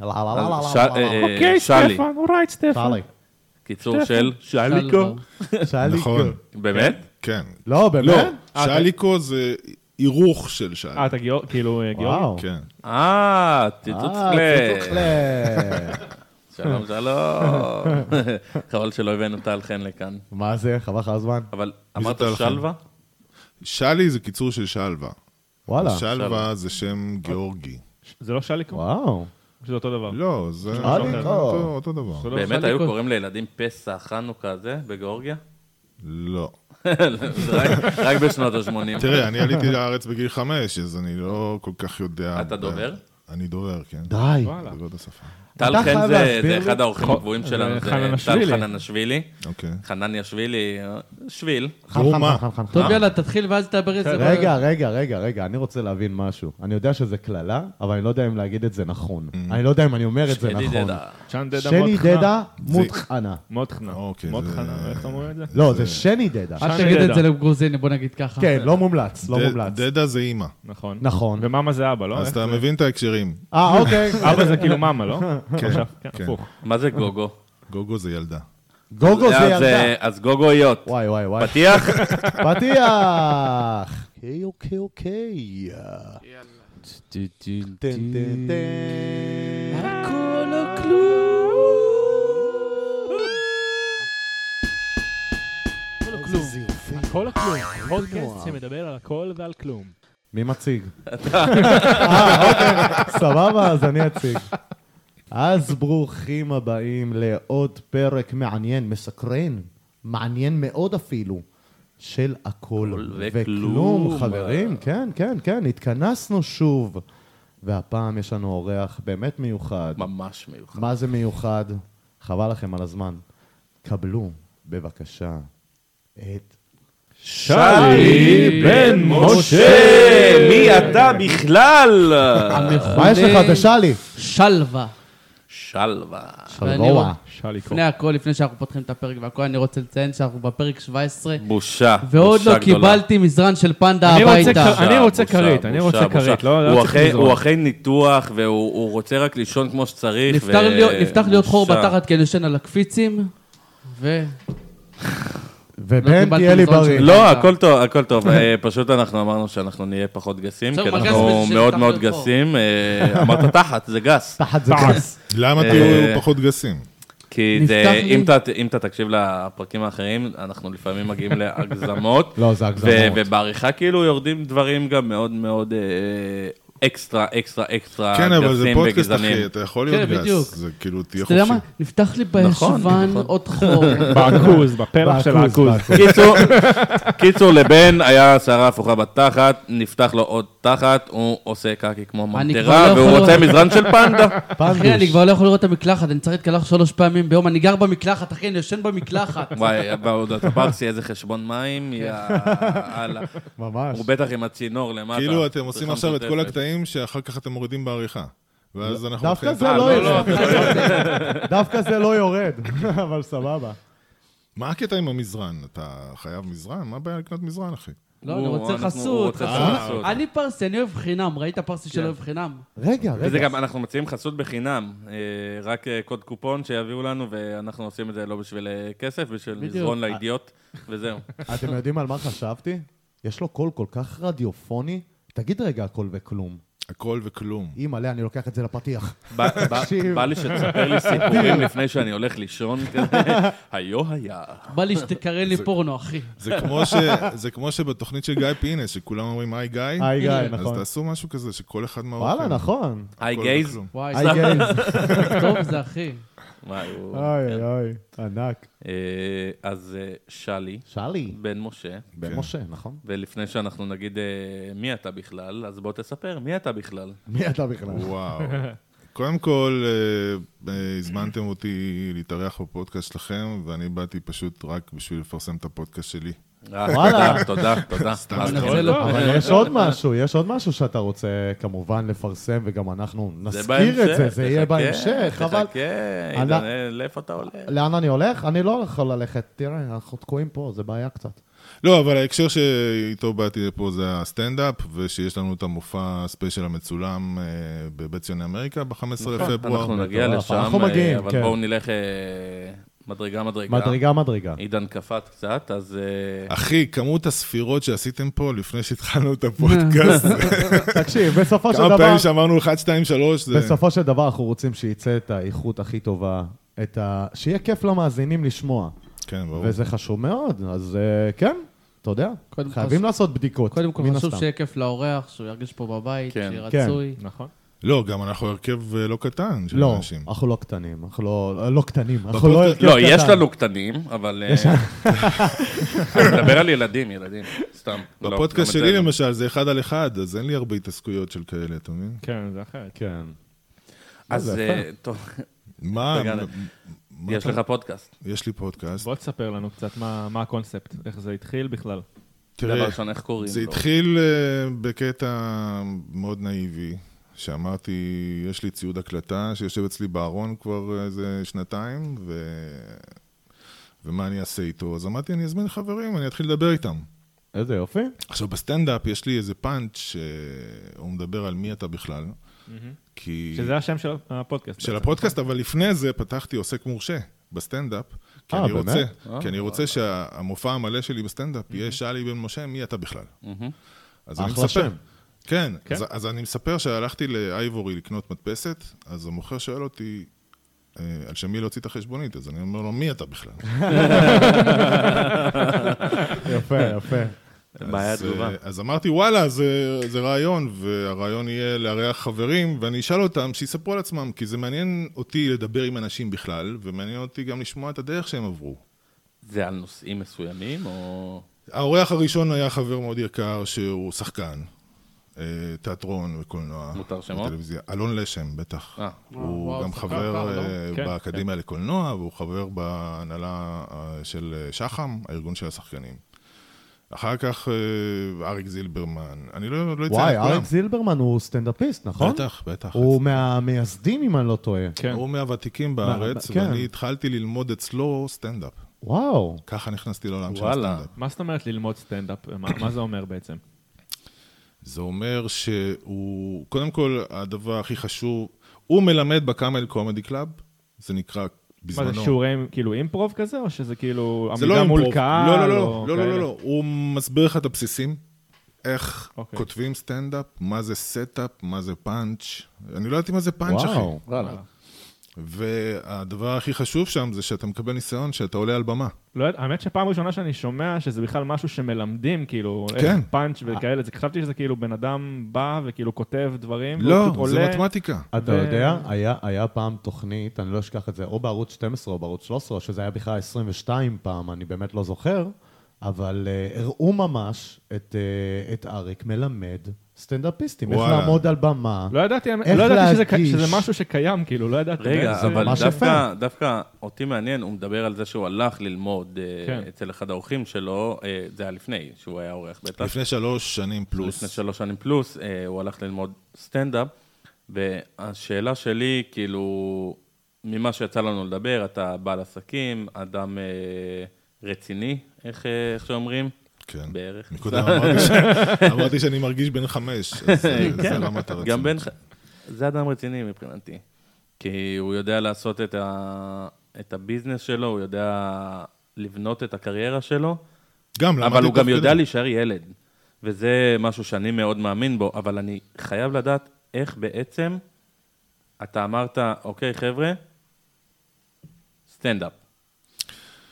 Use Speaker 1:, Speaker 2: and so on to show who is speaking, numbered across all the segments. Speaker 1: לא, לא, לא, לא, לא,
Speaker 2: ש-
Speaker 1: לא,
Speaker 2: אה,
Speaker 1: לא.
Speaker 2: אה,
Speaker 3: אוקיי,
Speaker 2: שלי,
Speaker 3: סטפן, אורייט, סטפן.
Speaker 1: סאלי.
Speaker 2: קיצור של שליקו.
Speaker 1: שאליקו.
Speaker 4: נכון.
Speaker 2: באמת?
Speaker 4: כן.
Speaker 1: לא,
Speaker 4: לא,
Speaker 1: באמת?
Speaker 4: שאליקו זה הירוך של
Speaker 3: אה,
Speaker 4: שאליקו.
Speaker 3: אתה גיאור- כאילו אה, גיאורגי?
Speaker 1: וואו.
Speaker 4: כן.
Speaker 2: אה, ציצוץ
Speaker 1: אה,
Speaker 2: קלה.
Speaker 1: ציצוקלה.
Speaker 2: שלום, שלום. חבל שלא הבאנו טל חן לכאן.
Speaker 1: מה זה? חבל לך הזמן.
Speaker 2: אבל
Speaker 4: מי זה
Speaker 2: אמרת
Speaker 4: טל חן?
Speaker 2: שלווה?
Speaker 4: שלי זה קיצור של שלווה.
Speaker 1: וואלה.
Speaker 4: שלווה זה שם גיאורגי.
Speaker 3: זה לא שליקו?
Speaker 1: וואו.
Speaker 3: שזה אותו דבר.
Speaker 4: לא, זה
Speaker 1: שאליקו.
Speaker 4: אותו אותו דבר.
Speaker 3: זה לא
Speaker 2: באמת
Speaker 3: שליקו?
Speaker 2: היו קוראים לילדים פסח, חנוכה זה, בגיאורגיה?
Speaker 4: לא.
Speaker 2: זה רק- רק בשנות ה-80.
Speaker 4: תראה, אני עליתי לארץ בגיל חמש, אז אני לא כל כך יודע.
Speaker 2: אתה דובר?
Speaker 4: אני דובר, כן.
Speaker 1: די.
Speaker 3: וואלה.
Speaker 4: דובר את השפה.
Speaker 2: טל
Speaker 1: אתה
Speaker 2: חן
Speaker 1: חייב
Speaker 2: זה-
Speaker 1: להסביר
Speaker 2: זה
Speaker 1: לי?
Speaker 2: אחד האורחים
Speaker 3: חו-
Speaker 2: הקבועים
Speaker 3: זה
Speaker 2: שלנו, זה טל
Speaker 3: חננשווילי.
Speaker 2: חננשווילי.
Speaker 4: אוקיי.
Speaker 2: חנניה שבילי, אה, שביל.
Speaker 4: והוא מה?
Speaker 5: טוב, יאללה, תתחיל ואז תדבר איזה...
Speaker 1: רגע, רגע, רגע, רגע, אני רוצה להבין משהו. אני יודע שזה קללה, אבל אני לא יודע אם להגיד את זה נכון. אני לא יודע אם אני אומר את זה
Speaker 2: שלי
Speaker 1: נכון.
Speaker 2: דדה.
Speaker 3: צ'אן דדה
Speaker 1: שני
Speaker 3: מותחנה.
Speaker 1: דדה מותחנה.
Speaker 3: מותחנה.
Speaker 4: אוקיי,
Speaker 3: מותחנה,
Speaker 4: זה-
Speaker 3: איך אתה אומר את זה?
Speaker 1: לא, זה שני דדה.
Speaker 5: אל
Speaker 3: שאני
Speaker 5: תגיד
Speaker 3: אדע.
Speaker 5: את זה לגרוזיני, בוא נגיד ככה.
Speaker 1: כן, לא מומלץ, לא
Speaker 4: ד-
Speaker 1: מומלץ.
Speaker 4: דדה זה אימא.
Speaker 3: נכון.
Speaker 1: נכון.
Speaker 3: ומאמה זה אבא, לא?
Speaker 4: אז
Speaker 3: איך
Speaker 4: אתה
Speaker 3: זה?
Speaker 4: מבין את ההקשרים.
Speaker 1: אה, אוקיי.
Speaker 3: אבא זה כאילו מאמה, לא?
Speaker 4: כן,
Speaker 3: עכשיו,
Speaker 4: כן.
Speaker 3: כן, הפוך.
Speaker 2: מה זה גוגו?
Speaker 4: גוגו זה ילדה.
Speaker 1: גוגו זה
Speaker 2: אז,
Speaker 1: ילדה.
Speaker 2: אה, אז גוגויות.
Speaker 1: וואי, וואי, וואי.
Speaker 2: פתיח?
Speaker 1: פתיח! אוקיי, אוקיי, אוקיי. טן, טן, טן.
Speaker 5: הכל או כלום.
Speaker 6: הכל או כלום. הכל או כלום. פודקאסט
Speaker 1: נועם.
Speaker 6: שמדבר על הכל ועל כלום.
Speaker 1: מי מציג? אה, אוקיי, סבבה, אז אני אציג. אז ברוכים הבאים לעוד פרק מעניין, מסקרן, מעניין מאוד אפילו, של הכל
Speaker 2: וכלום.
Speaker 1: וכלום, חברים. כן, כן, כן, התכנסנו שוב, והפעם יש לנו אורח באמת מיוחד.
Speaker 2: ממש מיוחד.
Speaker 1: מה זה מיוחד? חבל לכם על הזמן. קבלו, בבקשה, את...
Speaker 2: שלי
Speaker 3: בן
Speaker 2: משה, מי אתה בכלל?
Speaker 1: מה יש לך?
Speaker 5: המכונה
Speaker 1: זה שלי.
Speaker 5: שלווה.
Speaker 2: שלווה.
Speaker 5: ואני לא-
Speaker 1: שלווה.
Speaker 5: רוצ-
Speaker 3: שליקו.
Speaker 5: לפני הכל, לפני שאנחנו פותחים את הפרק והכל, אני רוצה לציין שאנחנו בפרק 17,
Speaker 2: בושה.
Speaker 5: ועוד
Speaker 2: בושה
Speaker 5: לא
Speaker 2: גדולה.
Speaker 5: קיבלתי מזרן של פנדה
Speaker 3: אני רוצה
Speaker 5: הביתה.
Speaker 3: אני רוצה
Speaker 2: בושה,
Speaker 3: כרית, אני
Speaker 2: בושה,
Speaker 3: רוצה
Speaker 2: בושה.
Speaker 3: כרית, לא- לא
Speaker 2: הוא
Speaker 3: צריך
Speaker 2: אחרי-
Speaker 3: לזרום.
Speaker 2: הוא אחרי ניתוח, והוא הוא רוצה רק לישון כמו שצריך.
Speaker 5: נפתח להיות-
Speaker 2: ו-
Speaker 5: נפתח להיות חור
Speaker 2: בושה.
Speaker 5: בתחת כי אני ישן על הקפיצים, ו... לא
Speaker 1: ובן
Speaker 5: קיבלתי
Speaker 1: תהיה לי
Speaker 5: מזרון
Speaker 1: בריא.
Speaker 5: של-
Speaker 2: לא, הכל טוב, הכל טוב. אה, פשוט אנחנו אמרנו שאנחנו נהיה פחות גסים,
Speaker 5: זהו,
Speaker 2: כי
Speaker 5: מגס
Speaker 2: אנחנו
Speaker 5: וזה
Speaker 2: מאוד
Speaker 5: שתחת
Speaker 2: מאוד
Speaker 5: להיות חור.
Speaker 2: גסים. אה, אמרת תחת, זה גס.
Speaker 1: תחת זה גס.
Speaker 4: למה
Speaker 2: אה,
Speaker 4: תהיו פחות גסים?
Speaker 2: כי
Speaker 5: נפתח
Speaker 2: זה,
Speaker 5: לי-
Speaker 2: אם, אתה, אם אתה תקשיב לפרקים האחרים, אנחנו לפעמים מגיעים להגזמות.
Speaker 1: לא, זה הגזמות.
Speaker 2: ו- ובעריכה כאילו יורדים דברים גם מאוד מאוד אה, אקסטרה, אקסטרה, אקסטרה,
Speaker 4: כן, אבל זה
Speaker 2: גסים
Speaker 4: פודקאסט,
Speaker 2: וגזענים.
Speaker 4: אחי, אתה יכול
Speaker 5: כן,
Speaker 4: להיות
Speaker 5: בדיוק.
Speaker 4: גס. זה כאילו, תהיה
Speaker 5: אתה יודע מה?
Speaker 4: חופשי.
Speaker 5: נפתח לי
Speaker 2: נכון,
Speaker 5: בישבן
Speaker 2: נכון.
Speaker 5: עוד חור.
Speaker 3: בעכוז, בפרח של
Speaker 1: בעכוז,
Speaker 3: העכוז.
Speaker 1: בעכוז.
Speaker 2: קיצור, קיצור, לבן היה שערה הפוכה בתחת, נפתח לו עוד תחת, הוא עושה קקי כמו
Speaker 5: אני
Speaker 2: ממטרה,
Speaker 5: כבר לא
Speaker 2: והוא
Speaker 5: יכול-
Speaker 2: רוצה מזרן של פנדה.
Speaker 5: אחי, אני
Speaker 1: פנדוש.
Speaker 5: כבר לא יכול לראות את המקלחת, אני צריך להתקלח שלוש פעמים ביום, אני גר במקלחת, אחי, אני ישן במקלחת.
Speaker 2: וואי, ועוד אתה פרסי, איזה חשבון מים, יא
Speaker 5: כן.
Speaker 2: אללה.
Speaker 1: ממש.
Speaker 2: הוא בטח עם הצינור למטה.
Speaker 4: כאילו, אתם עושים
Speaker 2: צריכה
Speaker 4: עכשיו את כל
Speaker 2: משותפת.
Speaker 4: הקטעים שאחר כך אתם מורידים בעריכה. ואז אנחנו...
Speaker 1: דווקא
Speaker 4: מתחילים-
Speaker 1: זה
Speaker 2: אה,
Speaker 1: לא
Speaker 2: לא, לא,
Speaker 1: יורד. דווקא זה לא יורד, אבל סבבה.
Speaker 4: מה הקטע עם המזרן? אתה חייב מזרן? מה הבעיה לקנות מזרן, אחי?
Speaker 5: לא,
Speaker 2: הוא-
Speaker 5: אני רוצה
Speaker 2: אנחנו-
Speaker 5: חסות. אה.
Speaker 2: הוא רוצה
Speaker 4: חסות.
Speaker 2: חסות. כן.
Speaker 5: אני פרסי, אני אוהב חינם, ראית פרסי שלא אוהב חינם?
Speaker 1: רגע,
Speaker 2: וזה
Speaker 1: רגע.
Speaker 2: גם, אנחנו מציעים חסות בחינם, אה, רק אה, קוד קופון שיביאו לנו, ואנחנו עושים את זה לא בשביל אה, כסף, בשביל
Speaker 5: בדיוק.
Speaker 2: מזרון לאידיוט,
Speaker 1: אה.
Speaker 2: וזהו.
Speaker 1: אתם יודעים על מה חשבתי? יש לו קול כל כך רדיופוני. תגיד רגע הכל וכלום.
Speaker 4: הכל וכלום.
Speaker 1: אי מלא, אני לוקח את זה לפתיח.
Speaker 2: בא- בא-
Speaker 1: תקשיב.
Speaker 2: בא לי שתספר לי סיפורים לפני שאני הולך לישון כזה, היו היה.
Speaker 5: בא לי שתקרן לי פורנו, אחי.
Speaker 4: זה כמו ש- זה כמו שבתוכנית של גיא פינס, שכולם אומרים היי גיא,
Speaker 1: היי גיא,
Speaker 4: אז
Speaker 1: נכון.
Speaker 4: תעשו משהו כזה שכל אחד מהאורחים...
Speaker 1: וואלה, נכון.
Speaker 2: היי
Speaker 4: הכל
Speaker 2: גייז.
Speaker 4: וכלום.
Speaker 5: וואי,
Speaker 1: היי גייז.
Speaker 5: זה טוב זה, אחי.
Speaker 2: וואי, הוא-
Speaker 1: אוי,
Speaker 2: כן.
Speaker 1: אוי, אוי, ענק.
Speaker 2: אה, אז אה, שלי,
Speaker 1: שלי.
Speaker 2: בן משה,
Speaker 1: בן משה, נכון?
Speaker 2: ולפני שאנחנו נגיד אה, מי אתה בכלל, אז בוא תספר מי אתה בכלל.
Speaker 1: מי אתה בכלל?
Speaker 4: וואו. קודם כל, אה, אה, הזמנתם אותי להתארח בפודקאסט שלכם, ואני באתי פשוט רק בשביל לפרסם את הפודקאסט שלי.
Speaker 2: אה,
Speaker 1: וואלה.
Speaker 2: תודה, תודה, תודה.
Speaker 4: סתם,
Speaker 2: אז
Speaker 4: סתם.
Speaker 2: כל-
Speaker 5: זה לא-
Speaker 2: אה,
Speaker 1: אבל יש עוד משהו, יש עוד משהו שאתה רוצה כמובן לפרסם, וגם אנחנו נזכיר את זה, זה יהיה בהמשך, אבל...
Speaker 2: תחכה,
Speaker 1: אני-
Speaker 2: עידן, לאיפה אתה הולך?
Speaker 1: לאן אני הולך? אני לא יכול ללכת, תראה, אנחנו תקועים פה, זה בעיה קצת.
Speaker 4: לא, אבל ההקשר שאיתו באתי לפה זה הסטנדאפ, ושיש לנו את המופע הספיישל המצולם אה, בבית ציוני אמריקה ב-15 לפברואר.
Speaker 2: נכון, כן, אנחנו נגיע
Speaker 1: מטורף.
Speaker 2: לשם,
Speaker 1: אנחנו
Speaker 2: אה,
Speaker 1: מגיעים,
Speaker 2: אבל
Speaker 1: כן.
Speaker 2: בואו נלך אה, מדרגה מדרגה.
Speaker 1: מדרגה מדרגה.
Speaker 2: עידן קפט קצת, אז... אה,
Speaker 4: אחי, כמות הספירות שעשיתם פה לפני שהתחלנו את הפודקאסט,
Speaker 1: תקשיב, בסופו של
Speaker 4: כמה
Speaker 1: דבר,
Speaker 4: פעמים שאמרנו 1, 2, 3, זה...
Speaker 1: בסופו של דבר אנחנו רוצים שייצא את האיכות הכי טובה, את ה... שיהיה כיף למאזינים לשמוע,
Speaker 4: כן, ברור.
Speaker 1: וזה חשוב מאוד, אז אה, כן, אתה יודע,
Speaker 5: קודם כל
Speaker 1: חייבים
Speaker 5: חשוב-
Speaker 1: לעשות בדיקות,
Speaker 5: קודם כל
Speaker 1: מן
Speaker 5: חשוב
Speaker 1: הסתם.
Speaker 5: שיהיה כיף לאורח, שהוא ירגיש פה בבית,
Speaker 2: כן.
Speaker 5: שיהיה
Speaker 1: כן.
Speaker 5: רצוי.
Speaker 3: נכון.
Speaker 4: לא, גם אנחנו הרכב אה, לא קטן של
Speaker 1: לא,
Speaker 4: אנשים.
Speaker 1: אנחנו לא קטנים, אנחנו לא, לא קטנים, אנחנו לא...
Speaker 4: בפודקאסט-
Speaker 1: הרכב
Speaker 2: לא, יש
Speaker 1: קטן.
Speaker 2: לנו קטנים, אבל... אה, אני מדבר על ילדים, ילדים, סתם. לא,
Speaker 4: בפודקאסט
Speaker 2: גם את זה
Speaker 4: שלי
Speaker 2: לא.
Speaker 4: למשל, זה אחד על אחד, אז אין לי הרבה התעסקויות של כאלה, אתה מבין?
Speaker 3: כן, זה אחרת.
Speaker 1: כן.
Speaker 2: אז
Speaker 1: זה
Speaker 2: אה, טוב,
Speaker 4: אה, מה,
Speaker 2: רגע,
Speaker 4: מה
Speaker 2: יש
Speaker 4: אתה-
Speaker 2: לך פודקאסט.
Speaker 4: יש לי פודקאסט.
Speaker 3: בוא תספר לנו קצת מה מה הקונספט, איך זה התחיל בכלל.
Speaker 2: דבר
Speaker 4: תראה,
Speaker 2: ראשון, איך קוראים
Speaker 4: זה
Speaker 2: לו?
Speaker 4: התחיל אה, בקטע מאוד נאיבי, שאמרתי, יש לי ציוד הקלטה שיושב אצלי בארון כבר אה, איזה שנתיים, ו... ומה אני אעשה איתו? אז אמרתי, אני אזמין חברים, אני אתחיל לדבר איתם.
Speaker 1: איזה יופי.
Speaker 4: עכשיו, בסטנדאפ יש לי איזה פאנץ' שהוא מדבר על מי אתה בכלל, כי...
Speaker 3: שזה השם של הפודקאסט.
Speaker 4: של
Speaker 3: בעצם.
Speaker 4: הפודקאסט, אבל לפני זה פתחתי עוסק מורשה בסטנדאפ, כי
Speaker 1: אה,
Speaker 4: אני
Speaker 1: באמת?
Speaker 4: רוצה, כי אני רוצה שהמופע המלא שלי בסטנדאפ יהיה שאלי בן משה, מי אתה בכלל? אז אני
Speaker 1: אחלה
Speaker 4: מספר.
Speaker 1: שם.
Speaker 4: כן,
Speaker 3: כן.
Speaker 4: אז- אז אני מספר שהלכתי לאייבורי לקנות מדפסת, אז המוכר שואל אותי, אה, על שמי להוציא את החשבונית, אז אני אומר לו, מי אתה בכלל?
Speaker 1: יפה, יפה.
Speaker 2: בעיה
Speaker 4: אז,
Speaker 2: תגובה.
Speaker 4: אה, אז אמרתי, וואלה, זה, זה רעיון, והרעיון יהיה לארח חברים, ואני אשאל אותם שיספרו על עצמם, כי זה מעניין אותי לדבר עם אנשים בכלל, ומעניין אותי גם לשמוע את הדרך שהם עברו.
Speaker 2: זה על נושאים מסוימים, או...
Speaker 4: האורח הראשון היה חבר מאוד יקר, שהוא שחקן, אה, תיאטרון וקולנוע.
Speaker 2: מותר שמות?
Speaker 4: וטלוויזיה. אלון לשם, בטח.
Speaker 2: אה.
Speaker 4: הוא
Speaker 5: וואו,
Speaker 4: גם
Speaker 5: שחקן
Speaker 4: חבר
Speaker 5: פעם, לא?
Speaker 4: אה,
Speaker 3: כן,
Speaker 4: באקדמיה לקולנוע, והוא חבר בהנהלה אה, של אה, שח"ם, הארגון של השחקנים. אחר כך אה, אריק זילברמן, אני לא לא אציין
Speaker 1: וואי,
Speaker 4: את כולם.
Speaker 1: אריק זילברמן הוא סטנדאפיסט, נכון?
Speaker 4: בטח, בטח.
Speaker 1: הוא מהמייסדים, אם אני לא טועה.
Speaker 3: כן.
Speaker 4: הוא מהוותיקים בארץ,
Speaker 1: כן.
Speaker 4: ואני התחלתי ללמוד אצלו סטנדאפ.
Speaker 1: וואו.
Speaker 4: ככה נכנסתי לעולם של
Speaker 2: וואלה.
Speaker 4: הסטנדאפ.
Speaker 3: מה זאת אומרת ללמוד סטנדאפ? מה מה זה אומר בעצם?
Speaker 4: זה אומר שהוא, קודם כל, הדבר הכי חשוב, הוא מלמד בקאמל קומדי קלאב, זה נקרא בזמנו.
Speaker 3: מה זה שיעורים, כאילו אימפרוב כזה, או שזה כאילו
Speaker 4: זה לא
Speaker 3: עמידה מול
Speaker 4: improv.
Speaker 3: קהל?
Speaker 4: לא, לא,
Speaker 3: או
Speaker 4: לא, לא, לא,
Speaker 3: כאלה?
Speaker 4: לא, לא, הוא מסביר לך את הבסיסים, איך
Speaker 3: אוקיי.
Speaker 4: כותבים סטנדאפ, מה זה סטאפ, מה זה פאנץ', אני לא ידעתי מה זה פאנץ', אחי.
Speaker 1: וואו.
Speaker 2: וואלה.
Speaker 4: והדבר הכי חשוב שם זה שאתה מקבל ניסיון שאתה עולה על במה.
Speaker 3: לא יודע, האמת שפעם ראשונה שאני שומע שזה בכלל משהו שמלמדים, כאילו,
Speaker 4: כן.
Speaker 3: איך פאנץ' וכאלה, זה חשבתי שזה כאילו בן אדם בא וכאילו כותב דברים, והוא
Speaker 4: לא,
Speaker 3: פשוט
Speaker 4: זה
Speaker 3: עולה.
Speaker 4: מתמטיקה.
Speaker 1: אתה
Speaker 3: ו-
Speaker 1: יודע, היה- היה פעם תוכנית, אני לא אשכח את זה, או בערוץ 12 או בערוץ 13, או שזה היה בכלל 22 פעם, אני באמת לא זוכר, אבל אה, הראו ממש את, אה, את אריק מלמד סטנדאפיסטים, איך
Speaker 4: וואלה.
Speaker 1: לעמוד על במה.
Speaker 3: לא ידעתי,
Speaker 1: איך
Speaker 3: לא ידעתי שזה,
Speaker 1: להגיש.
Speaker 3: שזה משהו שקיים, כאילו, לא ידעתי.
Speaker 2: רגע,
Speaker 3: זה-
Speaker 2: אבל
Speaker 1: ממש
Speaker 2: דווקא, דווקא אותי מעניין, הוא מדבר על זה שהוא הלך ללמוד אה,
Speaker 3: כן.
Speaker 2: אצל אחד האורחים שלו, אה, זה היה לפני שהוא היה אורח בטח.
Speaker 4: לפני שלוש שנים פלוס.
Speaker 2: לפני שלוש שנים פלוס, אה, הוא הלך ללמוד סטנדאפ, והשאלה שלי, כאילו, ממה שיצא לנו לדבר, אתה בעל עסקים, אדם אה, רציני, איך, אה, איך שאומרים?
Speaker 4: כן.
Speaker 2: בערך.
Speaker 4: מקודם אמרתי ש- אמרתי שאני מרגיש בן חמש, אז אה, זה רמת הרצון.
Speaker 2: כן. גם בן... ח- זה אדם רציני מבחינתי, כי הוא יודע לעשות את, ה... את הביזנס שלו, הוא יודע לבנות את הקריירה שלו,
Speaker 4: גם, למדתי
Speaker 2: אבל הוא
Speaker 4: תוך
Speaker 2: גם יודע
Speaker 4: כדי.
Speaker 2: להישאר ילד, וזה משהו שאני מאוד מאמין בו, אבל אני חייב לדעת איך בעצם אתה אמרת, אוקיי, חבר'ה, סטנדאפ.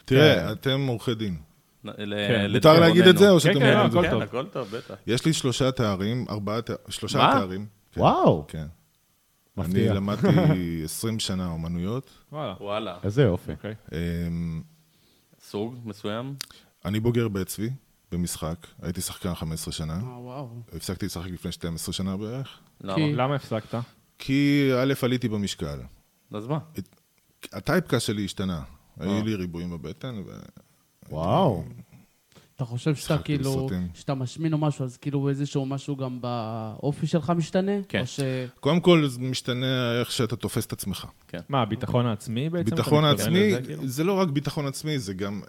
Speaker 4: תראה, אתם עורכי דין.
Speaker 2: ל-
Speaker 4: כן. מותר להגיד את זה או שאתם...
Speaker 3: כן,
Speaker 4: אומרים
Speaker 3: לא,
Speaker 4: את
Speaker 3: הכל
Speaker 4: זה?
Speaker 2: כן,
Speaker 3: טוב.
Speaker 2: הכל טוב, בטח.
Speaker 4: יש לי שלושה תארים, ארבעה תארים, שלושה
Speaker 2: מה?
Speaker 4: תארים. כן,
Speaker 1: וואו,
Speaker 4: כן. אני
Speaker 1: מפתיע.
Speaker 4: למדתי 20 שנה אומנויות.
Speaker 3: וואלה. אוקיי.
Speaker 2: וואלה.
Speaker 1: איזה יופי.
Speaker 4: אמ,
Speaker 2: סוג מסוים?
Speaker 4: אני בוגר בית צבי, במשחק. הייתי שחקן 15 שנה.
Speaker 5: אה, וואו.
Speaker 4: הפסקתי לשחק לפני 12 שנה בערך.
Speaker 2: למה?
Speaker 5: כי-
Speaker 3: למה הפסקת?
Speaker 4: כי א', עליתי במשקל.
Speaker 2: אז מה?
Speaker 4: הטייפקה שלי השתנה. היו לי ריבועים בבטן, ו...
Speaker 1: וואו.
Speaker 5: אתה חושב שאתה
Speaker 4: שיחקתי
Speaker 5: כאילו,
Speaker 4: בסרטים.
Speaker 5: שאתה משמין או משהו, אז כאילו איזשהו משהו גם באופי שלך משתנה?
Speaker 2: כן.
Speaker 5: או ש...
Speaker 4: קודם כל, זה משתנה איך שאתה תופס את עצמך.
Speaker 3: מה, הביטחון העצמי בעצם? אתה
Speaker 4: ביטחון
Speaker 3: מתכוון כאילו?
Speaker 4: העצמי,
Speaker 3: לזה, כאילו?
Speaker 4: זה לא רק ביטחון עצמי, זה גם...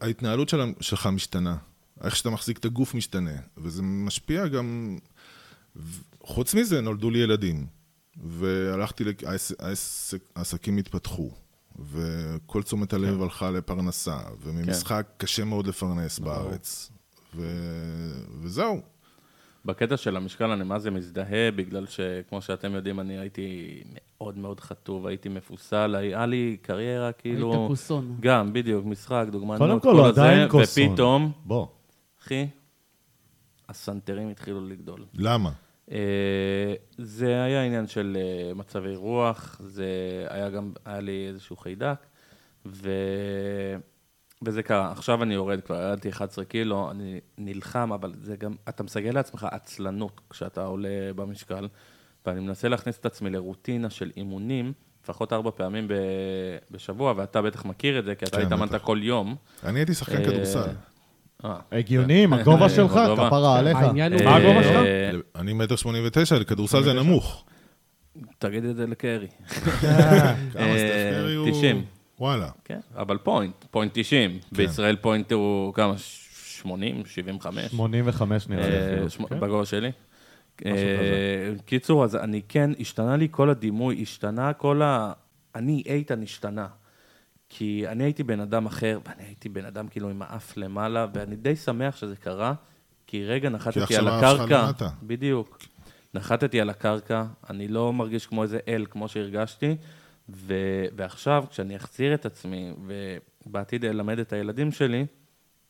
Speaker 4: ההתנהלות של- שלך משתנה. איך שאתה מחזיק את הגוף משתנה, וזה משפיע גם... ו- חוץ מזה, נולדו לי ילדים, והלכתי, לק- העס- העסק- העסקים התפתחו, וכל תשומת הלב הלכה לפרנסה, וממשחק קשה מאוד לפרנס בארץ, ו- וזהו.
Speaker 2: בקטע של המשקל אני מה זה מזדהה, בגלל שכמו שאתם יודעים, אני הייתי מאוד מאוד חטוב, הייתי מפוסל, היה לי קריירה כאילו...
Speaker 5: היית כוסון.
Speaker 2: גם, בדיוק, משחק, דוגמנות,
Speaker 1: קודם כל, הוא
Speaker 2: הזה,
Speaker 1: עדיין כוסון.
Speaker 2: ופתאום,
Speaker 1: בוא.
Speaker 2: אחי, הסנטרים התחילו לגדול.
Speaker 4: למה?
Speaker 2: אה, זה היה עניין של אה, מצבי רוח, זה היה גם, היה לי איזשהו חיידק, ו... וזה קרה. עכשיו אני יורד כבר, ירדתי 11 קילו, אני נלחם, אבל זה גם, אתה מסגל לעצמך עצלנות כשאתה עולה במשקל, ואני מנסה להכניס את עצמי לרוטינה של אימונים, לפחות ארבע פעמים ב... בשבוע, ואתה בטח מכיר את זה, כי אתה
Speaker 4: כן,
Speaker 2: התאמנת
Speaker 4: בטח.
Speaker 2: כל יום.
Speaker 4: אני הייתי שחקן
Speaker 2: אה,
Speaker 4: כדורסל.
Speaker 2: אה,
Speaker 1: הגיוני, עם הגובה שלך,
Speaker 2: הגובה.
Speaker 1: כפרה עליך.
Speaker 5: העניין הוא...
Speaker 3: מה הגובה שלך?
Speaker 2: אה,
Speaker 4: אני מטר שמונים ותשע, לכדורסל זה נמוך.
Speaker 2: תגיד את זה לקרי.
Speaker 4: אה,
Speaker 2: אה,
Speaker 4: כמה סטף קרי הוא-
Speaker 2: 90.
Speaker 4: וואלה.
Speaker 2: כן, אבל פוינט, פוינט 90.
Speaker 4: כן.
Speaker 2: בישראל פוינט הוא כמה? ש- 80? 75?
Speaker 1: 85 נראה לי.
Speaker 2: אה,
Speaker 1: אפילו.
Speaker 2: שמ-
Speaker 4: כן.
Speaker 2: בגובה שלי. אה, קיצור, אז אני כן, השתנה לי כל הדימוי, השתנה כל ה... אני, איתן, השתנה. כי אני הייתי בן אדם אחר, ואני הייתי בן אדם כאילו עם האף למעלה, ואני די שמח שזה קרה, כי רגע נחתתי
Speaker 4: עכשיו
Speaker 2: על
Speaker 4: האף שלך
Speaker 2: הקרקע.
Speaker 4: למטה.
Speaker 2: בדיוק. נחתתי על הקרקע, אני לא מרגיש כמו איזה אל, כמו שהרגשתי, ו... ועכשיו, כשאני אחזיר את עצמי, ובעתיד אלמד את הילדים שלי,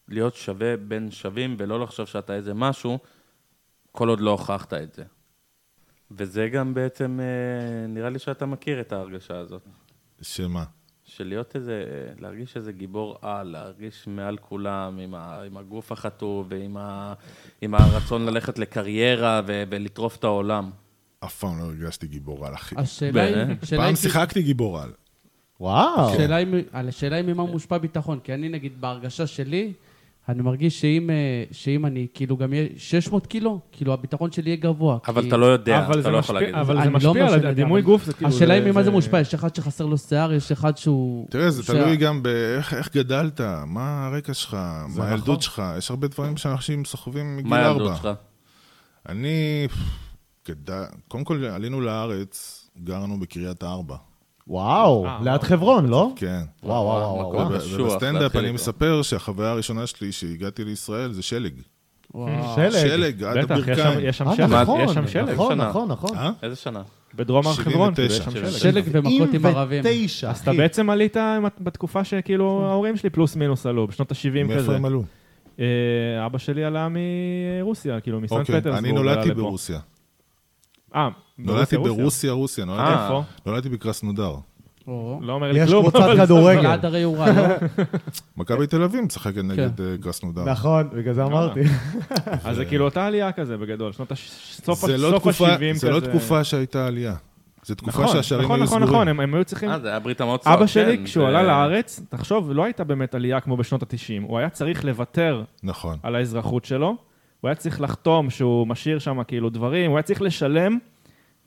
Speaker 2: להיות שווה בין שווים, ולא לחשוב שאתה איזה משהו, כל עוד לא הוכחת את זה. וזה גם בעצם, אה, נראה לי שאתה מכיר את ההרגשה הזאת.
Speaker 4: שמה?
Speaker 2: של להיות איזה, להרגיש איזה גיבור על, להרגיש מעל כולם, עם, ה, עם הגוף החטוב ועם ה, עם הרצון ללכת לקריירה ו, ולטרוף את העולם.
Speaker 4: אף פעם לא הרגשתי גיבור על, אחי.
Speaker 5: השאלה היא...
Speaker 2: בעיניי.
Speaker 5: השאלה
Speaker 4: פעם
Speaker 5: היא-
Speaker 4: שיחקתי גיבור על.
Speaker 1: וואו.
Speaker 5: השאלה היא, על השאלה היא ממה מושפע ביטחון, כי אני נגיד בהרגשה שלי, אני מרגיש שאם, אה, שאם אני כאילו גם אהיה 600 קילו, כאילו הביטחון שלי יהיה גבוה.
Speaker 2: אבל
Speaker 5: כי-
Speaker 2: אתה לא יודע,
Speaker 3: אבל
Speaker 2: אתה
Speaker 3: זה
Speaker 2: לא יכול
Speaker 3: משפיע-
Speaker 2: להגיד את זה.
Speaker 3: אבל
Speaker 5: אני
Speaker 3: זה
Speaker 5: לא
Speaker 3: משפיע
Speaker 5: אומר
Speaker 3: על
Speaker 5: שאני-
Speaker 3: הדימוי
Speaker 5: אבל-
Speaker 3: גוף, זה כאילו...
Speaker 5: השאלה היא ממה זה
Speaker 3: זה-
Speaker 5: מושפע, יש אחד שחסר לו שיער, יש אחד שהוא...
Speaker 4: תראה, זה
Speaker 5: שה-
Speaker 4: תלוי גם באיך איך גדלת, מה הרקע שלך, מה
Speaker 1: נכון.
Speaker 4: הילדות שלך, יש הרבה דברים שאנשים סוחבים מגיל
Speaker 2: מה
Speaker 4: ארבע.
Speaker 2: הילדות שלך?
Speaker 4: אני... גדל... קודם כל, עלינו לארץ, גרנו בקריית ארבע.
Speaker 1: וואו,
Speaker 3: אה,
Speaker 1: ליד חברון, לא?
Speaker 4: כן.
Speaker 1: וואו, וואו, וואו,
Speaker 2: מקום
Speaker 1: וואו.
Speaker 2: קשוח
Speaker 4: ובסטנדאפ
Speaker 2: להתחיל
Speaker 4: אני
Speaker 2: איתו.
Speaker 4: מספר שהחוויה הראשונה שלי שהגעתי לישראל זה שלג.
Speaker 5: וואו.
Speaker 1: שלג.
Speaker 4: אה, שלג עד
Speaker 3: בטח, יש שם-
Speaker 4: הברכיים.
Speaker 3: יש שם
Speaker 1: אה,
Speaker 3: שלג,
Speaker 1: נכון,
Speaker 3: יש שם שלג.
Speaker 1: נכון,
Speaker 2: שנה.
Speaker 1: נכון, נכון.
Speaker 4: אה?
Speaker 2: איזה שנה?
Speaker 3: בדרום הר חברון, כאילו, יש שם
Speaker 4: 79.
Speaker 3: שלג.
Speaker 5: שלג ומכות עם ערבים.
Speaker 1: 79,
Speaker 3: אז אתה
Speaker 1: אחי.
Speaker 3: בעצם עלית עם- בתקופה שכאילו
Speaker 1: נכון.
Speaker 3: ההורים שלי פלוס מינוס עלו, בשנות ה-70
Speaker 4: מאיפה
Speaker 3: כזה.
Speaker 4: הם עלו?
Speaker 3: אה, אבא שלי עלה מרוסיה, כאילו, מסנט
Speaker 4: אוקיי,
Speaker 3: פטרסבורג.
Speaker 4: אני
Speaker 3: עלה
Speaker 4: נולדתי
Speaker 3: לפה.
Speaker 4: ברוסיה.
Speaker 3: אה,
Speaker 4: נולדתי
Speaker 3: ברוסיה, רוסיה. אה,
Speaker 4: ברוסיה, רוסיה. נולדתי-
Speaker 3: איפה?
Speaker 2: אה.
Speaker 4: נולדתי בקרסנודר.
Speaker 5: או.
Speaker 3: לא אומר לי
Speaker 1: יש
Speaker 3: כלום.
Speaker 1: קבוצת
Speaker 3: אבל-
Speaker 1: כדורגל.
Speaker 5: עד הרי הוא רע, לא?
Speaker 4: מכבי תל אביב משחקת
Speaker 5: כן.
Speaker 4: נגד אה, קרסנודר.
Speaker 1: נכון, בגלל זה אמרתי.
Speaker 3: אז זה כאילו אותה עלייה כזה בגדול, שנות הש... סוף,
Speaker 4: זה לא
Speaker 3: סוף
Speaker 4: תקופה-
Speaker 3: ה-70 כזה.
Speaker 4: זה לא תקופה שהייתה עלייה. זו תקופה
Speaker 3: נכון,
Speaker 4: שהשערים
Speaker 3: נכון,
Speaker 4: היו
Speaker 3: נכון,
Speaker 4: סגורים.
Speaker 3: נכון, הם, הם היו צריכים...
Speaker 2: אה, זה היה ברית המועצות.
Speaker 3: אבא שלי,
Speaker 2: כן,
Speaker 3: כשהוא
Speaker 2: זה-
Speaker 3: עלה לארץ, תחשוב, לא הייתה באמת עלייה כמו בשנות ה-90, הוא היה צריך לוותר
Speaker 4: נכון.
Speaker 3: על האזרחות שלו, הוא היה צריך לחתום שהוא משאיר שם כאילו דברים, הוא היה צריך לשלם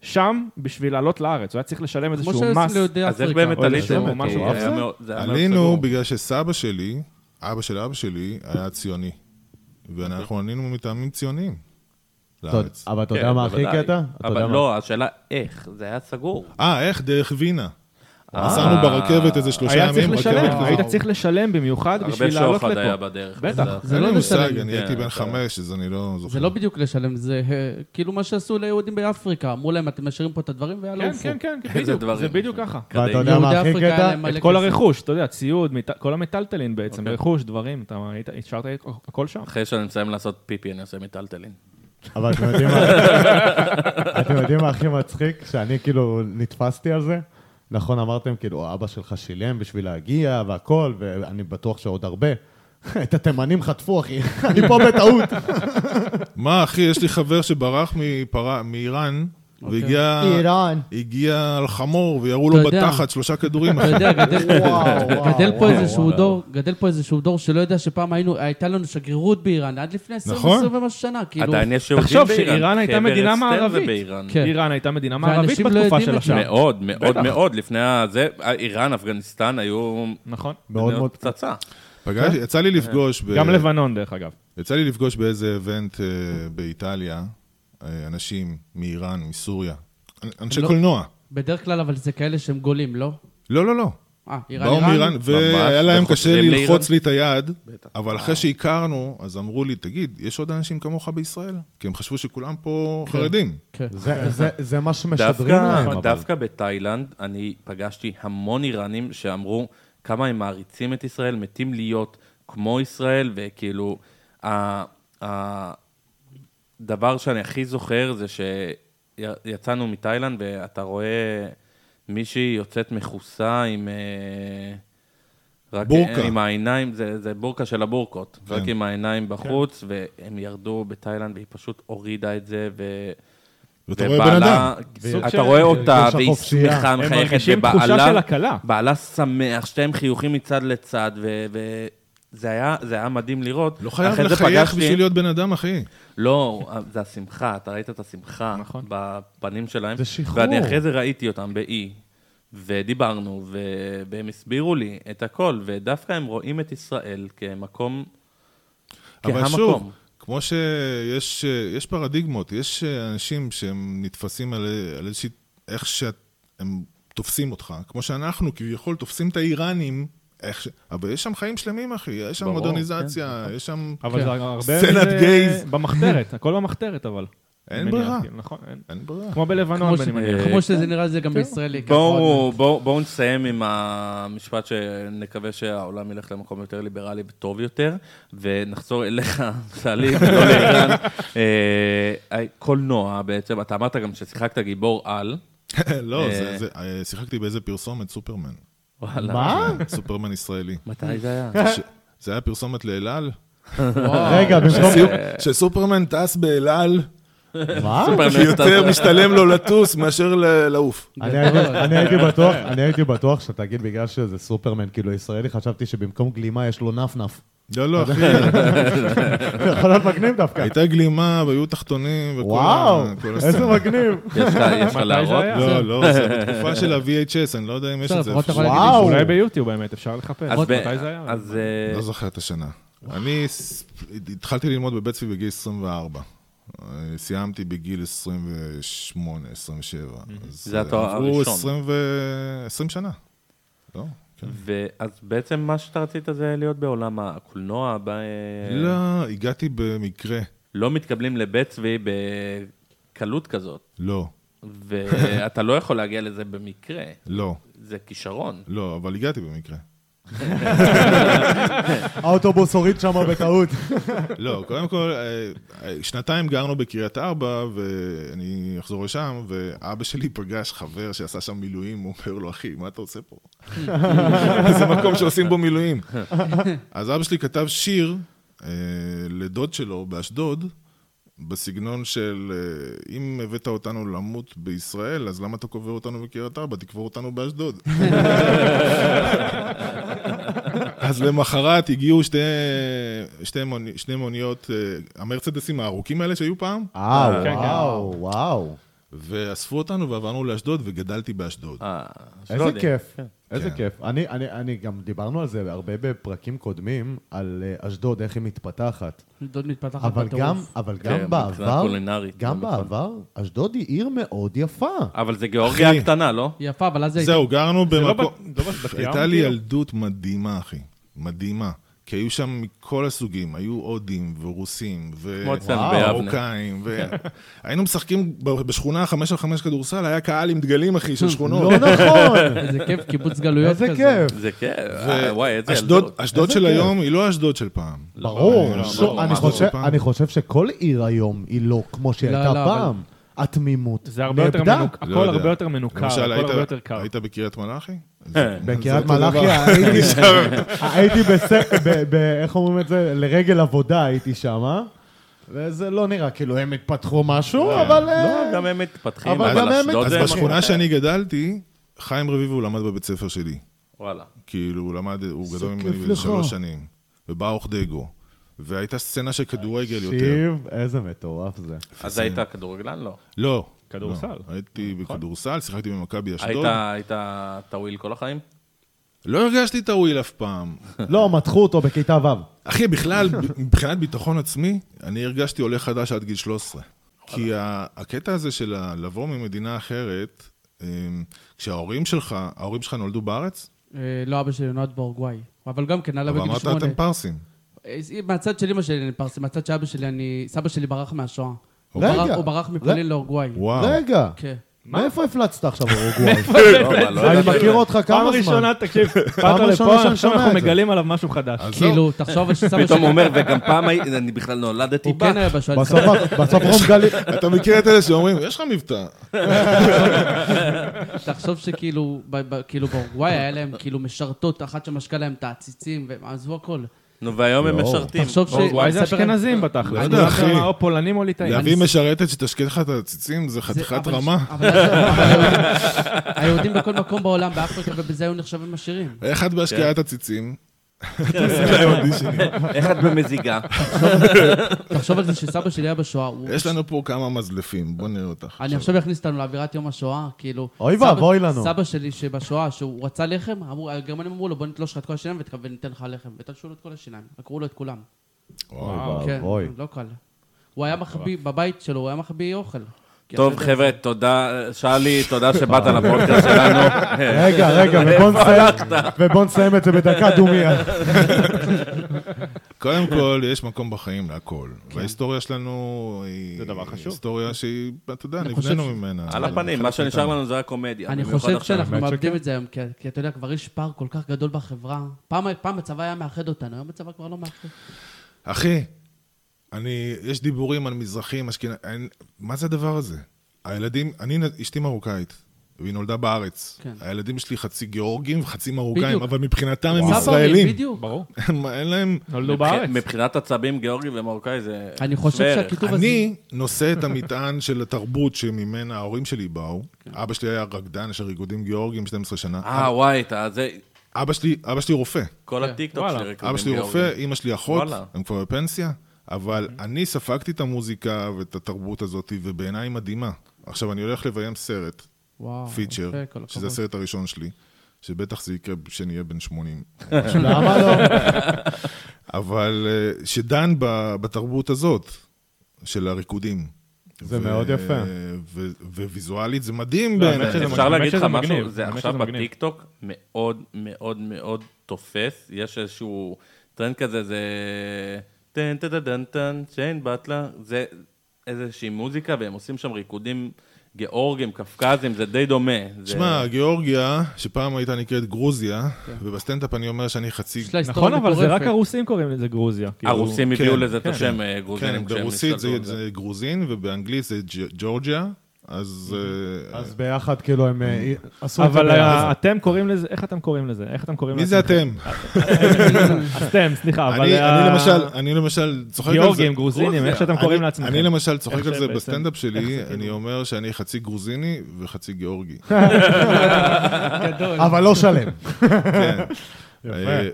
Speaker 3: שם בשביל לעלות לארץ, הוא היה צריך לשלם
Speaker 5: כמו
Speaker 3: איזשהו
Speaker 5: שעושים
Speaker 3: מס.
Speaker 5: ליהודי
Speaker 2: אז איך
Speaker 5: אפריקה.
Speaker 2: באמת
Speaker 3: או
Speaker 2: עליתם?
Speaker 3: איזשהו משהו,
Speaker 2: כי
Speaker 3: אבל
Speaker 2: היה
Speaker 3: זה-
Speaker 2: מאוד- זה היה מאוד
Speaker 4: עלינו
Speaker 2: סגור.
Speaker 4: בגלל שסבא שלי, אבא של אבא שלי, היה ציוני.
Speaker 3: אוקיי.
Speaker 4: ואנחנו עלינו מטעמים ציוניים לארץ.
Speaker 1: אבל אתה
Speaker 2: כן,
Speaker 1: יודע מה הכי
Speaker 2: בוודאי.
Speaker 1: קטע? אתה יודע
Speaker 2: אבל
Speaker 1: מה?
Speaker 2: לא, השאלה איך, זה היה סגור.
Speaker 4: אה, איך? דרך וינה.
Speaker 1: אה.
Speaker 5: אה.
Speaker 4: נסענו ברכבת איזה שלושה
Speaker 3: היה צריך
Speaker 4: ימים. רכבת
Speaker 3: לשלם,
Speaker 4: כזאת.
Speaker 3: היית צריך לשלם במיוחד
Speaker 2: הרבה
Speaker 3: בשביל לעלות
Speaker 2: שוחד היה
Speaker 3: לפה.
Speaker 2: בדרך.
Speaker 3: בטח.
Speaker 2: וזה-
Speaker 5: זה
Speaker 4: אין
Speaker 5: לא
Speaker 4: לי מושג,
Speaker 5: לשלם.
Speaker 4: אני
Speaker 2: כן,
Speaker 4: הייתי בן
Speaker 2: אתה-
Speaker 4: חמש, אז אני לא זוכר.
Speaker 5: זה לא בדיוק לשלם, זה אה, כאילו מה שעשו ליהודים באפריקה, אמרו להם, אתם משאירים פה את הדברים ויאללה
Speaker 3: כן,
Speaker 5: עופו.
Speaker 3: כן, כן,
Speaker 2: איזה
Speaker 3: בדיוק,
Speaker 2: דברים.
Speaker 3: זה בדיוק ככה.
Speaker 1: ואתה
Speaker 2: כדי-
Speaker 1: יודע מה הכי
Speaker 5: יהודי אפריקה היה
Speaker 1: קטע?
Speaker 5: להם מלא
Speaker 3: את כל
Speaker 5: כסף.
Speaker 3: הרכוש, אתה יודע, ציוד, מיט- כל המטלטלין בעצם,
Speaker 2: אוקיי.
Speaker 3: רכוש, דברים, אתה היית- השארת את- הכל שם.
Speaker 2: אחרי שאני מסיים לעשות פיפי, אני עושה מיטלטלין.
Speaker 1: אבל אתם יודעים מה- אתם יודעים מה הכי מצחיק? שאני כאילו נתפסתי על זה. נכון, אמרתם כאילו, אבא שלך שילם בשביל להגיע והכל, ואני בטוח שעוד הרבה. את התימנים חטפו, אחי. אני פה בטעות.
Speaker 4: מה, אחי, יש לי חבר שברח מפרה- מאיראן,
Speaker 5: אוקיי.
Speaker 4: והגיע... הגיע על חמור, וירו לו
Speaker 5: אתה יודע.
Speaker 4: בתחת שלושה כדורים.
Speaker 5: אתה יודע, גדל-
Speaker 1: וואו, וואו.
Speaker 5: גדל פה
Speaker 1: וואו.
Speaker 5: איזשהו דור, גדל פה איזשהו דור שלא יודע שפעם היינו, הייתה לנו שגרירות באיראן, עד לפני 20
Speaker 4: נכון.
Speaker 5: ומשהו שנה, כאילו.
Speaker 2: עדיין יש יהודים
Speaker 3: תחשוב
Speaker 2: באיראן.
Speaker 3: שאיראן הייתה
Speaker 2: חבר
Speaker 3: מדינה
Speaker 2: אסתר
Speaker 3: מערבית.
Speaker 2: ובאיראן.
Speaker 5: כן.
Speaker 3: איראן הייתה מדינה מערבית
Speaker 5: ואנשים לא
Speaker 3: בתקופה
Speaker 5: יודעים
Speaker 3: של
Speaker 5: את זה.
Speaker 3: השעה.
Speaker 2: מאוד, מאוד,
Speaker 3: בטח.
Speaker 2: מאוד. לפני זה, איראן, אפגניסטן היו
Speaker 3: נכון.
Speaker 1: מאוד מאוד
Speaker 2: פצצה.
Speaker 4: פגש, יצא לי לפגוש... ב-
Speaker 3: גם לבנון, דרך אגב.
Speaker 4: יצא לי לפגוש באיזה איבנט אה, באיטליה, אה, אנשים מאיראן, מסוריה, אנ- אנשי
Speaker 5: לא.
Speaker 4: קולנוע.
Speaker 5: בדרך כלל, אבל זה כאלה שהם גולים, לא?
Speaker 4: לא, לא, לא.
Speaker 5: אה, איראן,
Speaker 4: באו מאיראן, והיה להם קשה
Speaker 2: וחוזרים
Speaker 4: ללחוץ לי את היד,
Speaker 2: בטח.
Speaker 4: אבל אחרי שהכרנו, אז אמרו לי, תגיד, יש עוד אנשים כמוך בישראל? כי הם חשבו שכולם פה
Speaker 5: כן.
Speaker 4: חרדים.
Speaker 5: כן.
Speaker 1: זה- זה- זה מה שמשדרים
Speaker 2: דווקא,
Speaker 1: להם, אבל.
Speaker 2: דווקא בתאילנד אני פגשתי המון איראנים שאמרו כמה הם מעריצים את ישראל, מתים להיות כמו ישראל, וכאילו, ה- ה- הדבר שאני הכי זוכר זה שיצאנו מתאילנד ואתה רואה מישהי יוצאת מכוסה עם... אה, רק
Speaker 4: בורקה.
Speaker 2: עם העיניים, זה, זה בורקה של הבורקות,
Speaker 4: כן.
Speaker 2: רק עם העיניים בחוץ, והם ירדו בתאילנד והיא פשוט הורידה את זה, ו...
Speaker 4: ואתה רואה בן
Speaker 2: ובעלה-
Speaker 4: אדם.
Speaker 3: סוג של-
Speaker 2: אתה רואה אותה,
Speaker 1: הרגשה
Speaker 2: והיא
Speaker 1: חופשייה.
Speaker 2: שמחה,
Speaker 3: הם
Speaker 2: מחייכת,
Speaker 3: מרגישים תחושה של
Speaker 2: ובעלה
Speaker 3: הקלה.
Speaker 2: בעלה שמח, שתיהם חיוכים מצד לצד, ו- וזה היה, זה היה מדהים לראות.
Speaker 4: לא חייב
Speaker 2: אחרי זה
Speaker 4: לחייך
Speaker 2: פגשתי-
Speaker 4: בשביל להיות בן אדם, אחי.
Speaker 2: לא, זה השמחה, אתה ראית את השמחה
Speaker 3: נכון.
Speaker 2: בפנים שלהם.
Speaker 1: זה שחרור.
Speaker 2: ואני אחרי זה ראיתי אותם באי, ודיברנו, ו- והם הסבירו לי את הכל, ודווקא הם רואים את ישראל כמקום,
Speaker 4: אבל
Speaker 2: כהמקום.
Speaker 4: שוב, כמו שיש אה, יש פרדיגמות, יש אה, אנשים שהם נתפסים על, אה, על איזושהי, איך שהם תופסים אותך, כמו שאנחנו כביכול תופסים את האיראנים, איך ש... אבל יש שם חיים שלמים, אחי, יש שם
Speaker 2: ברור,
Speaker 4: מודרניזציה, יש שם...
Speaker 3: אבל
Speaker 5: כן.
Speaker 3: זה הרבה...
Speaker 4: סצנת
Speaker 3: מזה
Speaker 4: גייז.
Speaker 3: במחתרת, הכל במחתרת, אבל.
Speaker 4: אין
Speaker 3: מניח,
Speaker 4: ברירה,
Speaker 3: כאילו, נכון, אין.
Speaker 4: אין ברירה.
Speaker 3: כמו אה, בלבנון,
Speaker 5: כמו ש-
Speaker 3: אני מניח.
Speaker 5: כמו שזה נראה זה
Speaker 4: כן.
Speaker 5: גם בישראלי. ככה, עוד
Speaker 2: בואו
Speaker 5: מעט.
Speaker 2: בוא, בוא נסיים עם המשפט שנקווה שהעולם ילך למקום יותר ליברלי וטוב יותר, ונחזור אליך, סלי, ולא לאיראן. אה, קולנוע בעצם, אתה אמרת גם ששיחקת גיבור על.
Speaker 4: לא,
Speaker 2: אה.
Speaker 4: זה, זה, אה, שיחקתי באיזה פרסומת, סופרמן. כן,
Speaker 2: וואלה.
Speaker 1: מה?
Speaker 4: סופרמן ישראלי.
Speaker 2: מתי זה היה?
Speaker 4: ש- זה היה פרסומת לאלעל?
Speaker 2: אה,
Speaker 1: רגע, במקום...
Speaker 4: שסופרמן טס באלעל,
Speaker 1: מה?
Speaker 2: סופרמן,
Speaker 4: יותר
Speaker 2: אתה-
Speaker 4: משתלם לו לטוס מאשר ל- לעוף.
Speaker 1: אני הייתי- אני הייתי בטוח, אני הייתי בטוח שתגיד בגלל שזה סופרמן, כאילו ישראלי, חשבתי שבמקום גלימה יש לו נפנף.
Speaker 4: לא, לא, אחי,
Speaker 1: זה יכול להיות מגניב דווקא.
Speaker 4: הייתה גלימה, והיו תחתונים, וכל
Speaker 1: וואו,
Speaker 4: ה- כל
Speaker 1: איזה
Speaker 4: הסצנה.
Speaker 1: מגניב.
Speaker 2: יש לך- יש לך להראות?
Speaker 3: היה?
Speaker 4: לא, לא, זה בתקופה של ה-VHS, אני לא יודע אם יש
Speaker 5: בסדר,
Speaker 4: את זה.
Speaker 5: לפחות אתה
Speaker 4: איפשהו.
Speaker 5: יכול להגיד
Speaker 1: וואו.
Speaker 5: לי
Speaker 3: אולי ביוטיוב, האמת, אפשר לחפש.
Speaker 2: אז ב-
Speaker 3: מתי זה היה?
Speaker 2: אז אה,
Speaker 4: לא זוכר את השנה. אני ס- התחלתי ללמוד בבית צבי בגיל 24. אה, סיימתי בגיל 28, 27. אז,
Speaker 2: זה
Speaker 4: אה,
Speaker 2: התואר
Speaker 4: עברו
Speaker 2: הראשון.
Speaker 4: 20 ו- 20 שנה. לא? כן.
Speaker 2: ואז בעצם מה שאתה רצית זה להיות בעולם הקולנוע, ב- אה.
Speaker 4: לא, הגעתי במקרה.
Speaker 2: לא מתקבלים לבית צבי בקלות כזאת.
Speaker 4: לא,
Speaker 2: ואתה לא יכול להגיע לזה במקרה,
Speaker 4: לא,
Speaker 2: זה כישרון.
Speaker 4: לא, אבל הגעתי במקרה.
Speaker 1: האוטובוס הוריד שם בטעות.
Speaker 4: לא, קודם כל, אה, אה, שנתיים גרנו בקריית ארבע, ואני אחזור לשם, ואבא שלי פגש חבר שעשה שם מילואים, הוא אומר לו, אחי, מה אתה עושה פה? זה מקום שעושים בו מילואים. אז אבא שלי כתב שיר אה, לדוד שלו באשדוד, בסגנון של, אה, אם הבאת אותנו למות בישראל, אז למה אתה קובר אותנו בקריית ארבע? תקבור אותנו באשדוד. אז למחרת הגיעו שתי, שתי, מוני, שני מוניות, אה, המרצדסים הארוכים האלה שהיו פעם,
Speaker 1: אה,
Speaker 3: כן, כן.
Speaker 1: וואו, וואו.
Speaker 4: ואספו אותנו ועברנו לאשדוד, וגדלתי באשדוד.
Speaker 2: אה,
Speaker 1: איזה
Speaker 2: אשדודי.
Speaker 1: כיף, איזה
Speaker 4: כן.
Speaker 1: כיף. אני- אני אני גם, דיברנו על זה הרבה בפרקים קודמים, על אה, אשדוד, איך היא מתפתחת.
Speaker 5: דוד מתפתחת
Speaker 1: אבל
Speaker 5: בטירוף.
Speaker 1: גם, אבל
Speaker 2: כן,
Speaker 1: גם
Speaker 2: מבחינה
Speaker 1: בעבר,
Speaker 2: קולינרית,
Speaker 1: גם
Speaker 2: נכון.
Speaker 1: בעבר, אשדוד היא עיר מאוד יפה.
Speaker 2: אבל זה גיאורגיה
Speaker 4: אחי.
Speaker 2: הקטנה, לא?
Speaker 5: יפה, אבל אז זה...
Speaker 4: זהו, גרנו
Speaker 3: זה לא
Speaker 4: במקום...
Speaker 3: בת- לא בת- בת ים,
Speaker 4: הייתה לי
Speaker 3: כאילו?
Speaker 4: ילדות מדהימה, אחי. מדהימה. כי היו שם מכל הסוגים, היו הודים ורוסים, ו...
Speaker 2: כמו אצלנו
Speaker 4: וואו,
Speaker 2: ביבנה.
Speaker 4: מרוקאים, ו... היינו משחקים ב- בשכונה חמש על חמש כדורסל, היה קהל עם דגלים, אחי, של
Speaker 1: לא
Speaker 4: שכונות.
Speaker 1: נכון,
Speaker 5: איזה כיף, קיבוץ גלויות
Speaker 1: איזה
Speaker 5: כזה.
Speaker 1: כיף.
Speaker 2: זה כיף,
Speaker 4: ו-
Speaker 2: אה, וואי, איזה
Speaker 4: אשדוד-
Speaker 2: ילדות.
Speaker 4: אשדוד של היום היא לא אשדוד של פעם.
Speaker 1: ברור,
Speaker 4: לא,
Speaker 1: ש-
Speaker 4: לא, לא,
Speaker 1: אני
Speaker 4: לא,
Speaker 1: חושב-
Speaker 4: לא, לא,
Speaker 1: אני חושב שכל עיר היום היא לא כמו שהייתה
Speaker 5: לא, לא, אבל-
Speaker 1: פעם. התמימות.
Speaker 3: זה הרבה יותר
Speaker 1: נאבדה.
Speaker 3: מנוכר,
Speaker 4: לא
Speaker 3: הכל
Speaker 4: יודע.
Speaker 3: הרבה יותר מנוכר,
Speaker 4: למשל,
Speaker 3: הכל
Speaker 4: היית-
Speaker 3: הרבה יותר קר.
Speaker 4: היית בקריית מלאכי?
Speaker 1: בקריית
Speaker 4: זה אותו
Speaker 1: מלאכי
Speaker 4: דבר.
Speaker 1: הייתי הייתי בס- ב... ב- איך אומרים את זה? לרגל עבודה הייתי שם, אה? וזה לא נראה כאילו הם התפתחו משהו, אבל... אה,
Speaker 2: לא, גם הם מתפתחים,
Speaker 1: אבל גם
Speaker 2: אבל
Speaker 1: הם
Speaker 2: אשדוד
Speaker 4: אז
Speaker 2: זה...
Speaker 4: בשכונה שאני גדלתי, חיים רביבו למד בבית ספר שלי.
Speaker 2: וואלה.
Speaker 4: כאילו, הוא למד, הוא גדול
Speaker 1: כיף
Speaker 4: ממני
Speaker 1: לך.
Speaker 4: שלוש שנים. וברוך דגו. והייתה סצנה של כדורגל יותר.
Speaker 1: תקשיב, איזה מטורף זה.
Speaker 2: אז היית כדורגלן? לא.
Speaker 4: לא.
Speaker 3: כדורסל.
Speaker 4: לא. הייתי בכדורסל, שיחקתי במכבי
Speaker 2: היית-
Speaker 4: אשדוד.
Speaker 1: כן.
Speaker 2: היית טאוויל כל החיים?
Speaker 4: לא הרגשתי את הוויל אף פעם.
Speaker 1: לא, מתחו אותו בכיתה ו'.
Speaker 4: אחי, בכלל, מבחינת ביטחון עצמי, אני הרגשתי עולה חדש עד גיל 13. כי ה- הקטע הזה של ה- לבוא ממדינה אחרת, אמ, כשההורים שלך, ההורים שלך נולדו בארץ,
Speaker 5: אה, לא, אבא שלי נולד באורוגוואי. אבל גם כן, עלה
Speaker 4: אבל
Speaker 5: בגיל
Speaker 4: אמרת
Speaker 5: שמונה.
Speaker 4: אתם פרסים.
Speaker 5: אה, מהצד של אמא שלי אני פרסי, מהצד של אבא שלי אני... סבא שלי ברח מהשואה. הוא
Speaker 1: רגע.
Speaker 5: ברח- הוא ברח מפולין
Speaker 1: ר-
Speaker 5: לאורוגוואי.
Speaker 4: וואו.
Speaker 1: רגע,
Speaker 5: כן.
Speaker 1: מאיפה הפלצת עכשיו אורוגוואי?
Speaker 2: לא, אבל לא
Speaker 1: אני
Speaker 2: ידעתי.
Speaker 1: מכיר אותך כמה זמן.
Speaker 3: פעם ראשונה, תקשיב, באת
Speaker 1: ראשונה
Speaker 3: לפה,
Speaker 1: שאני
Speaker 3: עכשיו
Speaker 1: שומע
Speaker 3: אנחנו
Speaker 1: את זה.
Speaker 3: מגלים עליו משהו חדש.
Speaker 4: אז זהו,
Speaker 5: כאילו, תחשוב שסבא שלי...
Speaker 2: פתאום הוא אומר, וגם פעם הי- אני בכלל נולדתי
Speaker 5: הוא
Speaker 2: בה.
Speaker 5: כן היה בשואה. אני
Speaker 1: בסוף- בסוף רום גליל...
Speaker 4: אתה מכיר את אלה שאומרים, יש לך מבטא.
Speaker 5: תחשוב שכאילו, ב- ב- כאילו באורוגוואי היה להם כאילו משרתות, אחת שמשקה להם את העציצים, והם עזבו הכל.
Speaker 2: נו, והיום הם משרתים.
Speaker 5: תחשוב ש...
Speaker 3: וואי, זה
Speaker 5: אני אספר להם-
Speaker 3: אשכנזים בתכל'ס.
Speaker 4: לא יודע, אוקיי. אחי.
Speaker 3: או פולנים או ליטאים.
Speaker 4: להביא משרתת שתשקה לך את הציצים זה
Speaker 5: זה-
Speaker 4: חתיכת
Speaker 5: אבל-
Speaker 4: רמה.
Speaker 5: אבל- אבל- היהודים בכל מקום בעולם, באפריקה, ובזה היו נחשבים עשירים.
Speaker 4: איך את בהשקיית הציצים?
Speaker 5: כן.
Speaker 2: איך את במזיגה?
Speaker 5: תחשוב על זה שסבא שלי היה בשואה, הוא...
Speaker 4: יש לנו פה כמה מזלפים, בוא נראה אותך.
Speaker 5: אני עכשיו אכניס אותנו לאווירת יום השואה, כאילו...
Speaker 1: אוי
Speaker 5: סבא-
Speaker 1: ואבוי לנו.
Speaker 5: סבא שלי שבשואה, שהוא רצה לחם, אמרו- הגרמנים אמרו לו, בוא נתלוש לך את כל השיניים ותק- וניתן לך לחם. ותלשו לו את כל השיניים, עקרו לו את כולם.
Speaker 4: וואו.
Speaker 5: כן,
Speaker 1: אוי.
Speaker 5: לא קל. הוא היה מחביא, בבית שלו, הוא היה מחביא אוכל. כי
Speaker 2: טוב,
Speaker 5: אחרי זה-
Speaker 2: חבר'ה, תודה, שלי, תודה שבאת לפודקאסט שלנו.
Speaker 1: רגע, רגע, ובוא נסיים- ובוא נסיים את זה בדקה דומיה.
Speaker 4: קודם כל, יש מקום בחיים להכל.
Speaker 5: כן.
Speaker 4: וההיסטוריה שלנו היא...
Speaker 3: זה דבר חשוב.
Speaker 4: היסטוריה שהיא, אתה יודע,
Speaker 5: אני חושב
Speaker 4: נבננו
Speaker 5: ש-
Speaker 4: ממנה.
Speaker 2: על הפנים, מה שנשאר לנו זה הקומדיה.
Speaker 5: אני
Speaker 2: במיוחד
Speaker 5: חושב
Speaker 2: עכשיו.
Speaker 5: שאנחנו
Speaker 3: האמת
Speaker 5: מאבדים
Speaker 3: שכן.
Speaker 5: את זה היום, כי- כי אתה יודע, כבר יש פער כל כך גדול בחברה. פעם פעם הצבא היה מאחד אותנו, היום הצבא כבר לא מאחד.
Speaker 4: אחי, אני, יש דיבורים על מזרחים, אשכנזים, מה זה הדבר הזה? הילדים, אני, נ- אשתי מרוקאית, והיא נולדה בארץ.
Speaker 5: כן.
Speaker 4: הילדים שלי חצי גיאורגים וחצי מרוקאים,
Speaker 5: בדיוק.
Speaker 4: אבל מבחינתם הם
Speaker 5: סבא,
Speaker 4: ישראלים.
Speaker 5: בדיוק.
Speaker 3: ברור.
Speaker 4: הם- אין להם...
Speaker 3: נולדו
Speaker 2: מבח-
Speaker 3: בארץ.
Speaker 2: מבחינת עצבים גיאורגי ומרוקאי זה...
Speaker 5: לא אני חושב
Speaker 2: שווה ערך.
Speaker 5: שהכיתוב הזה...
Speaker 4: אני נושא את המטען של התרבות שממנה ההורים שלי באו.
Speaker 5: כן.
Speaker 4: אבא שלי היה רקדן של ריקודים גיאורגים 12 שנה.
Speaker 2: אה, וואי, אתה זה...
Speaker 4: אבא שלי, אבא שלי רופא.
Speaker 2: כל
Speaker 5: כן.
Speaker 2: הטיקטוק
Speaker 3: וואלה.
Speaker 2: שלי ריקודים
Speaker 4: אבא שלי רופא, אימא שלי אחות,
Speaker 2: וואלה.
Speaker 4: הם כבר בפנסיה, אבל אני ספגתי את המוזיקה ואת התרבות הזאת, ובעיניי היא מדהימה. עכשיו, אני הולך לביים סרט,
Speaker 5: וואו,
Speaker 4: פיצ'ר,
Speaker 5: אה, יפה, כל
Speaker 4: שזה
Speaker 5: הכבוד.
Speaker 4: הסרט הראשון שלי, שבטח זה יקרה כשנהיה בן 80.
Speaker 1: למה לא?
Speaker 4: אבל אה, שדן ב- בתרבות הזאת, של הריקודים.
Speaker 1: זה
Speaker 4: ו-
Speaker 1: מאוד יפה.
Speaker 4: ו- וויזואלית זה מדהים
Speaker 3: לא, האמת
Speaker 4: בעיניי.
Speaker 3: שזה
Speaker 2: אפשר
Speaker 3: מגניב.
Speaker 2: להגיד לך
Speaker 3: האמת שזה
Speaker 2: משהו?
Speaker 3: מגניב.
Speaker 2: זה
Speaker 3: האמת
Speaker 2: עכשיו
Speaker 3: שזה מגניב.
Speaker 2: בטיקטוק מאוד מאוד מאוד תופס. יש איזשהו טרנד כזה, זה... טן טן טן טן טן, שיין באטלה. זה איזושהי מוזיקה, והם עושים שם ריקודים גיאורגים, קפקזים, זה די דומה. זה-
Speaker 4: תשמע, גיאורגיה, שפעם הייתה נקראת גרוזיה, ובסטנדאפ אני אומר שאני חצי...
Speaker 5: יש לה
Speaker 3: נכון,
Speaker 5: היסטוריה
Speaker 3: אבל זה רק
Speaker 5: מטורפת.
Speaker 3: הרוסים קוראים לזה גרוזיה. כאילו-
Speaker 2: הרוסים הביאו
Speaker 4: כן,
Speaker 2: לזה את השם אה,
Speaker 4: כן,
Speaker 2: גרוזינים. כשהם
Speaker 4: ברוסית זה-
Speaker 2: השתלטו על זה.
Speaker 4: זה גרוזין, ובאנגלית זה ג'- ג'ורג'יה, אז... אה,
Speaker 1: אז ביחד, כאילו, הם אה, עשו את זה
Speaker 3: אבל
Speaker 1: ביחד.
Speaker 3: ה- אתם קוראים לזה, איך אתם קוראים לזה? איך אתם קוראים
Speaker 4: מי
Speaker 3: לזה?
Speaker 4: זה אתם?
Speaker 3: אתם, סליחה, אבל... אה,
Speaker 4: אני
Speaker 3: ה-
Speaker 4: אני למשל, אני למשל צוחק על זה.
Speaker 3: גיאורגים, גרוזינים,
Speaker 2: גרוזיה.
Speaker 3: איך שאתם
Speaker 4: אני-
Speaker 3: קוראים לעצמכם.
Speaker 4: אני למשל צוחק
Speaker 3: איך
Speaker 4: על זה
Speaker 3: שבעצם-
Speaker 4: בסטנדאפ
Speaker 3: איך
Speaker 4: שלי,
Speaker 3: זה
Speaker 4: אני
Speaker 3: כאילו?
Speaker 4: אומר שאני חצי גרוזיני וחצי גיאורגי.
Speaker 5: גדול.
Speaker 1: אבל לא שלם.
Speaker 4: כן. אה,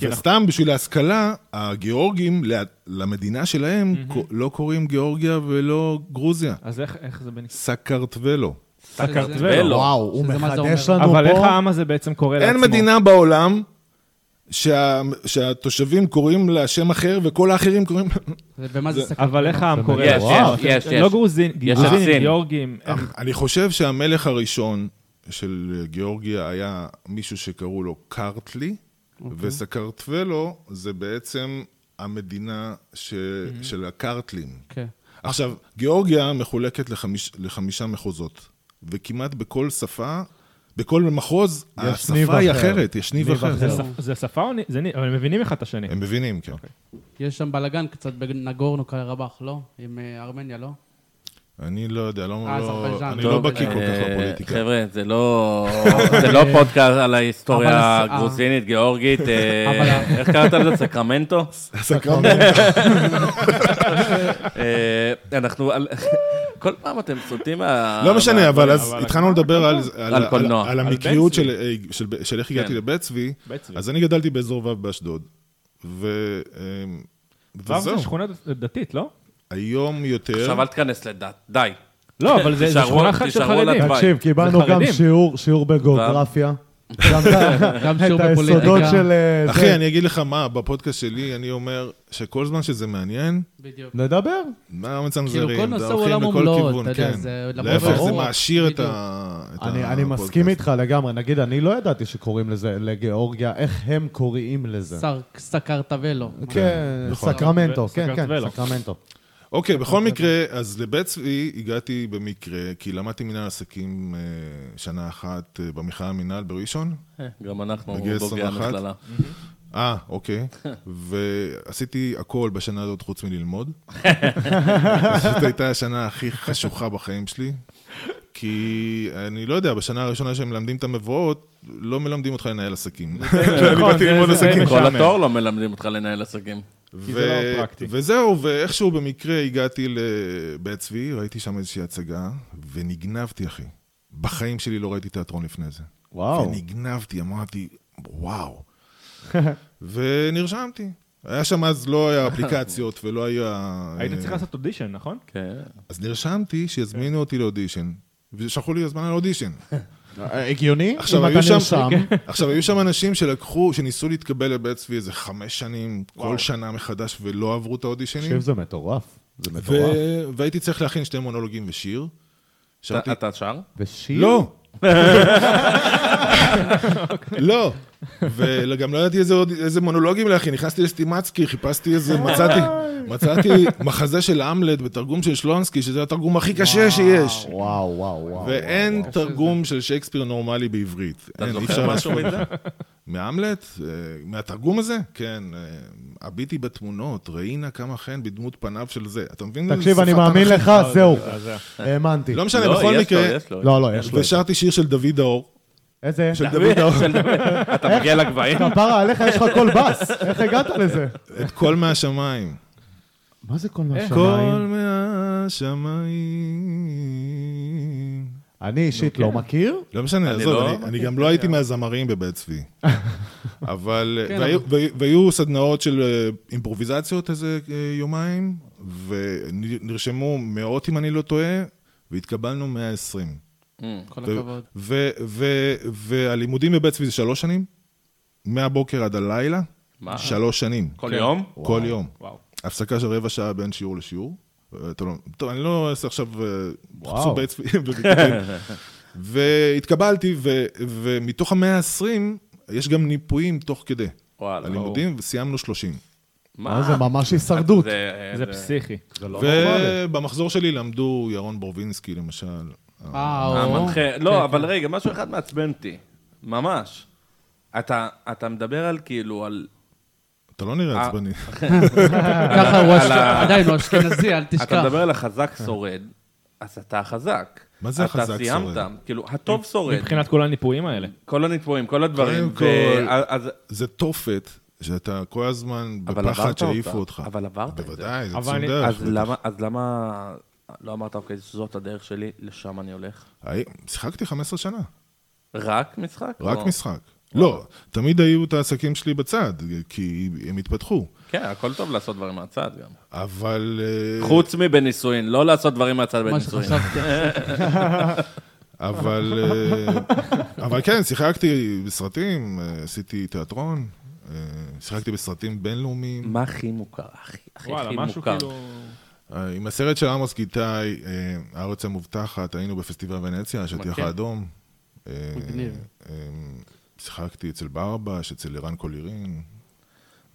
Speaker 4: וסתם בשביל ההשכלה, הגיאורגים ל- למדינה שלהם ק- לא קוראים גיאורגיה ולא גרוזיה.
Speaker 3: אז איך- איך זה בנק...
Speaker 4: סקרטבלו.
Speaker 2: ולא.
Speaker 1: וואו, הוא
Speaker 5: שזה מה זה
Speaker 1: מחדש
Speaker 5: אומר.
Speaker 1: לנו פה.
Speaker 3: לא. אבל איך העם הזה בעצם קורא לעצמו?
Speaker 4: אין מדינה בעולם שה- שהתושבים קוראים לה שם אחר וכל האחרים קוראים...
Speaker 5: ומה זה סכנה?
Speaker 3: אבל איך העם קורא
Speaker 2: יש,
Speaker 3: לעצמו?
Speaker 2: יש, יש, יש.
Speaker 3: לא גרוזין-
Speaker 2: יש את
Speaker 3: גרוזינים,
Speaker 2: סין.
Speaker 3: גיאורגים. איך-
Speaker 4: אני חושב שהמלך הראשון של גיאורגיה היה מישהו שקראו לו קרטלי, וסקרטבלו זה בעצם המדינה ש- של הקרטלים.
Speaker 5: כן.
Speaker 4: עכשיו, גיאורגיה מחולקת לחמיש, לחמישה מחוזות, וכמעט בכל שפה, בכל מחוז,
Speaker 1: יש ניב
Speaker 4: השפה היא
Speaker 1: אחר.
Speaker 4: אחרת, יש ניב
Speaker 1: ניב
Speaker 4: אחר.
Speaker 1: אחר.
Speaker 3: זה שפ- זה שפה או... נ- זה נ- אבל הם מבינים אחד את השני.
Speaker 4: אה, הם מבינים, כן.
Speaker 5: יש שם בלאגן קצת בנגורנו קרבח, לא? עם אה, ארמניה, לא?
Speaker 4: אני לא יודע, לא,
Speaker 5: אה,
Speaker 4: לא,
Speaker 5: אזרבייג'ן.
Speaker 4: אני
Speaker 5: טוב,
Speaker 4: לא בקיא כל
Speaker 2: אה,
Speaker 4: כך בפוליטיקה.
Speaker 2: חבר'ה, זה לא זה לא פודקאסט על ההיסטוריה
Speaker 5: אבל-
Speaker 2: הגרוזינית, גיאורגית, אה,
Speaker 5: אבל-
Speaker 2: איך קראת לזה? סקרמנטו? אה, אנחנו... על- כל פעם אתם סוטים מה...
Speaker 4: לא משנה,
Speaker 2: מה-
Speaker 4: אבל אז
Speaker 3: אבל-
Speaker 4: התחלנו לדבר על- על-
Speaker 2: על
Speaker 4: על
Speaker 2: קולנוע.
Speaker 4: על
Speaker 3: על
Speaker 4: המקריות
Speaker 3: בן
Speaker 4: של אה, של ב- של איך הגעתי לבית צבי.
Speaker 3: בית צבי.
Speaker 4: אז אני גדלתי באזור ו' באשדוד. ו- אה,
Speaker 3: ו'
Speaker 4: וזהו,
Speaker 3: זה שכונה דת- דתית, לא?
Speaker 4: היום יותר,
Speaker 2: עכשיו אל תיכנס לדת, די.
Speaker 3: לא, אבל זה זה
Speaker 2: תישארו-
Speaker 3: שכונה אחת של
Speaker 2: תישארו על
Speaker 3: חרדים.
Speaker 2: התוואי.
Speaker 1: תקשיב, קיבלנו
Speaker 3: זה
Speaker 1: גם
Speaker 3: חרדים.
Speaker 1: שיעור, שיעור בגיאוגרפיה. גם את
Speaker 5: גם שיעור
Speaker 1: את היסודות
Speaker 5: בפוליטיקה.
Speaker 1: של... אה,
Speaker 4: אחי,
Speaker 1: זה.
Speaker 4: אני אגיד לך מה, בפודקאסט שלי אני אומר שכל זמן שזה מעניין,
Speaker 5: בדיוק.
Speaker 1: נדבר.
Speaker 4: מה
Speaker 5: כאילו, כל
Speaker 4: מצנזרים,
Speaker 5: נושא
Speaker 4: זה
Speaker 5: הוא
Speaker 4: הולכים
Speaker 5: עולם
Speaker 4: לכל
Speaker 5: ומלואו,
Speaker 4: כיוון,
Speaker 5: אתה יודע,
Speaker 4: כן.
Speaker 5: זה... למרות
Speaker 4: להפך, זה
Speaker 5: הרוח,
Speaker 4: מעשיר את
Speaker 5: בדיוק.
Speaker 4: ה... את
Speaker 1: אני, אני
Speaker 4: הפודקאסט.
Speaker 1: מסכים איתך לגמרי. נגיד, אני לא ידעתי שקוראים לזה לגיאורגיה, איך הם קוראים לזה.
Speaker 5: שר סקרטבלו.
Speaker 1: כן,
Speaker 4: נכון.
Speaker 1: סקרמנטו, כן, כן,
Speaker 3: סקרטבלו.
Speaker 1: סקרמנטו.
Speaker 4: אוקיי, בכל מקרה, אז לבית צבי הגעתי במקרה, כי למדתי מנהל עסקים אה, שנה אחת אה, במכללה מינהל בראשון.
Speaker 2: גם אנחנו
Speaker 4: בגיל
Speaker 2: בוגרי
Speaker 4: 21.
Speaker 2: המכללה.
Speaker 4: אה, אוקיי. ועשיתי הכל בשנה הזאת חוץ מללמוד. זאת הייתה השנה הכי חשוכה בחיים שלי. כי אני לא יודע, בשנה הראשונה שהם מלמדים את המבואות, לא מלמדים אותך לנהל עסקים. אני
Speaker 3: נכון,
Speaker 4: באתי
Speaker 3: זה-
Speaker 4: ללמוד
Speaker 3: זה- זה
Speaker 4: עסקים.
Speaker 3: משעמם.
Speaker 2: כל התואר לא מלמדים אותך לנהל עסקים.
Speaker 3: כי זה לא פרקטי.
Speaker 4: וזהו, ואיכשהו במקרה הגעתי לבית צבי, ראיתי שם איזושהי הצגה, ונגנבתי, אחי. בחיים שלי לא ראיתי תיאטרון לפני זה.
Speaker 1: וואו.
Speaker 4: ונגנבתי, אמרתי, וואו. ונרשמתי. היה שם אז לא היה אפליקציות ולא היה...
Speaker 3: היית צריך כן.
Speaker 4: אה,
Speaker 3: לעשות אודישן, נכון?
Speaker 2: כן.
Speaker 4: אז נרשמתי שיזמינו אותי לאודישן. ושלחו לי הזמנה לאודישן.
Speaker 1: הגיוני?
Speaker 4: עכשיו,
Speaker 1: אם
Speaker 4: היו
Speaker 1: אתה
Speaker 4: שם-
Speaker 1: נרשם.
Speaker 4: עכשיו, היו שם אנשים שלקחו, שניסו להתקבל לבית צבי איזה חמש שנים, כל שנה מחדש, ולא עברו את האודישנים.
Speaker 1: תקשיב, זה מטורף. זה מטורף.
Speaker 4: ו- והייתי צריך להכין שני מונולוגים ושיר.
Speaker 2: אתה-
Speaker 4: שרתי...
Speaker 2: אתה שר?
Speaker 1: ושיר?
Speaker 4: לא. לא. וגם לא ידעתי איזה, עוד- איזה מונולוגים להכין, נכנסתי לסטימצקי, חיפשתי
Speaker 2: אה.
Speaker 4: איזה, מצאתי, מצאתי מחזה של המלט בתרגום של שלונסקי, שזה התרגום הכי קשה שיש.
Speaker 1: וואו, וואו, וואו.
Speaker 4: ואין תרגום של שייקספיר נורמלי בעברית.
Speaker 2: אתה
Speaker 4: אין, אי
Speaker 2: זוכר
Speaker 4: אפשר
Speaker 2: משהו
Speaker 4: לעשות.
Speaker 2: מזה?
Speaker 4: מהמלט? אה, מהתרגום הזה? כן. אה, הביטי בתמונות, ראינה כמה חן בדמות פניו של זה. אתה מבין?
Speaker 1: תקשיב,
Speaker 4: שפה
Speaker 1: אני מאמין
Speaker 4: תנ"כית.
Speaker 1: לך,
Speaker 3: לא,
Speaker 1: זהו. האמנתי.
Speaker 4: לא משנה,
Speaker 2: לא,
Speaker 4: בכל
Speaker 2: יש לו,
Speaker 4: מקרה,
Speaker 2: יש לו.
Speaker 1: לא, לא, יש לו. את זה.
Speaker 4: ושרתי שיר של דוד האור.
Speaker 1: איזה?
Speaker 4: של דוד האור.
Speaker 2: אתה מגיע לגבהים?
Speaker 1: כפרה עליך, יש לך קול בס. איך הגעת לזה?
Speaker 4: את קול מהשמיים.
Speaker 1: מה זה קול
Speaker 4: קול
Speaker 1: מהשמיים?
Speaker 4: מהשמיים.
Speaker 1: אני אישית לא מכיר.
Speaker 4: לא משנה,
Speaker 2: אני
Speaker 4: עזוב,
Speaker 2: לא-
Speaker 4: אני- אני גם לא הייתי מהזמרים בבית צבי. אבל, אה,
Speaker 5: כן,
Speaker 4: והיו-
Speaker 5: אבל-
Speaker 4: והיו- והיו סדנאות של אה, אימפרוביזציות איזה אה, יומיים, ונרשמו מאות, אם אני לא טועה, והתקבלנו 120.
Speaker 5: כל
Speaker 4: ו-
Speaker 5: הכבוד.
Speaker 4: ו- ו- והלימודים בבית צבי זה שלוש שנים, מהבוקר עד הלילה,
Speaker 2: מה?
Speaker 4: שלוש שנים.
Speaker 2: כל יום?
Speaker 4: כל יום.
Speaker 3: וואו.
Speaker 4: הפסקה של רבע שעה בין שיעור לשיעור. אה, אתה לא- טוב, אני לא אעשה עכשיו... אה,
Speaker 1: וואו.
Speaker 4: חפשו בית צבי בוויקיפדיה. והתקבלתי, ו- ומתוך המאה ה-20, יש גם ניפויים תוך כדי.
Speaker 2: וואלה.
Speaker 4: הלימודים, וסיימנו 30.
Speaker 1: מה זה ממש הישרדות.
Speaker 2: זה-
Speaker 3: זה
Speaker 2: כן, זה-
Speaker 3: פסיכי.
Speaker 1: זה לא נורמלי.
Speaker 4: ובמחזור שלי למדו ירון בורבינסקי, למשל.
Speaker 5: אה, או.
Speaker 3: כן,
Speaker 2: המנחה, לא, אבל רגע, משהו אחד מעצבן אותי. ממש. אתה אתה מדבר על כאילו, על...
Speaker 4: אתה לא נראה
Speaker 2: אה.
Speaker 4: עצבני.
Speaker 5: ככה הוא
Speaker 2: על
Speaker 5: אשכ-
Speaker 2: ה-
Speaker 5: עדיין הוא אשכנזי, אל
Speaker 2: אתה
Speaker 5: תשכח.
Speaker 2: מדבר על החזק שורד, אז אתה החזק.
Speaker 4: כן. מה זה החזק
Speaker 2: אתה סיימת,
Speaker 4: שורד?
Speaker 2: כאילו, הטוב שורד.
Speaker 3: מבחינת כל הניפויים האלה.
Speaker 2: כל הנתבואים, כל הדברים.
Speaker 4: קודם כל-
Speaker 2: ו- אז-
Speaker 4: זה תופת, שאתה כל הזמן
Speaker 2: אבל
Speaker 4: בפחד
Speaker 2: עברת
Speaker 4: שיעיפו
Speaker 2: אותה.
Speaker 4: אותך.
Speaker 2: אבל עברת את זה.
Speaker 4: בוודאי, זה
Speaker 3: אבל
Speaker 4: ציון
Speaker 3: אני-
Speaker 4: דרך.
Speaker 2: אז למה, אז למה לא אמרת, אוקיי, זאת הדרך שלי, לשם אני הולך?
Speaker 4: הי- שיחקתי 15 שנה.
Speaker 2: רק משחק?
Speaker 4: רק
Speaker 2: או-
Speaker 4: משחק. לא, תמיד היו את העסקים שלי בצד, כי הם התפתחו.
Speaker 2: כן, הכל טוב לעשות דברים מהצד גם.
Speaker 4: אבל... אה,
Speaker 2: חוץ מבנישואין, לא לעשות דברים מהצד
Speaker 5: מה
Speaker 2: בנישואין.
Speaker 5: שחשבתי. אה,
Speaker 4: אבל, אה, אבל כן, שיחקתי בסרטים, אה, עשיתי תיאטרון, אה, שיחקתי בסרטים בינלאומיים.
Speaker 2: מה הכי מוכר, הכי הכי
Speaker 3: וואלה,
Speaker 2: הכי
Speaker 3: משהו
Speaker 2: מוכר?
Speaker 3: כאילו...
Speaker 4: אה, עם הסרט של עמוס גיטאי, אה, הארץ המובטחת, היינו בפסטיבל ונציה, השטיח
Speaker 2: מכיר.
Speaker 4: האדום. אה,
Speaker 5: מגניב.
Speaker 4: אה, שיחקתי אצל ברבש, אצל ערן קולירין,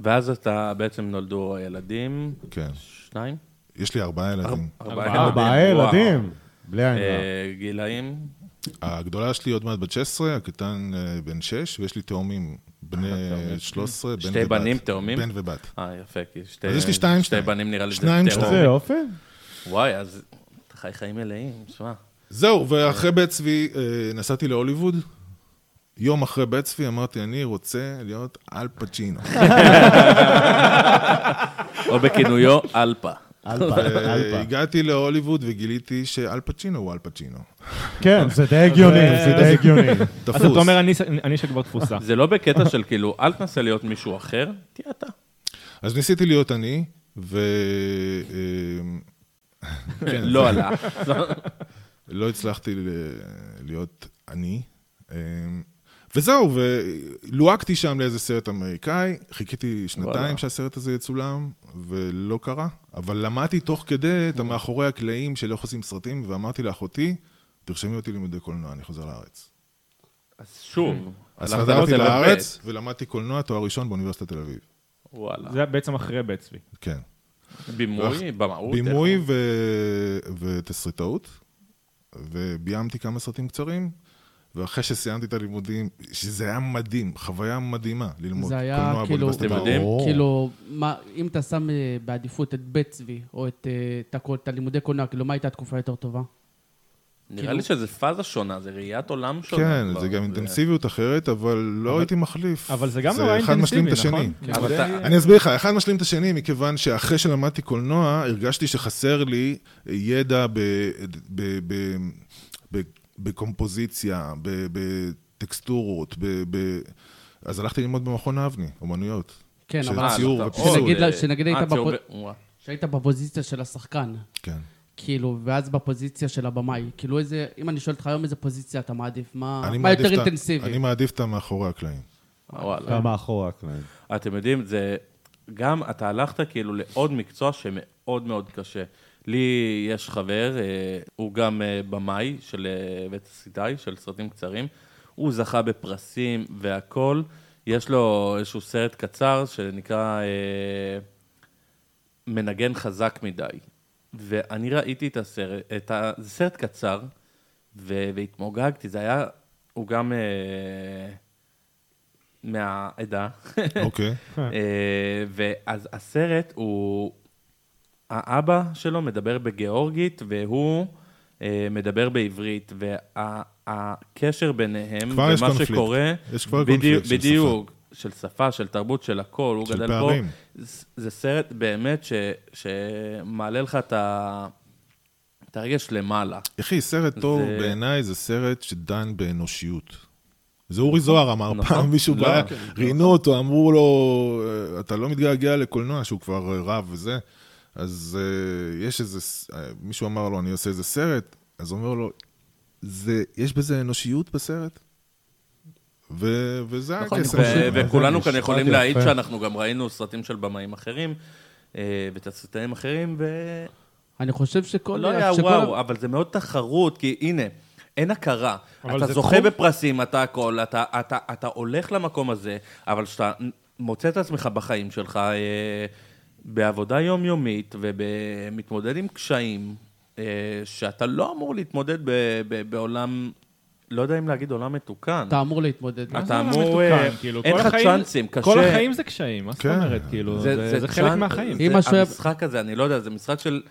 Speaker 2: ואז אתה, בעצם נולדו ילדים,
Speaker 4: כן.
Speaker 2: שניים?
Speaker 4: יש לי ארבעה ילדים.
Speaker 3: ארבעה.
Speaker 1: ארבעה
Speaker 2: וואו.
Speaker 1: ילדים. בלי עין רעה.
Speaker 2: אה, גילאים?
Speaker 4: הגדולה שלי עוד מעט בת 16, הקטן אה, בן 6, ויש לי תאומים, בני 13, בן ובת.
Speaker 2: אה, שתי בנים, תאומים?
Speaker 4: בן ובת.
Speaker 2: אה, יפה, כי שתי...
Speaker 4: אז יש לי שתיים,
Speaker 2: שתי
Speaker 4: שתיים.
Speaker 2: בנים נראה לי זה
Speaker 4: שניים,
Speaker 2: טרור.
Speaker 1: זה יופי.
Speaker 2: וואי, אז אתה חי חיים מלאים, שמע.
Speaker 4: זהו, ואחרי בית צבי אה, נסעתי להוליווד. יום אחרי בית צבי אמרתי, אני רוצה להיות אל פצ'ינו.
Speaker 2: או בכינויו אלפה.
Speaker 1: אלפה, אלפה.
Speaker 4: הגעתי להוליווד וגיליתי שאל פצ'ינו הוא אל פצ'ינו.
Speaker 1: כן, זה די הגיוני, זה די הגיוני.
Speaker 3: אז אתה
Speaker 4: תפוס.
Speaker 3: אומר, "אני- אני שכבר תפוסה.
Speaker 2: זה לא בקטע של כאילו, אל תנסה להיות מישהו אחר, תהיה אתה.
Speaker 4: אז ניסיתי להיות אני, ו... אה, כן,
Speaker 2: לא הלך.
Speaker 4: לא הצלחתי ל- להיות אני. אה, וזהו, ולוהקתי שם לאיזה סרט אמריקאי, חיכיתי
Speaker 2: וואלה.
Speaker 4: שנתיים שהסרט הזה יצולם, ולא קרה. אבל למדתי תוך כדי את המאחורי הקלעים של איך עושים סרטים, ואמרתי לאחותי, תרשמי אותי לימודי קולנוע, אני חוזר לארץ.
Speaker 2: אז שוב,
Speaker 4: אז
Speaker 2: הלכת
Speaker 4: חזרתי
Speaker 2: לתל אביב.
Speaker 4: לארץ, ולמדתי קולנוע תואר ראשון באוניברסיטת תל אביב.
Speaker 2: וואלה.
Speaker 3: זה בעצם אחרי בית צבי.
Speaker 4: כן.
Speaker 2: בימוי, במהות.
Speaker 4: בימוי ו... ותסריטאות, וביימתי כמה סרטים קצרים, ואחרי שסיימתי את הלימודים, שזה היה מדהים, חוויה מדהימה ללמוד
Speaker 5: זה היה
Speaker 4: קולנוע
Speaker 5: כאילו-
Speaker 4: באוניברסיטת
Speaker 2: אתם
Speaker 4: בר
Speaker 2: יודעים?
Speaker 1: ברור.
Speaker 5: כאילו, מה, אם אתה שם אה, בעדיפות את בית צבי, או את, אה, את, הכל- את הלימודי קולנוע, כאילו, מה הייתה התקופה יותר טובה?
Speaker 2: נראה
Speaker 5: כאילו-
Speaker 2: לי שזה פאזה שונה, זה ראיית עולם שונה.
Speaker 4: כן,
Speaker 2: כבר,
Speaker 4: זה גם אינטנסיביות אחרת, אבל לא הייתי מחליף.
Speaker 3: אבל זה גם נורא
Speaker 4: אחד משלים
Speaker 3: אינטנסיבי,
Speaker 4: את השני.
Speaker 3: נכון?
Speaker 2: כן, אבל
Speaker 3: לימודי-
Speaker 2: אתה-
Speaker 4: אני אסביר לך, אחד משלים את השני, מכיוון שאחרי שלמדתי קולנוע, הרגשתי שחסר לי ידע ב... ב... ב... ב... בקומפוזיציה, ב... בטקסטורות, ב... ב... אז הלכתי ללמוד במכון אבני, אומנויות.
Speaker 5: כן,
Speaker 4: שזה
Speaker 5: אבל
Speaker 2: אה,
Speaker 4: ציור
Speaker 2: אז אתה-
Speaker 4: ופסול.
Speaker 5: שנגיד לה-
Speaker 2: אה,
Speaker 5: שנגיד
Speaker 2: אה,
Speaker 5: היית
Speaker 2: ציור
Speaker 5: בפו-
Speaker 2: ב- וואו.
Speaker 5: שהיית בפוזיציה של השחקן,
Speaker 4: כן.
Speaker 5: כאילו, ואז בפוזיציה של הבמאי. כאילו, איזה, אם אני שואל אותך היום איזה פוזיציה אתה מעדיף, מה,
Speaker 4: אני
Speaker 5: מה
Speaker 4: מעדיף
Speaker 5: יותר
Speaker 4: את ה-
Speaker 5: אינטנסיבי?
Speaker 4: אני מעדיף את המאחורי הקלעים.
Speaker 2: וואלה.
Speaker 1: גם מאחורי הקלעים.
Speaker 2: אתם יודעים, זה... גם אתה הלכת כאילו לעוד מקצוע שמאוד מאוד קשה. לי יש חבר, אה, הוא גם אה, במאי של אה, בית הסיטאי, של סרטים קצרים. הוא זכה בפרסים והכול. יש לו איזשהו סרט קצר שנקרא אה, מנגן חזק מדי. ואני ראיתי את הסרט, את ה... זה סרט קצר, ו... והתמוגגתי. זה היה, הוא גם אה, מהעדה.
Speaker 4: אוקיי.
Speaker 2: אה, ואז הסרט הוא... האבא שלו מדבר בגיאורגית, והוא אה, מדבר בעברית, והקשר ביניהם,
Speaker 4: כבר יש
Speaker 2: ומה
Speaker 4: קונפליקט.
Speaker 2: שקורה...
Speaker 4: יש כבר
Speaker 2: בדיוק-
Speaker 4: קונפליקט של
Speaker 2: בדיוק, של שפה, של תרבות, של הכל, הוא
Speaker 4: של
Speaker 2: גדל
Speaker 4: פערים.
Speaker 2: פה. זה- זה סרט באמת ש, שמעלה לך את, ה, את הרגש למעלה.
Speaker 4: יחי, סרט טוב
Speaker 2: זה-
Speaker 4: בעיניי זה סרט שדן באנושיות. זה אורי זוהר אמר
Speaker 2: נכון,
Speaker 4: פעם, מישהו
Speaker 2: לא,
Speaker 4: בא,
Speaker 2: כן,
Speaker 4: ראיינו אותו, אמרו לו, "אה, אתה לא מתגעגע לקולנוע שהוא כבר אה, רב וזה, אז אה, יש איזה, ס- אה, מישהו אמר לו, אני עושה איזה סרט, אז הוא אומר לו, "זה- יש בזה אנושיות בסרט? ו- וזה
Speaker 2: נכון,
Speaker 4: הקסם
Speaker 2: ו-
Speaker 4: שלו.
Speaker 2: וכולנו
Speaker 1: זה
Speaker 2: כאן
Speaker 1: משפט
Speaker 2: יכולים
Speaker 1: יפה.
Speaker 2: להעיד שאנחנו גם ראינו סרטים של במאים אחרים, אה, ותסריטאים אחרים, ו...
Speaker 5: אני חושב שכל...
Speaker 2: לא היה
Speaker 5: שכל-
Speaker 2: וואו, אבל זה מאוד תחרות, כי הנה, אין הכרה.
Speaker 3: אבל
Speaker 2: אתה
Speaker 3: זה
Speaker 2: זוכה
Speaker 3: תחום.
Speaker 2: בפרסים, אתה הכל, אתה, אתה, אתה הולך למקום הזה, אבל כשאתה מוצא את עצמך בחיים שלך אה, בעבודה יומיומית ומתמודד עם קשיים, אה, שאתה לא אמור להתמודד ב, ב, בעולם, לא יודע אם להגיד עולם מתוקן.
Speaker 5: אתה אמור להתמודד. עם זה.
Speaker 2: אתה אמור, אה,
Speaker 3: מתוקן, כאילו,
Speaker 2: אין
Speaker 3: כל
Speaker 2: לך
Speaker 3: החיים-
Speaker 2: צ'אנסים, קשה.
Speaker 3: כל החיים זה קשיים, מה זאת
Speaker 4: כן.
Speaker 3: אומרת? כאילו, זה זה חלק
Speaker 2: צ'אנ- אה,
Speaker 3: מהחיים.
Speaker 2: זה-
Speaker 5: אמא שואב-
Speaker 2: המשחק הזה, אני לא יודע, זה משחק של...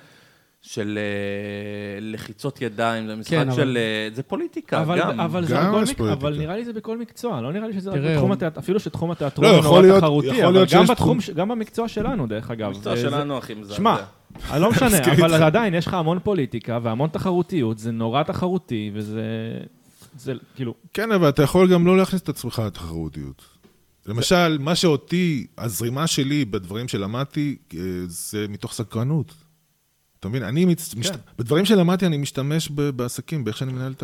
Speaker 2: של אה, לחיצות ידיים, זה משחק
Speaker 5: כן, אבל-
Speaker 2: של... אה, זה פוליטיקה,
Speaker 3: אבל,
Speaker 2: גם.
Speaker 3: אבל, זה
Speaker 4: גם
Speaker 3: בכל
Speaker 4: יש
Speaker 3: מק...
Speaker 4: פוליטיקה.
Speaker 3: אבל נראה לי זה בכל מקצוע, לא נראה לי שזה רק
Speaker 5: תראה,
Speaker 3: בתחום
Speaker 5: הוא-
Speaker 3: התיאטרון, אפילו שתחום התיאטרון
Speaker 4: לא,
Speaker 3: הוא
Speaker 4: יכול
Speaker 3: נורא
Speaker 4: להיות-
Speaker 3: תחרותי,
Speaker 4: יכול
Speaker 3: אבל
Speaker 4: להיות
Speaker 3: גם
Speaker 4: שיש
Speaker 3: בתחום,
Speaker 4: תחום-
Speaker 3: ש- גם במקצוע שלנו, דרך אגב.
Speaker 2: המקצוע
Speaker 3: זה-
Speaker 2: שלנו הכי מזעזע.
Speaker 3: שמע, לא משנה, אבל עדיין יש לך המון פוליטיקה והמון תחרותיות, זה נורא תחרותי, וזה... זה כאילו,
Speaker 4: כן, אבל אתה יכול גם לא להכניס את עצמך לתחרותיות. למשל, מה שאותי, הזרימה שלי בדברים שלמדתי, אה, זה מתוך סקרנות. אתה מבין? אני, מצ...
Speaker 5: כן.
Speaker 4: משת... בדברים שלמדתי, אני משתמש ב... בעסקים, באיך שאני מנהל את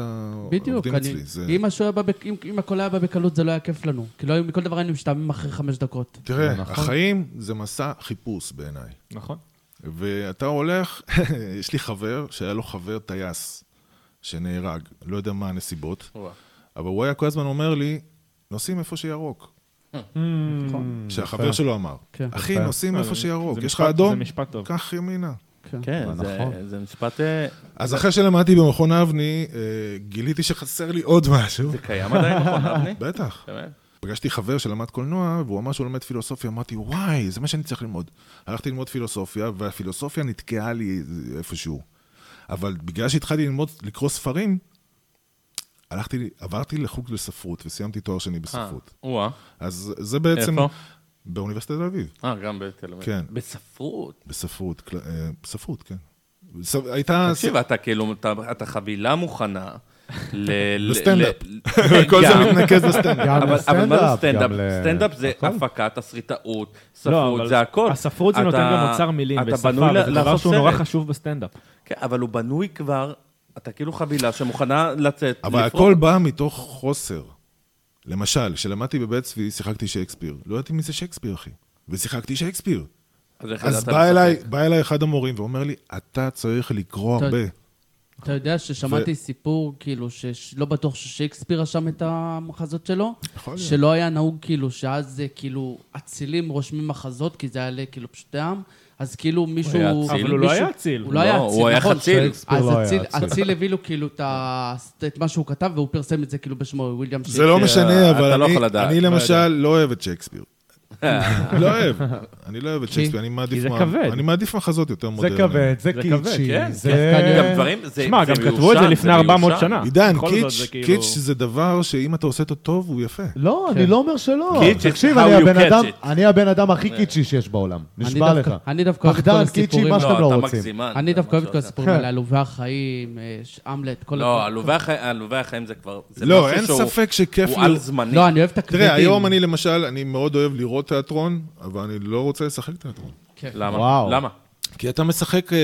Speaker 5: בדיוק,
Speaker 4: העובדים
Speaker 5: אני-
Speaker 4: אצלי. זה...
Speaker 5: אם משהו היה בא בק- אם- אם הכל היה בא בקלות, זה לא היה כיף לנו. כאילו, היום מכל דבר היינו משתעממים אחרי חמש דקות.
Speaker 4: תראה, החיים זה מסע חיפוש בעיניי.
Speaker 3: נכון?
Speaker 4: ואתה הולך, יש לי חבר שהיה לו חבר טייס שנהרג, לא יודע מה הנסיבות,
Speaker 2: וואו.
Speaker 4: אבל הוא היה כל הזמן אומר לי, נוסעים איפה שירוק.
Speaker 2: Mm.
Speaker 5: נכון.
Speaker 4: שהחבר שלו אמר.
Speaker 5: כן.
Speaker 4: אחי, נוסעים איפה שירוק.
Speaker 3: לא, זה
Speaker 4: לא, יש לך
Speaker 3: משפט-
Speaker 4: אדום?
Speaker 3: זה משפט טוב.
Speaker 4: קח ימינה.
Speaker 5: כן.
Speaker 2: כן, זה-
Speaker 4: נכון.
Speaker 2: זה משפט... אה,
Speaker 4: אז אחרי שלמדתי במכון אבני, אה, גיליתי שחסר לי עוד משהו.
Speaker 2: זה קיים עדיין, נכון, אבני?
Speaker 4: בטח.
Speaker 2: באמת?
Speaker 4: פגשתי חבר שלמד קולנוע, והוא אמר שהוא לומד פילוסופיה. אמרתי, וואי, זה מה שאני צריך ללמוד. הלכתי ללמוד פילוסופיה, והפילוסופיה נתקעה לי איפשהו. אבל בגלל שהתחלתי ללמוד, לקרוא ספרים, הלכתי, עברתי לחוג לספרות, וסיימתי תואר שני
Speaker 2: אה,
Speaker 4: בספרות.
Speaker 2: וואו.
Speaker 4: אז זה בעצם...
Speaker 2: איפה?
Speaker 4: באוניברסיטת תל אביב.
Speaker 2: אה, גם בתל אביב.
Speaker 4: כן.
Speaker 2: בספרות.
Speaker 4: בספרות, כל- אה, ספרות, כן. ס- הייתה...
Speaker 2: תקשיב, אתה כאילו, אתה- אתה חבילה מוכנה. ל- ל-
Speaker 4: לסטנדאפ.
Speaker 2: ל-
Speaker 4: כל זה
Speaker 2: גם.
Speaker 4: מתנקז לסטנדאפ.
Speaker 1: גם
Speaker 2: אבל, אבל מה זה לא
Speaker 1: לסטנדאפ,
Speaker 2: סטנדאפ?
Speaker 1: גם ל-
Speaker 2: סטנדאפ זה
Speaker 1: הכל.
Speaker 2: הפקה, תסריטאות, ספרות,
Speaker 3: לא, אבל
Speaker 2: זה הכל.
Speaker 3: הספרות זה נותן גם אוצר מילים
Speaker 2: אתה
Speaker 3: ושפה,
Speaker 2: בנוי ל-
Speaker 3: וזה דבר
Speaker 2: לעשות
Speaker 3: שהוא נורא
Speaker 2: סרט.
Speaker 3: חשוב בסטנדאפ.
Speaker 2: כן, אבל הוא בנוי כבר, אתה כאילו חבילה שמוכנה לצאת.
Speaker 4: אבל
Speaker 2: לפרוק.
Speaker 4: הכל בא מתוך חוסר. למשל, כשלמדתי בבית צבי, שיחקתי שייקספיר. לא ידעתי מי זה שייקספיר, אחי. ושיחקתי שייקספיר.
Speaker 2: אז איך
Speaker 4: אז
Speaker 2: ידעת
Speaker 4: בא
Speaker 2: לשחק?
Speaker 4: אליי, בא אליי אחד המורים ואומר לי, אתה צריך לקרוא
Speaker 5: אתה-
Speaker 4: הרבה.
Speaker 5: אתה יודע ששמעתי סיפור, כאילו, שלא בטוח ששייקספיר רשם את המחזות שלו?
Speaker 4: יכול להיות.
Speaker 5: שלא היה נהוג, כאילו, שאז, אה, כאילו, אצילים רושמים מחזות, כי זה היה, ל- כאילו, פשוט העם. אז כאילו מישהו...
Speaker 2: היה אציל?
Speaker 3: אבל הוא לא
Speaker 5: מישהו-
Speaker 3: היה אציל.
Speaker 5: הוא לא היה
Speaker 2: לא,
Speaker 5: אציל,
Speaker 2: הוא היה
Speaker 5: נכון.
Speaker 2: חציל.
Speaker 1: שייקספיר
Speaker 5: אז
Speaker 1: לא היה
Speaker 5: אציל-
Speaker 1: אציל.
Speaker 5: אציל הביא לו כאילו את ה- את מה שהוא כתב, והוא פרסם את זה כאילו בשמו, וויליאם
Speaker 4: זה לא משנה,
Speaker 2: אתה
Speaker 4: אבל
Speaker 2: לא
Speaker 4: אני-
Speaker 2: יכול לדעת.
Speaker 4: אני
Speaker 2: לא
Speaker 4: למשל לא אוהב את שייקספיר.
Speaker 2: אה.
Speaker 4: לא אוהב. אני לא אוהב את
Speaker 5: כי-
Speaker 4: שייקספיר, אני מעדיף
Speaker 3: זה
Speaker 4: מה-
Speaker 3: כבד.
Speaker 4: אני מעדיף מחזות יותר
Speaker 1: זה
Speaker 4: מודרניים.
Speaker 1: כבד, זה
Speaker 3: זה כבד,
Speaker 1: קיצ'י,
Speaker 2: כן.
Speaker 1: זה...
Speaker 2: גם דברים, זה
Speaker 3: שמע, גם כתבו את
Speaker 2: מיושן,
Speaker 3: זה לפני 400
Speaker 2: מיושן.
Speaker 3: שנה.
Speaker 4: עידן,
Speaker 3: בכל זאת
Speaker 4: קיץ',
Speaker 3: זה כאילו-
Speaker 4: קיץ' זה דבר שאם אתה עושה אותו טוב, הוא יפה.
Speaker 1: לא, אני
Speaker 5: כן.
Speaker 1: לא אומר שלא.
Speaker 2: Kitsch is
Speaker 1: תקשיב,
Speaker 2: how
Speaker 1: אני
Speaker 2: you
Speaker 1: הבן
Speaker 2: catch
Speaker 1: אדם-
Speaker 2: it.
Speaker 1: אני הבן אדם הכי קיצ'י שיש בעולם. נשבע
Speaker 5: אני
Speaker 1: לך.
Speaker 5: דווקא- אני דווקא אוהב את כל
Speaker 1: פחדן, קיצ'י,
Speaker 5: הסיפורים.
Speaker 1: מה שאתם לא
Speaker 2: אתה
Speaker 1: רוצים.
Speaker 2: מגזימן.
Speaker 5: אני
Speaker 2: זה
Speaker 5: דווקא אוהב
Speaker 2: מה
Speaker 5: את כל
Speaker 2: שאתה-
Speaker 5: הסיפורים האלה, עלובי החיים, אה, ש- אמלט, כל
Speaker 2: לא,
Speaker 5: הדברים.
Speaker 2: עלובי החיים- עלובי החיים זה כבר... זה
Speaker 4: לא,
Speaker 2: משהו
Speaker 4: אין
Speaker 2: שהוא-
Speaker 4: ספק שכיף
Speaker 2: הוא
Speaker 4: לראות-
Speaker 2: על זמני.
Speaker 5: לא, אני אוהב את הכבדים.
Speaker 4: תראה, היום אני למשל, אני מאוד אוהב לראות תיאטרון, אבל אני לא רוצה לשחק תיאטרון.
Speaker 5: כן.
Speaker 2: למה?
Speaker 1: וואו.
Speaker 2: למה?
Speaker 4: כי אתה משחק אה,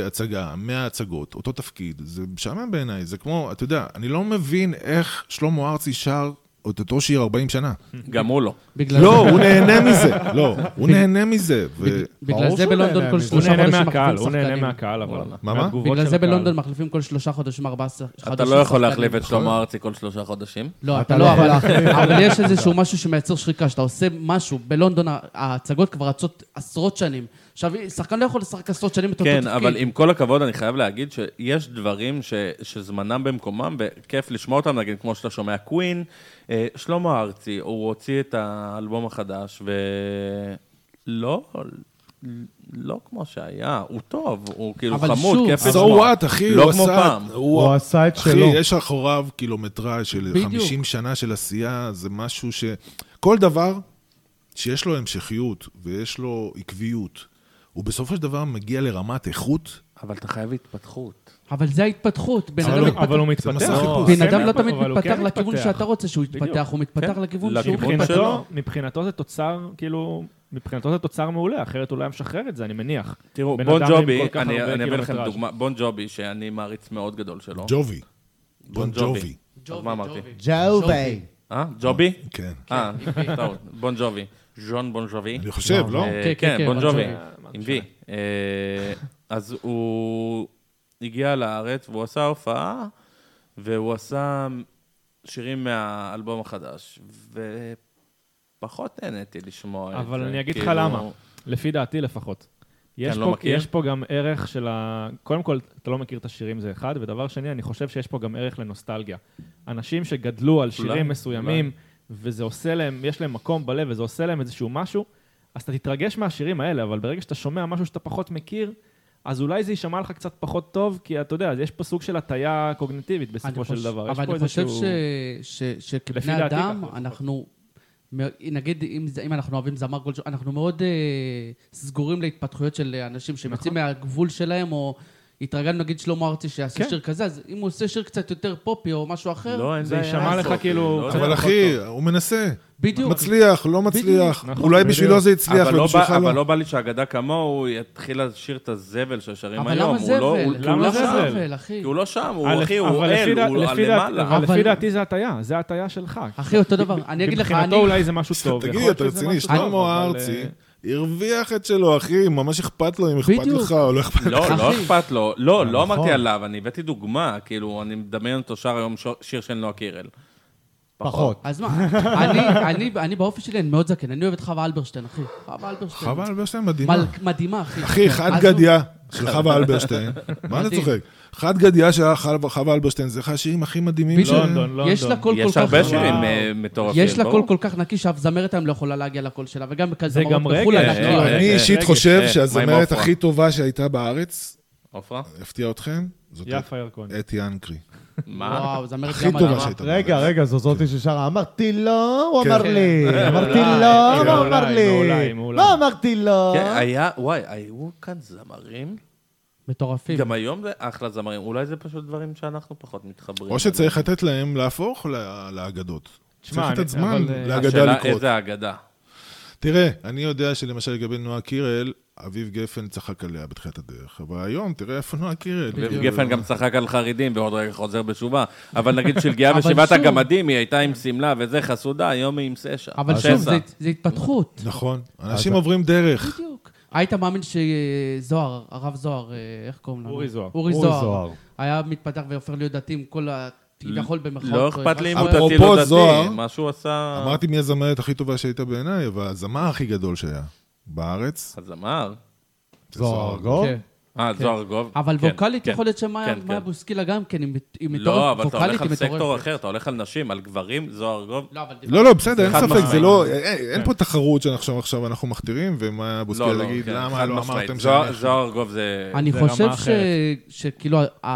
Speaker 4: אה, הצגה, 100 הצגות, אותו תפקיד, זה משעמם בעיניי, זה כמו, אתה יודע, אני לא מבין איך שלמה ארצי שר את אותו שיר 40 שנה.
Speaker 2: גם הוא לא.
Speaker 5: בגלל
Speaker 4: לא,
Speaker 5: זה-
Speaker 4: הוא נהנה מזה, לא, הוא נהנה מזה. ו-
Speaker 5: בגלל
Speaker 1: ברור
Speaker 5: זה
Speaker 1: שהוא
Speaker 5: בלונדון
Speaker 1: נהנה
Speaker 5: כל
Speaker 1: מזה.
Speaker 3: הוא
Speaker 5: שלושה
Speaker 3: נהנה
Speaker 5: חודשים
Speaker 3: מהקהל,
Speaker 5: מחליפים
Speaker 3: הוא נהנה
Speaker 5: שחקנים.
Speaker 3: מהקהל, אבל...
Speaker 4: מה?
Speaker 3: מהתגובות
Speaker 5: בגלל
Speaker 3: של
Speaker 5: זה
Speaker 3: הקהל.
Speaker 5: בלונדון מחליפים כל שלושה חודשים ארבעה ש- חודשים.
Speaker 2: אתה לא יכול
Speaker 5: שחקנים.
Speaker 2: להחליף את שלמה ארצי כל שלושה חודשים.
Speaker 5: לא,
Speaker 1: אתה
Speaker 5: אתה
Speaker 1: לא
Speaker 5: לא,
Speaker 1: יכול
Speaker 5: אבל-
Speaker 1: להחליף.
Speaker 5: אבל יש איזשהו משהו שמייצר שחיקה, שאתה עושה משהו, בלונדון ה- ההצגות כבר רצות עשרות שנים. עכשיו, שחקן לא יכול לשחק עשרות שנים את אותו
Speaker 2: כן,
Speaker 5: תפקיד.
Speaker 2: אבל עם כל הכבוד, אני חייב להגיד שיש דברים ש, שזמנם במקומם, וכיף לשמוע אותם, נגיד, כמו שאתה שומע קווין, אה, שלמה ארצי, הוא הוציא את האלבום החדש, ולא, לא כמו שהיה, הוא טוב, הוא כאילו
Speaker 5: אבל
Speaker 2: חמוד,
Speaker 5: שוב,
Speaker 2: כיף
Speaker 4: So
Speaker 2: לשמוע.
Speaker 4: what, אחי,
Speaker 2: לא
Speaker 4: הוא
Speaker 2: כמו
Speaker 4: עשה...
Speaker 2: פעם.
Speaker 1: הוא עשה את
Speaker 4: אחי,
Speaker 1: שלו.
Speaker 4: יש אחוריו קילומטראז' של
Speaker 5: בדיוק.
Speaker 4: 50 שנה של עשייה, זה משהו ש... כל דבר שיש לו המשכיות ויש לו עקביות, הוא בסופו של דבר מגיע לרמת איכות.
Speaker 2: אבל אתה חייב התפתחות.
Speaker 5: אבל זה ההתפתחות. בן
Speaker 4: אבל
Speaker 5: אדם
Speaker 4: הוא-
Speaker 5: מתפתח-
Speaker 3: אבל הוא
Speaker 4: זה
Speaker 3: מתפתח.
Speaker 4: מסע חיפוש.
Speaker 5: בן
Speaker 3: כן,
Speaker 5: אדם לא
Speaker 3: אבל
Speaker 5: תמיד
Speaker 3: הוא
Speaker 5: מתפתח
Speaker 3: כן
Speaker 5: לכיוון
Speaker 3: מתפתח.
Speaker 5: שאתה רוצה שהוא יתפתח,
Speaker 3: בדיוק.
Speaker 5: הוא מתפתח
Speaker 2: כן,
Speaker 5: לכיוון שהוא
Speaker 2: לכיוון
Speaker 5: מתפתח.
Speaker 2: שלו. שלו.
Speaker 5: לא.
Speaker 3: מבחינתו זה תוצר, כאילו, מבחינתו זה תוצר מעולה, אחרת הוא לא היה משחרר את זה, אני מניח.
Speaker 2: תראו,
Speaker 3: בן
Speaker 2: בון
Speaker 3: אדם עם
Speaker 2: ג'ובי,
Speaker 3: כל כך
Speaker 2: אני
Speaker 3: הרבה
Speaker 2: אני אביא לכם
Speaker 3: קילומטראז'.
Speaker 2: דוגמה, בון ג'ובי, שאני מעריץ מאוד גדול שלו.
Speaker 4: ג'ובי. בון ג'ובי.
Speaker 5: ג'ובי,
Speaker 2: אז מה אמרתי?
Speaker 5: ג'ובי.
Speaker 1: ג'ובי.
Speaker 2: אה? ג'ובי?
Speaker 4: כן.
Speaker 2: אה, טעות, בון ג'ובי. ז'ון בון ג'ובי.
Speaker 4: אני חושב, לא?
Speaker 2: אה,
Speaker 5: כן,
Speaker 2: כן,
Speaker 5: כן,
Speaker 2: בון
Speaker 5: בון
Speaker 2: ג'ובי,
Speaker 5: ג'ובי.
Speaker 2: עם וי. אה, אז הוא הגיע לארץ והוא עשה הופעה, והוא עשה שירים מהאלבום החדש, ופחות נהניתי לשמוע את זה.
Speaker 3: אבל אני אגיד לך
Speaker 2: כאילו,
Speaker 3: למה. לפי דעתי לפחות. יש,
Speaker 2: לא
Speaker 3: פה,
Speaker 2: מכיר?
Speaker 3: יש פה גם ערך של ה... קודם כל, אתה לא מכיר את השירים, זה אחד, ודבר שני, אני חושב שיש פה גם ערך לנוסטלגיה. אנשים שגדלו על שירים
Speaker 2: אולי,
Speaker 3: מסוימים,
Speaker 2: אולי.
Speaker 3: וזה עושה להם, יש להם מקום בלב, וזה עושה להם איזשהו משהו, אז אתה תתרגש מהשירים האלה, אבל ברגע שאתה שומע משהו שאתה פחות מכיר, אז אולי זה יישמע לך קצת פחות טוב, כי אתה יודע, אז יש פה סוג של הטיה קוגניטיבית בסופו
Speaker 5: אני
Speaker 3: של
Speaker 5: חוש-
Speaker 3: דבר. יש
Speaker 5: אבל
Speaker 3: פה
Speaker 5: אני חושב
Speaker 3: איזשהו...
Speaker 5: ש- ש-
Speaker 3: לפי
Speaker 5: שכבני
Speaker 3: דעתי
Speaker 5: אדם,
Speaker 3: ככה.
Speaker 5: אנחנו, מ- נגיד, אם זה- אם אנחנו אוהבים זמר כלשהו, אנחנו מאוד אה, סגורים להתפתחויות של אה, אנשים שהם יוצאים
Speaker 3: נכון.
Speaker 5: מהגבול שלהם, או התרגלנו, נגיד, שלמה ארצי שיעשה
Speaker 3: כן.
Speaker 5: שיר כזה, אז אם הוא עושה שיר קצת יותר פופי או משהו אחר,
Speaker 2: לא, אין
Speaker 3: זה
Speaker 2: בעיה
Speaker 3: יישמע לך
Speaker 2: לעשות,
Speaker 3: כאילו-
Speaker 2: לא יודע.
Speaker 4: אבל אחי, הוא מנסה.
Speaker 5: בדיוק.
Speaker 4: מצליח, לא מצליח.
Speaker 3: נכון,
Speaker 4: אולי
Speaker 3: בדיוק.
Speaker 4: בשבילו זה הצליח
Speaker 2: אבל לא
Speaker 4: ובשבילך
Speaker 2: בא- אבל
Speaker 4: לא.
Speaker 2: לא בא לי שאגדה כמוהו יתחיל לשיר את הזבל ששרים
Speaker 5: אבל
Speaker 2: היום.
Speaker 5: למה
Speaker 2: הוא לא-
Speaker 5: זבל?
Speaker 2: הוא- כי הוא
Speaker 3: למה
Speaker 2: לא
Speaker 5: למה
Speaker 2: שם.
Speaker 3: זבל?
Speaker 5: זבל, אחי?
Speaker 2: כי הוא לא שם,
Speaker 3: אבל-
Speaker 2: הוא אחי, הוא
Speaker 3: אבל לפי
Speaker 2: אל,
Speaker 3: דע-
Speaker 2: הוא
Speaker 3: לפי
Speaker 2: על
Speaker 3: דעת-
Speaker 2: למעלה.
Speaker 3: אבל לפי
Speaker 5: אבל-
Speaker 3: דעתי זה הטיה, זה הטיה שלך.
Speaker 5: אחי, אותו דבר. אני אגיד לך, אני...
Speaker 3: מבחינתו אולי זה משהו טוב. יכול
Speaker 4: תגיד,
Speaker 3: להיות
Speaker 4: אתה
Speaker 3: שזה
Speaker 4: רציני,
Speaker 3: משהו טוב,
Speaker 4: שלמה
Speaker 3: אבל,
Speaker 4: ארצי
Speaker 3: אה,
Speaker 4: הרוויח את שלו, אחי, ממש אכפת לו אם אכפת
Speaker 5: בדיוק.
Speaker 4: לך או לא אכפת לך.
Speaker 2: לא, לא
Speaker 5: אחי.
Speaker 2: אכפת לו.
Speaker 4: אה,
Speaker 2: לא, לא
Speaker 1: נכון.
Speaker 2: אמרתי עליו, אני הבאתי דוגמה, כאילו, אני מדמיין אותו שר היום ש- שיר של נועה קירל. לא-
Speaker 1: פחות.
Speaker 5: אז מה, אני- אני- אני באופי שלי, אני מאוד זקן, אני אוהב את חווה אלברשטיין, אחי. חווה אלברשטיין.
Speaker 4: חבל, אלברשטיין מדהימה.
Speaker 5: מל- מדהימה, אחי. כן.
Speaker 4: אחי, חד
Speaker 5: אז הוא-
Speaker 4: גדיה של חווה אלברשטיין. מה אתה
Speaker 5: מדהים.
Speaker 4: צוחק? חד גדיה של חו- חווה אלברשטיין, זה אחד השירים הכי מדהימים ש...
Speaker 5: בדיוק.
Speaker 3: לונדון, לונדון.
Speaker 5: יש לה קול כל כך...
Speaker 2: יש הרבה
Speaker 5: רמה.
Speaker 2: שירים אה, מטורפים,
Speaker 5: יש לה קול
Speaker 2: ברור.
Speaker 5: כל כך נקי שאף זמרת היום לא יכולה להגיע לקול שלה, וגם
Speaker 3: זה
Speaker 5: כזה
Speaker 3: גם רגע,
Speaker 5: בחו"ל
Speaker 3: אה,
Speaker 5: אנחנו
Speaker 2: אה,
Speaker 5: לא...
Speaker 2: אה.
Speaker 4: אני אישית
Speaker 3: רגע,
Speaker 4: חושב
Speaker 2: אה, מה עם
Speaker 4: שהזמרת
Speaker 2: עופרה?
Speaker 4: הכי טובה שהייתה בארץ,
Speaker 2: עופרה?
Speaker 4: אפתיע אתכם, זאת
Speaker 3: יפה ירקון.
Speaker 4: אתי ינקרי.
Speaker 3: אה,
Speaker 2: מה?
Speaker 5: וואו, זמרת
Speaker 4: הכי
Speaker 5: גם
Speaker 4: טובה
Speaker 5: מדהימה.
Speaker 4: שהייתה בארץ.
Speaker 1: רגע, רגע, זו זאתי ששרה, אמרתי לא, הוא אמר
Speaker 4: כן.
Speaker 1: לי. אמרתי
Speaker 3: מעולה,
Speaker 1: לא, הוא
Speaker 3: מעולה,
Speaker 1: אמר לי.
Speaker 3: מעולה, מעולה.
Speaker 1: מה אמרתי לא?
Speaker 2: כן, היה, וואי, היו כאן זמרים?
Speaker 5: מטורפים.
Speaker 2: גם היום זה אחלה זמרים. אולי זה פשוט דברים שאנחנו פחות מתחברים.
Speaker 4: או שצריך לתת להם להפוך ל- לאגדות.
Speaker 3: תשמע,
Speaker 4: צריך לתת
Speaker 3: אני-
Speaker 4: זמן
Speaker 3: אבל, אה,
Speaker 4: לאגדה
Speaker 2: השאלה
Speaker 4: לקרות.
Speaker 2: איזה אגדה.
Speaker 4: תראה, אני יודע שלמשל לגבי נועה קירל, אביב גפן צחק עליה בתחילת הדרך, אבל היום תראה איפה נועה קירל.
Speaker 2: אביב
Speaker 4: כאילו,
Speaker 2: גפן גם צחק על חרדים ועוד רגע חוזר בתשובה. אבל נגיד שלגיה
Speaker 5: אבל
Speaker 2: בשבעת
Speaker 5: שוב-
Speaker 2: הגמדים, היא הייתה עם שמלה וזה חסודה, היום היא עם סשה.
Speaker 5: אבל
Speaker 2: אז
Speaker 5: שוב,
Speaker 2: ססה.
Speaker 5: זה, זה התפתחות.
Speaker 4: נכון, אנשים עוברים דרך.
Speaker 5: בדיוק. היית מאמין שזוהר, הרב זוהר, אה, איך קוראים לו?
Speaker 3: אורי זוהר.
Speaker 5: אורי זוהר. היה מתפתח והופך להיות דתי עם כל ה... כביכול במחאות. אה,
Speaker 2: לא אכפת לי אם הוא
Speaker 4: אפרופו
Speaker 2: דתי לא
Speaker 4: זוהר,
Speaker 2: דתי, מה שהוא עשה...
Speaker 4: אמרתי מי הזמרת הכי טובה שהייתה בעיניי, אבל הזמר הכי גדול שהיה בארץ.
Speaker 2: הזמר?
Speaker 4: זה
Speaker 1: זוהר גוב?
Speaker 5: כן.
Speaker 2: אה, זוהר גוב.
Speaker 5: אבל
Speaker 2: כן,
Speaker 5: ווקאלית
Speaker 2: כן.
Speaker 5: יכול להיות שמאיה
Speaker 2: כן,
Speaker 5: מאיה
Speaker 2: כן.
Speaker 5: בוסקילה גם כן, היא מת- היא מטורפת.
Speaker 2: לא, אבל אתה
Speaker 5: ווקאלית
Speaker 2: הולך על
Speaker 5: היא
Speaker 2: סקטור
Speaker 5: מטורפת.
Speaker 2: אחר, אתה הולך על נשים, על גברים, זוהר גוב.
Speaker 5: לא, אבל דיברנו
Speaker 4: לא, לא, בסדר, אין
Speaker 2: חד
Speaker 4: ספק, זה
Speaker 2: משמעית.
Speaker 4: לא, אין-
Speaker 2: כן.
Speaker 4: אין פה תחרות שאנחנו עכשיו אנחנו מכתירים, ומה בוסקילה תגיד,
Speaker 2: כן,
Speaker 4: למה
Speaker 2: חד
Speaker 4: לא
Speaker 2: משמעית.
Speaker 4: אמרתם
Speaker 2: זוהר-
Speaker 4: שאני...
Speaker 2: זוהר גוב זה...
Speaker 5: אני
Speaker 3: זה רמה
Speaker 5: חושב ש...
Speaker 3: אחרת.
Speaker 5: שכאילו ה-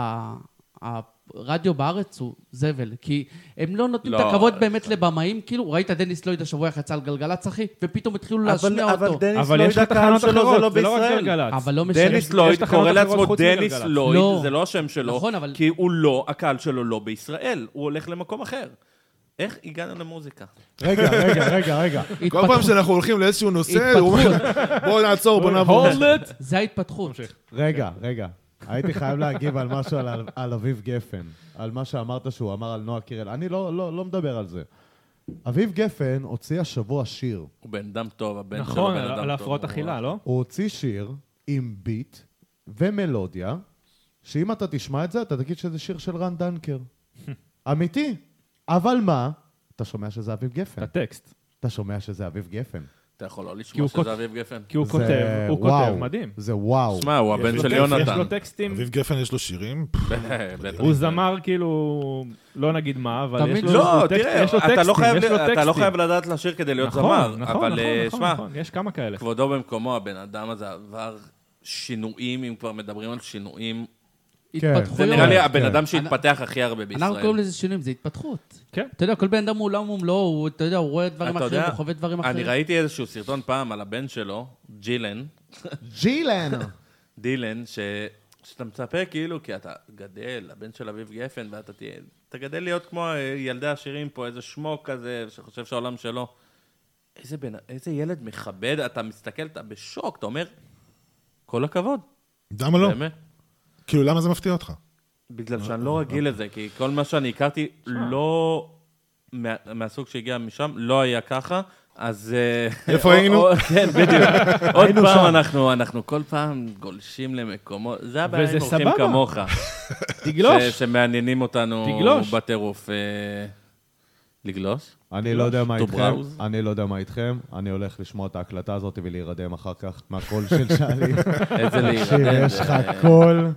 Speaker 5: ה- הרדיו בארץ הוא זבל, כי הם לא נותנים את
Speaker 2: לא,
Speaker 5: הכבוד
Speaker 2: אי
Speaker 5: באמת לבמאים, כאילו, ראית דניס לויד השבוע איך יצא על גלגלצ, אחי? ופתאום התחילו להשמיע
Speaker 1: אבל
Speaker 5: אותו.
Speaker 4: אה,
Speaker 1: דניס
Speaker 3: אבל לא יש לך תחנות אחרות, זה לא רק גלגלצ.
Speaker 5: אבל לא משנה.
Speaker 2: דניס לויד
Speaker 3: יש תחנות
Speaker 2: קורא
Speaker 3: אחרות
Speaker 2: לעצמו
Speaker 3: חוץ
Speaker 2: דניס
Speaker 3: מגלגלצ.
Speaker 5: לא.
Speaker 2: לויד, זה לא השם שלו,
Speaker 5: נכון, אבל-
Speaker 2: כי הוא לא, הקהל שלו לא בישראל, הוא הולך למקום אחר. איך הגענו למוזיקה?
Speaker 1: רגע, רגע, רגע, רגע.
Speaker 2: לא-
Speaker 4: כל פעם שאנחנו הולכים לאיזשהו נושא, הוא אומר, בואו נעצור, בואו נעבור.
Speaker 3: הולד!
Speaker 5: זה ההתפתחות.
Speaker 1: רגע, רגע. הייתי חייב להגיב על משהו על, על אביב גפן, על מה שאמרת שהוא אמר על נועה קירל. אני לא, לא, לא מדבר על זה. אביב גפן הוציא השבוע שיר.
Speaker 2: הוא בן אדם טוב, הבן שלו בן אדם טוב.
Speaker 3: נכון, על על ההפרעות אכילה, לא?
Speaker 1: הוא הוציא שיר עם ביט ומלודיה, שאם אתה תשמע את זה, אתה תגיד שזה שיר של רן דנקר. אמיתי. אבל מה? אתה שומע שזה אביב גפן.
Speaker 5: כן.
Speaker 3: את הטקסט.
Speaker 1: אתה שומע שזה אביב גפן.
Speaker 2: אתה יכול לא
Speaker 3: כי הוא
Speaker 2: לשמוע
Speaker 3: כות-
Speaker 2: שזה אביב גפן.
Speaker 3: כי הוא
Speaker 1: זה
Speaker 3: כותב, הוא
Speaker 1: וואו.
Speaker 3: כותב, מדהים.
Speaker 1: זה וואו.
Speaker 2: שמע, הוא הבן
Speaker 4: לו
Speaker 2: של
Speaker 4: טקסט,
Speaker 3: יש
Speaker 2: יונתן.
Speaker 3: לו טקסטים,
Speaker 4: אביב גפן יש לו שירים?
Speaker 2: בטח.
Speaker 3: הוא זמר כאילו, לא נגיד מה, אבל
Speaker 5: תמיד-
Speaker 3: יש לו
Speaker 2: לא,
Speaker 3: הוא טקסט-
Speaker 2: תראה,
Speaker 3: יש לו
Speaker 2: אתה לא
Speaker 3: טקסטים,
Speaker 2: חייב
Speaker 3: יש לו
Speaker 2: ל- אתה לא
Speaker 3: טקסטים.
Speaker 2: חייב לדעת לשיר כדי להיות
Speaker 3: נכון,
Speaker 2: זמר,
Speaker 3: נכון,
Speaker 2: אבל
Speaker 3: נכון,
Speaker 2: אה,
Speaker 3: נכון,
Speaker 2: שמע,
Speaker 3: נכון, יש כמה כאלה.
Speaker 2: כבודו במקומו, הבן אדם הזה עבר שינויים, אם כבר מדברים על שינויים. זה
Speaker 5: התפתחויות.
Speaker 2: נראה לי
Speaker 1: כן.
Speaker 2: הבן אדם שהתפתח הכי הרבה
Speaker 5: לא אנחנו קוראים
Speaker 2: בישראל.
Speaker 5: לזה שינויים, זה התפתחות.
Speaker 3: כן.
Speaker 5: אתה יודע, כל בן אדם הוא עולם ומלואו, הוא- אתה יודע, הוא רואה דברים
Speaker 2: אתה
Speaker 5: אחרים,
Speaker 2: יודע,
Speaker 5: הוא חווה דברים
Speaker 2: אני
Speaker 5: אחרים.
Speaker 2: ראיתי איזשהו סרטון פעם על הבן שלו, ג'ילן,
Speaker 1: ג'ילן.
Speaker 2: דילן, ש... שאתה מצפה כאילו, כי אתה גדל, הבן של אביב גפן, ואתה תהיה... אתה גדל להיות כמו אה, ילדי עשירים פה, איזה שמוק כזה, שחושב שהעולם שלו. איזה, בן... איזה ילד מכבד, אתה מסתכל, אתה בשוק, אתה אומר, כל הכבוד.
Speaker 4: למה לא?
Speaker 2: באמת.
Speaker 4: כאילו, למה זה מפתיע אותך?
Speaker 2: בגלל שאני לא רגיל לזה, כי כל מה שאני הכרתי, לא... מה- מהסוג שהגיע משם, לא היה ככה, אז... אה,
Speaker 4: איפה
Speaker 2: או-
Speaker 4: היינו?
Speaker 2: או- כן, בדיוק. עוד פעם אנחנו, אנחנו כל פעם גולשים למקומות, זה הבעיה
Speaker 3: וזה
Speaker 2: אם הולכים
Speaker 3: סבבה.
Speaker 2: כמוך.
Speaker 3: תגלוש.
Speaker 2: ש- שמעניינים אותנו
Speaker 3: תגלוש.
Speaker 2: בטירוף. אה, לגלוש?
Speaker 1: אני לא יודע מה
Speaker 2: To
Speaker 1: איתכם,
Speaker 2: browse.
Speaker 1: אני לא יודע מה איתכם, אני הולך לשמוע את ההקלטה הזאת ולהירדם אחר כך מהקול של שאלי.
Speaker 2: איזה להירדם.
Speaker 1: שיש לך קול,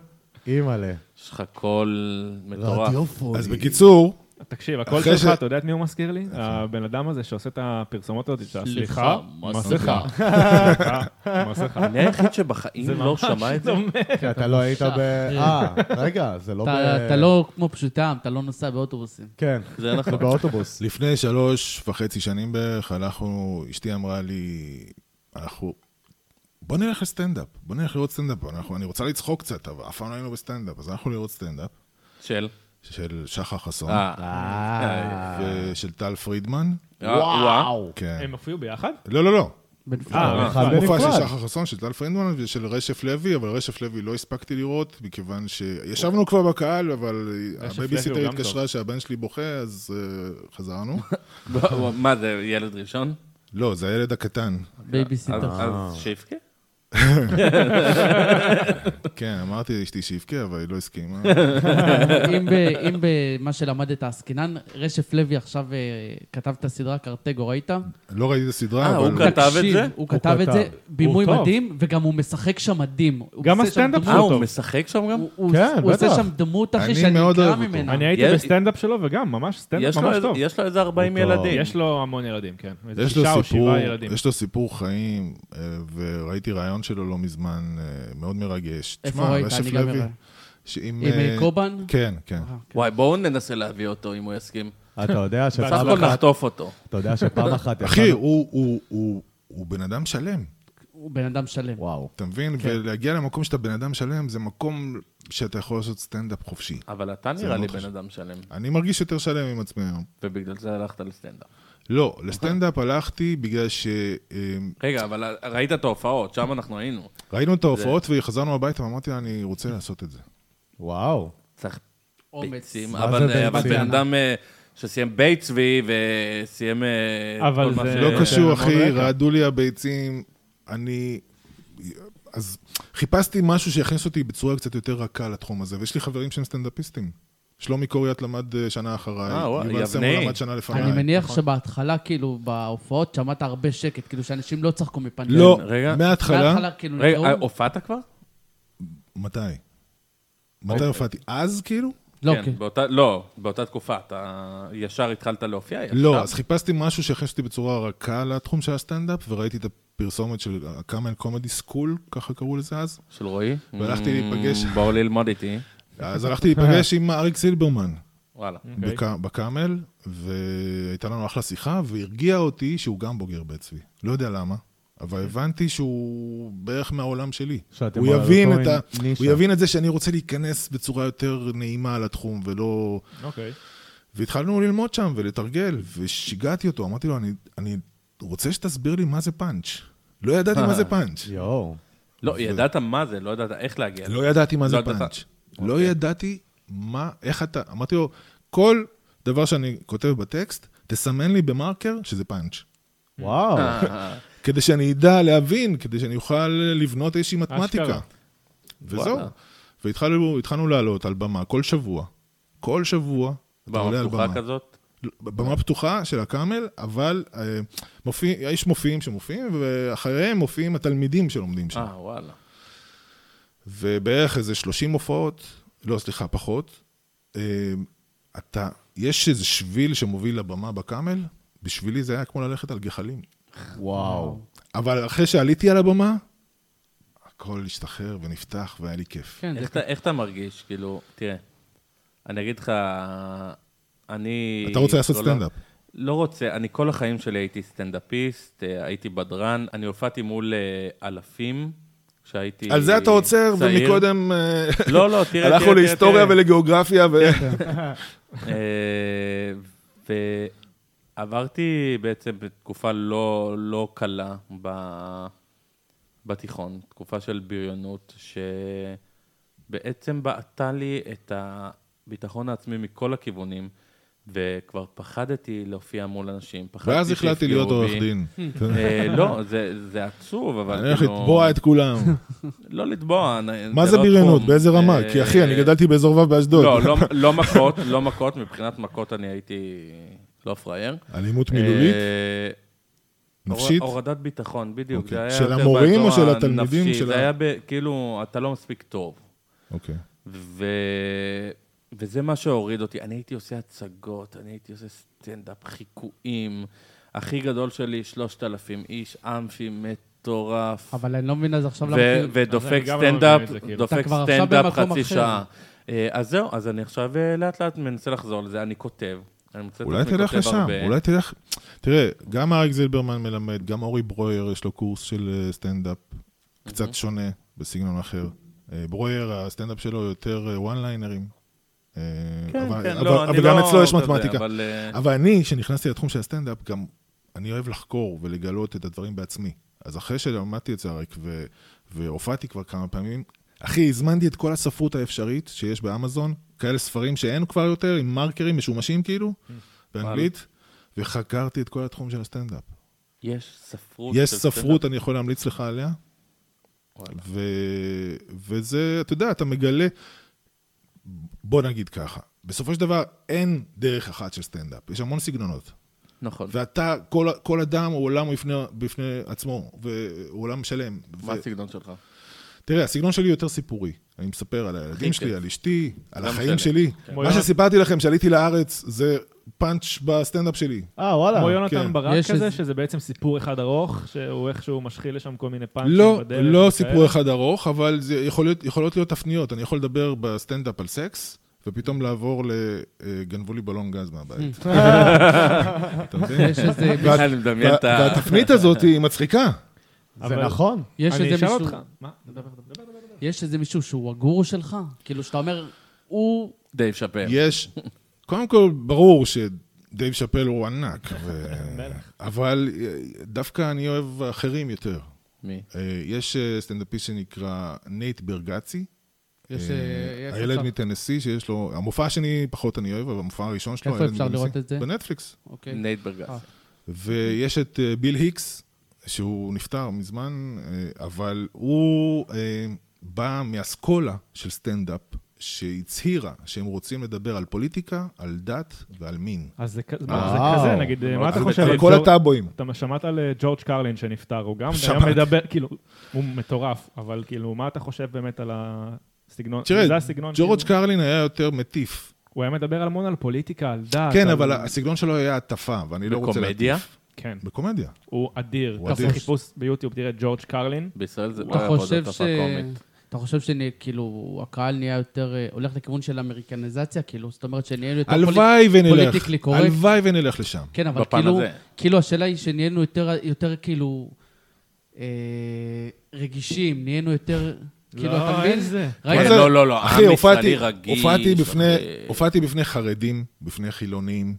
Speaker 1: אימא'לה.
Speaker 2: יש לך קול מטורף.
Speaker 4: אז בקיצור,
Speaker 3: תקשיב, הקול
Speaker 4: אחרי
Speaker 3: שלך,
Speaker 4: ש-
Speaker 3: אתה יודע את מי הוא מזכיר לי? הבן אדם הזה שעושה את הפרסומות הזאת, של
Speaker 5: סליחה,
Speaker 3: סליחה, מסכה. סליחה, מסכה.
Speaker 2: אני היחיד שבחיים לא שמע את זה.
Speaker 1: כי אתה לא היית ב... אה, רגע, זה לא ב...
Speaker 5: אתה- אתה לא כמו פשוטם, אתה לא נוסע באוטובוסים.
Speaker 1: כן,
Speaker 2: זה
Speaker 1: זה
Speaker 2: נכון.
Speaker 1: באוטובוס.
Speaker 4: לפני שלוש וחצי שנים בערך, אנחנו, אשתי אמרה לי, אנחנו, בוא נלך לסטנדאפ, בוא נלך לראות סטנדאפ, אנחנו, אני רוצה לצחוק קצת, אבל אף פעם לא היינו בסטנדאפ, אז הלכנו לראות סטנדאפ
Speaker 2: של?
Speaker 4: של שחר חסון
Speaker 2: אה.
Speaker 1: אה,
Speaker 4: ושל טל פרידמן.
Speaker 2: וואו.
Speaker 4: כן.
Speaker 3: הם הופיעו ביחד?
Speaker 4: לא, לא, לא.
Speaker 5: בנפרד.
Speaker 3: אה,
Speaker 1: אחד
Speaker 3: נכון.
Speaker 4: מופע של
Speaker 1: בנפרד.
Speaker 4: שחר חסון, של טל פרידמן ושל רשף לוי, אבל רשף לוי לא הספקתי לראות, מכיוון שישבנו כבר בקהל, אבל
Speaker 3: רשף לוי
Speaker 4: הבייביסיטר
Speaker 3: הוא גם
Speaker 4: התקשרה שהבן שלי בוכה, אז אה, חזרנו.
Speaker 2: מה זה, ילד ראשון?
Speaker 4: לא, זה הילד הקטן.
Speaker 2: אז
Speaker 5: בייביסיטר.
Speaker 2: אז שיבכה?
Speaker 4: כן, אמרתי לאשתי שיבכה, אבל היא לא הסכימה.
Speaker 5: אם ב- אם במה שלמדת עסקינן, רשף לוי עכשיו אה, כתב את הסדרה קרטגו, ראית?
Speaker 4: לא ראיתי את הסדרה,
Speaker 2: אה, הוא
Speaker 4: אבל...
Speaker 2: כתב את
Speaker 5: תקשיב,
Speaker 2: זה?
Speaker 5: הוא כתב את
Speaker 1: כתב.
Speaker 5: זה בימוי
Speaker 3: הוא טוב.
Speaker 5: מדהים, וגם הוא משחק שם מדהים. הוא
Speaker 3: גם
Speaker 5: עושה שם
Speaker 3: הסטנדאפ
Speaker 5: דמות.
Speaker 2: אה,
Speaker 3: הוא
Speaker 2: הוא
Speaker 3: טוב.
Speaker 2: משחק שם גם?
Speaker 5: הוא-
Speaker 1: כן,
Speaker 5: הוא עושה
Speaker 1: בטח.
Speaker 5: שם דמות, אחי,
Speaker 4: אני
Speaker 5: שאני
Speaker 4: מאוד
Speaker 5: אקרא
Speaker 4: אוהב אותו.
Speaker 5: ממנה.
Speaker 3: אני הייתי
Speaker 2: יש-
Speaker 3: בסטנדאפ שלו וגם, ממש סטנדאפ
Speaker 2: יש לו
Speaker 3: ממש
Speaker 2: איזה-
Speaker 3: טוב.
Speaker 2: יש לו איזה 40
Speaker 1: הוא טוב.
Speaker 2: ילדים.
Speaker 3: יש לו המון ילדים, כן. איזה
Speaker 4: יש לו,
Speaker 3: שישה או
Speaker 4: סיפור,
Speaker 3: שבעה ילדים.
Speaker 4: יש לו סיפור חיים, אה, וראיתי ראיון שלו לא מזמן, אה, מאוד מרגש.
Speaker 5: איפה
Speaker 4: תשמע,
Speaker 5: ראית?
Speaker 4: רשף
Speaker 5: אני גם
Speaker 4: לוי,
Speaker 5: אראה.
Speaker 4: שעם...
Speaker 5: עם אה,
Speaker 4: אה,
Speaker 5: קובן?
Speaker 4: כן, כן.
Speaker 5: אה, כן.
Speaker 2: וואי, בואו ננסה להביא אותו אם הוא יסכים.
Speaker 1: אתה יודע
Speaker 2: בסך
Speaker 1: שפעם
Speaker 2: הכל
Speaker 1: אחת...
Speaker 2: נחטוף אותו.
Speaker 1: אתה יודע שפעם אחת...
Speaker 4: אחי,
Speaker 1: יצאנו-
Speaker 4: הוא- הוא- הוא הוא בן אדם שלם.
Speaker 5: הוא בן אדם שלם.
Speaker 1: וואו.
Speaker 4: אתה מבין?
Speaker 5: כן.
Speaker 4: ולהגיע למקום שאתה בן אדם שלם, זה מקום שאתה יכול לעשות סטנדאפ חופשי.
Speaker 2: אבל אתה
Speaker 4: זה
Speaker 2: נראה לי
Speaker 4: מאוד
Speaker 2: בן
Speaker 4: חשוב.
Speaker 2: אדם שלם,
Speaker 4: אני מרגיש יותר שלם עם עצמי היום.
Speaker 2: ובגלל זה הלכת לסטנדאפ.
Speaker 4: לא,
Speaker 5: נכון.
Speaker 4: לסטנדאפ הלכתי בגלל אה, שראינו
Speaker 2: רגע, אבל ראית את ההופעות, שם אנחנו היינו.
Speaker 4: את ההופעות וחזרנו הביתה, ואמרתי לה, אני רוצה לעשות את זה.
Speaker 1: וואו.
Speaker 2: צריך
Speaker 5: אומץ.
Speaker 2: ביצים,
Speaker 1: מה
Speaker 2: אבל
Speaker 1: זה
Speaker 2: אבל
Speaker 1: ביצים?
Speaker 2: בן אדם אה, שסיים בית צבי וסיים אה,
Speaker 3: אבל
Speaker 2: כל מה
Speaker 3: זה-
Speaker 2: ש...
Speaker 4: לא
Speaker 3: אה,
Speaker 4: קשור,
Speaker 3: המון
Speaker 4: אחי,
Speaker 3: רקע.
Speaker 4: רעדו לי הביצים, אני... אז חיפשתי משהו שיכניס אותי בצורה קצת יותר רכה לתחום הזה, ויש לי חברים שהם סטנדאפיסטים. שלומי קוריאט למד אה, שנה אחריי,
Speaker 2: אה, וואי,
Speaker 4: יובל סמו
Speaker 2: יבנאי.
Speaker 4: למד שנה לפניי.
Speaker 5: אני מניח
Speaker 2: נכון.
Speaker 5: שבהתחלה, כאילו, בהופעות שמעת הרבה שקט, כאילו, שאנשים לא צחקו מפניהם.
Speaker 4: לא,
Speaker 2: כן, רגע.
Speaker 4: מההתחלה...
Speaker 5: בהתחלה, כאילו,
Speaker 2: רגע, אה,
Speaker 5: נקראו-
Speaker 2: הופעת כבר?
Speaker 4: מתי?
Speaker 2: אוקיי.
Speaker 4: מתי הופעתי? אז כאילו?
Speaker 5: לא,
Speaker 2: כן,
Speaker 5: כן.
Speaker 2: באותה- לא, באותה תקופה, אתה ישר התחלת להופיע? ישר?
Speaker 4: לא, אז חיפשתי משהו שהכניס אותי בצורה רכה לתחום של הסטנדאפ, וראיתי את הפרסומת של הקאמן קומדי סקול, ככה קראו לזה אז.
Speaker 2: של רועי?
Speaker 4: והלכתי להיפגש.
Speaker 2: Mm, בואו ללמוד איתי.
Speaker 4: אז הלכתי להיפגש עם אריק סילברמן.
Speaker 2: וואלה.
Speaker 3: אוקיי.
Speaker 4: בק- בקאמל, והייתה לנו אחלה שיחה, והרגיע אותי שהוא גם בוגר בית צבי. לא יודע למה, אבל הבנתי שהוא בערך מהעולם שלי.
Speaker 1: אוקיי. שאתם
Speaker 4: הוא
Speaker 1: על
Speaker 4: יבין,
Speaker 1: אותו
Speaker 4: את ה...
Speaker 1: נישה.
Speaker 4: הוא יבין את זה שאני רוצה להיכנס בצורה יותר נעימה לתחום, ולא...
Speaker 3: אוקיי.
Speaker 4: והתחלנו ללמוד שם ולתרגל, ושיגעתי אותו, אמרתי לו, אני, אני רוצה שתסביר לי מה זה פאנץ'. לא ידעתי מה זה פאנץ'.
Speaker 1: יואו.
Speaker 2: לא, ידעת מה זה, לא ידעת איך להגיע.
Speaker 4: לא ידעתי מה
Speaker 2: לא
Speaker 4: זה
Speaker 2: ידעת. אוקיי.
Speaker 4: פאנץ'. לא ידעתי מה, איך אתה, אמרתי לו, כל דבר שאני כותב בטקסט, תסמן לי במרקר שזה פאנץ'.
Speaker 1: וואו.
Speaker 2: אה,
Speaker 4: כדי שאני אדע להבין, כדי שאני אוכל לבנות איזושהי מתמטיקה.
Speaker 3: אשכרה.
Speaker 4: וזהו.
Speaker 2: וואלה.
Speaker 4: והתחלנו התחלנו לעלות על במה כל שבוע. כל שבוע. אתה עולה
Speaker 2: במה
Speaker 4: על
Speaker 2: פתוחה
Speaker 4: במה.
Speaker 2: כזאת?
Speaker 4: במה פתוחה של הקאמל, אבל אה, מופיע, יש מופיעים שמופיעים, ואחריהם מופיעים התלמידים שלומדים שם.
Speaker 2: אה, וואלה.
Speaker 4: ובערך איזה 30 הופעות, לא, סליחה, פחות. אה, אתה, יש איזה שביל שמוביל לבמה בקאמל, בשבילי זה היה כמו ללכת על גחלים.
Speaker 1: וואו.
Speaker 4: אבל אחרי שעליתי על הבמה, הכל השתחרר ונפתח והיה לי כיף.
Speaker 5: כן, זה
Speaker 2: איך אתה- איך אתה מרגיש? כאילו, תראה, אני אגיד לך, אני...
Speaker 4: אתה רוצה לעשות
Speaker 2: לא-
Speaker 4: סטנדאפ.
Speaker 2: לא רוצה, אני כל החיים שלי הייתי סטנדאפיסט, אה, הייתי בדרן, אני הופעתי מול אה, אלפים, כשהייתי
Speaker 4: על זה אתה עוצר,
Speaker 2: כן. צעיר.
Speaker 4: ומקודם אה,
Speaker 2: לא, לא, תראה, תראה,
Speaker 4: הלכנו
Speaker 2: תראה,
Speaker 4: להיסטוריה
Speaker 2: תראה. כן.
Speaker 4: ולגיאוגרפיה, ו...
Speaker 2: אה, ועברתי בעצם בתקופה לא, לא קלה ב, בתיכון, תקופה של בריונות, שבעצם בעטה לי את הביטחון העצמי מכל הכיוונים, וכבר פחדתי להופיע מול אנשים, פחדתי
Speaker 4: ואז החלטתי
Speaker 2: שיפגעו
Speaker 4: להיות עורך
Speaker 2: בי.
Speaker 4: דין. כן.
Speaker 2: אה, לא, זה, זה עצוב, אבל כאילו,
Speaker 4: אני הולך לתבוע את כולם.
Speaker 2: לא לתבוע. נ-
Speaker 4: מה זה
Speaker 2: לא
Speaker 4: בריונות?
Speaker 2: תחום.
Speaker 4: באיזה רמה?
Speaker 2: אה,
Speaker 4: כי אחי, אני גדלתי באזור ו' באשדוד.
Speaker 2: לא, לא- לא מכות, לא מכות, מבחינת מכות אני הייתי לא פראייר.
Speaker 4: אלימות מילולית,
Speaker 2: אה,
Speaker 4: נפשית.
Speaker 2: הור- הורדת ביטחון, בדיוק.
Speaker 4: אוקיי.
Speaker 2: זה היה
Speaker 4: של
Speaker 2: יותר
Speaker 4: המורים או
Speaker 2: באזור
Speaker 4: של התלמידים?
Speaker 2: הנפשי,
Speaker 4: של
Speaker 2: זה
Speaker 4: ה-
Speaker 2: היה ב- כאילו, אתה לא מספיק טוב.
Speaker 4: אוקיי.
Speaker 2: ו... וזה מה שהוריד אותי. אני הייתי עושה הצגות, אני הייתי עושה סטנדאפ, חיקויים. הכי גדול שלי, 3,000 איש, אמפי מטורף.
Speaker 5: אבל אני לא מבין אז עכשיו
Speaker 2: ו-
Speaker 5: למה... כאילו-
Speaker 3: אני
Speaker 2: ודופק
Speaker 3: גם לא
Speaker 2: סטנדאפ,
Speaker 3: מבין את זה, כאילו.
Speaker 5: אתה
Speaker 2: דופק
Speaker 5: כבר עכשיו
Speaker 2: סטנדאפ
Speaker 5: במקום
Speaker 2: חצי
Speaker 5: אחר.
Speaker 2: שעה. אה, אז זהו, אז אני עכשיו אה, לאט לאט מנסה לחזור לזה, אני כותב. אני מוצא את
Speaker 4: אולי
Speaker 2: עצמי
Speaker 4: תלך
Speaker 2: כותב
Speaker 4: לשם,
Speaker 2: הרבה.
Speaker 4: אולי תלך... תראה, גם אריק זילברמן מלמד, גם אורי ברויר יש לו קורס של אה, סטנדאפ, קצת שונה, בסגנון אחר. אה, ברויר, הסטנדאפ שלו יותר אה, וואן ליינרים. אה, אבל-
Speaker 2: כן, כן,
Speaker 4: אבל-
Speaker 2: לא, אני
Speaker 4: אבל
Speaker 2: לא
Speaker 4: גם אצלו יש
Speaker 2: כזה,
Speaker 4: מתמטיקה.
Speaker 2: אבל, אה,
Speaker 4: אבל אני, כשנכנסתי לתחום של הסטנדאפ, גם אני אוהב לחקור ולגלות את הדברים בעצמי. אז אחרי שלמדתי את זה אריק ו- והופעתי כבר כמה פעמים, אחי, הזמנתי את כל הספרות האפשרית שיש באמזון, כאלה ספרים שאין כבר יותר, עם מרקרים משומשים כאילו, באנגלית, וחקרתי את כל התחום של הסטנדאפ.
Speaker 2: יש ספרות.
Speaker 4: יש
Speaker 2: של
Speaker 4: ספרות, אני יכול להמליץ לך עליה,
Speaker 2: וואלה.
Speaker 4: ו... וזה, אתה יודע, אתה מגלה, בוא נגיד ככה, בסופו של דבר אין דרך אחת של סטנדאפ, יש המון סגנונות.
Speaker 2: סטנדאפ. נכון.
Speaker 4: ואתה, כל, כל אדם הוא עולם בפני, בפני עצמו, והוא עולם שלם.
Speaker 2: מה
Speaker 4: ו...
Speaker 2: הסגנון שלך?
Speaker 4: תראה, הסגנון שלי יותר סיפורי. אני מספר על הילדים
Speaker 2: הכי
Speaker 4: שלי,
Speaker 2: כיף.
Speaker 4: על אשתי, על
Speaker 2: לא
Speaker 4: החיים
Speaker 2: משנה.
Speaker 4: שלי.
Speaker 3: כמו
Speaker 4: מה
Speaker 3: יונתן-
Speaker 4: שסיפרתי לכם כשעליתי לארץ, זה פאנץ' בסטנדאפ שלי.
Speaker 1: אה, וואלה.
Speaker 3: כמו יונתן
Speaker 4: כן.
Speaker 3: ברק
Speaker 5: יש
Speaker 3: כזה,
Speaker 5: איזה-
Speaker 3: שזה בעצם סיפור אחד ארוך, שהוא איכשהו משחיל לשם כל מיני פאנצ'ים
Speaker 4: לא,
Speaker 3: בדרך.
Speaker 4: לא
Speaker 3: וכאלה.
Speaker 4: סיפור אחד ארוך, אבל זה יכול להיות, יכולות להיות תפניות. אני יכול לדבר בסטנדאפ על סקס, ופתאום לעבור ל... אה, גנבו לי בלון גז מהבית. אתה מבין?
Speaker 5: יש איזה...
Speaker 4: וה-
Speaker 3: לא,
Speaker 2: אני מדמיין את ה...
Speaker 4: והתפנית הזאת היא מצחיקה.
Speaker 1: זה נכון.
Speaker 5: יש
Speaker 3: אני
Speaker 5: איזה
Speaker 3: אשאל
Speaker 5: מישהו-
Speaker 3: אותך. מה? דבר, דבר, דבר.
Speaker 5: יש איזה מישהו שהוא הגורו שלך? כאילו, שאתה אומר, הוא...
Speaker 2: דייב שאפל.
Speaker 4: יש, קודם כל, ברור שדייב שאפל הוא ענק, ו... אבל אה, דווקא אני אוהב אחרים יותר.
Speaker 2: מי?
Speaker 4: אה, יש אה, סטנדאפיסט שנקרא נייט ברגצי,
Speaker 5: יש...
Speaker 4: אה,
Speaker 5: אה, יש
Speaker 4: הילד
Speaker 5: עכשיו-
Speaker 4: מטנסי שיש לו, המופע השני פחות אני אוהב, אבל המופע הראשון שלו,
Speaker 5: איפה
Speaker 4: הילד
Speaker 5: אפשר
Speaker 4: מטנסי.
Speaker 5: לראות את זה?
Speaker 4: בנטפליקס.
Speaker 5: אוקיי.
Speaker 2: נייט ברגס.
Speaker 5: אה.
Speaker 4: ויש את אה, ביל היקס, שהוא נפטר מזמן, אה, אבל הוא אה, בא מאסכולה של סטנדאפ, שהצהירה שהם רוצים לדבר על פוליטיקה, על דת ועל מין.
Speaker 3: אז זה כ- מה, זה
Speaker 4: אה,
Speaker 1: וואו.
Speaker 3: כזה, נגיד, מה אתה
Speaker 2: זה
Speaker 3: חושב
Speaker 2: אבל
Speaker 4: על
Speaker 3: על
Speaker 4: כן, כל
Speaker 3: ג'ורג'-
Speaker 4: הטאבואים.
Speaker 3: אתה שמעת על אה, ג'ורג' קרלין שנפטר, הוא גם היה
Speaker 4: שמעתי.
Speaker 3: מדבר, כאילו, הוא מטורף, אבל כאילו, מה אתה חושב באמת על הסגנון? זה
Speaker 4: תראה,
Speaker 3: הסגנון,
Speaker 4: ג'ורג'
Speaker 3: כאילו,
Speaker 4: קרלין היה יותר מטיף.
Speaker 3: הוא היה מדבר המון על פוליטיקה, על דת.
Speaker 4: כן,
Speaker 3: על-
Speaker 4: אבל הסגנון שלו היה הטפה, ואני לא רוצה...
Speaker 2: בקומדיה? אה,
Speaker 4: להטיף.
Speaker 3: כן,
Speaker 4: בקומדיה.
Speaker 3: הוא אדיר.
Speaker 4: הוא
Speaker 3: תעשו
Speaker 4: אדיר.
Speaker 3: חיפוש ביוטיוב, תראה ג'ורג' קרלין.
Speaker 2: בישראל זה לא
Speaker 5: אתה
Speaker 2: יכול
Speaker 5: חושב
Speaker 2: להיות
Speaker 5: ש...
Speaker 2: תופעה קומית.
Speaker 5: אתה חושב שכאילו הקהל נהיה יותר, אה, הולך לכיוון של אמריקניזציה, כאילו, זאת אומרת שנהיינו יותר
Speaker 4: הלוואי ונלך.
Speaker 5: פוליטיקלי קורקט.
Speaker 4: הלוואי ונלך לשם.
Speaker 5: כן, אבל
Speaker 2: בפן
Speaker 5: כאילו,
Speaker 2: הזה.
Speaker 5: כאילו השאלה היא שנהיינו יותר, יותר כאילו אה, רגישים, נהיינו יותר, כאילו, אתה מבין?
Speaker 2: מה
Speaker 5: רגע,
Speaker 2: זה?
Speaker 5: לא,
Speaker 2: לא, לא, לא,
Speaker 4: אחי,
Speaker 2: עם
Speaker 4: הופעתי-
Speaker 2: ישראלי רגיש, אה,
Speaker 4: הופעתי בפני-
Speaker 2: אחי.
Speaker 4: הופעתי בפני חרדים, בפני חילונים,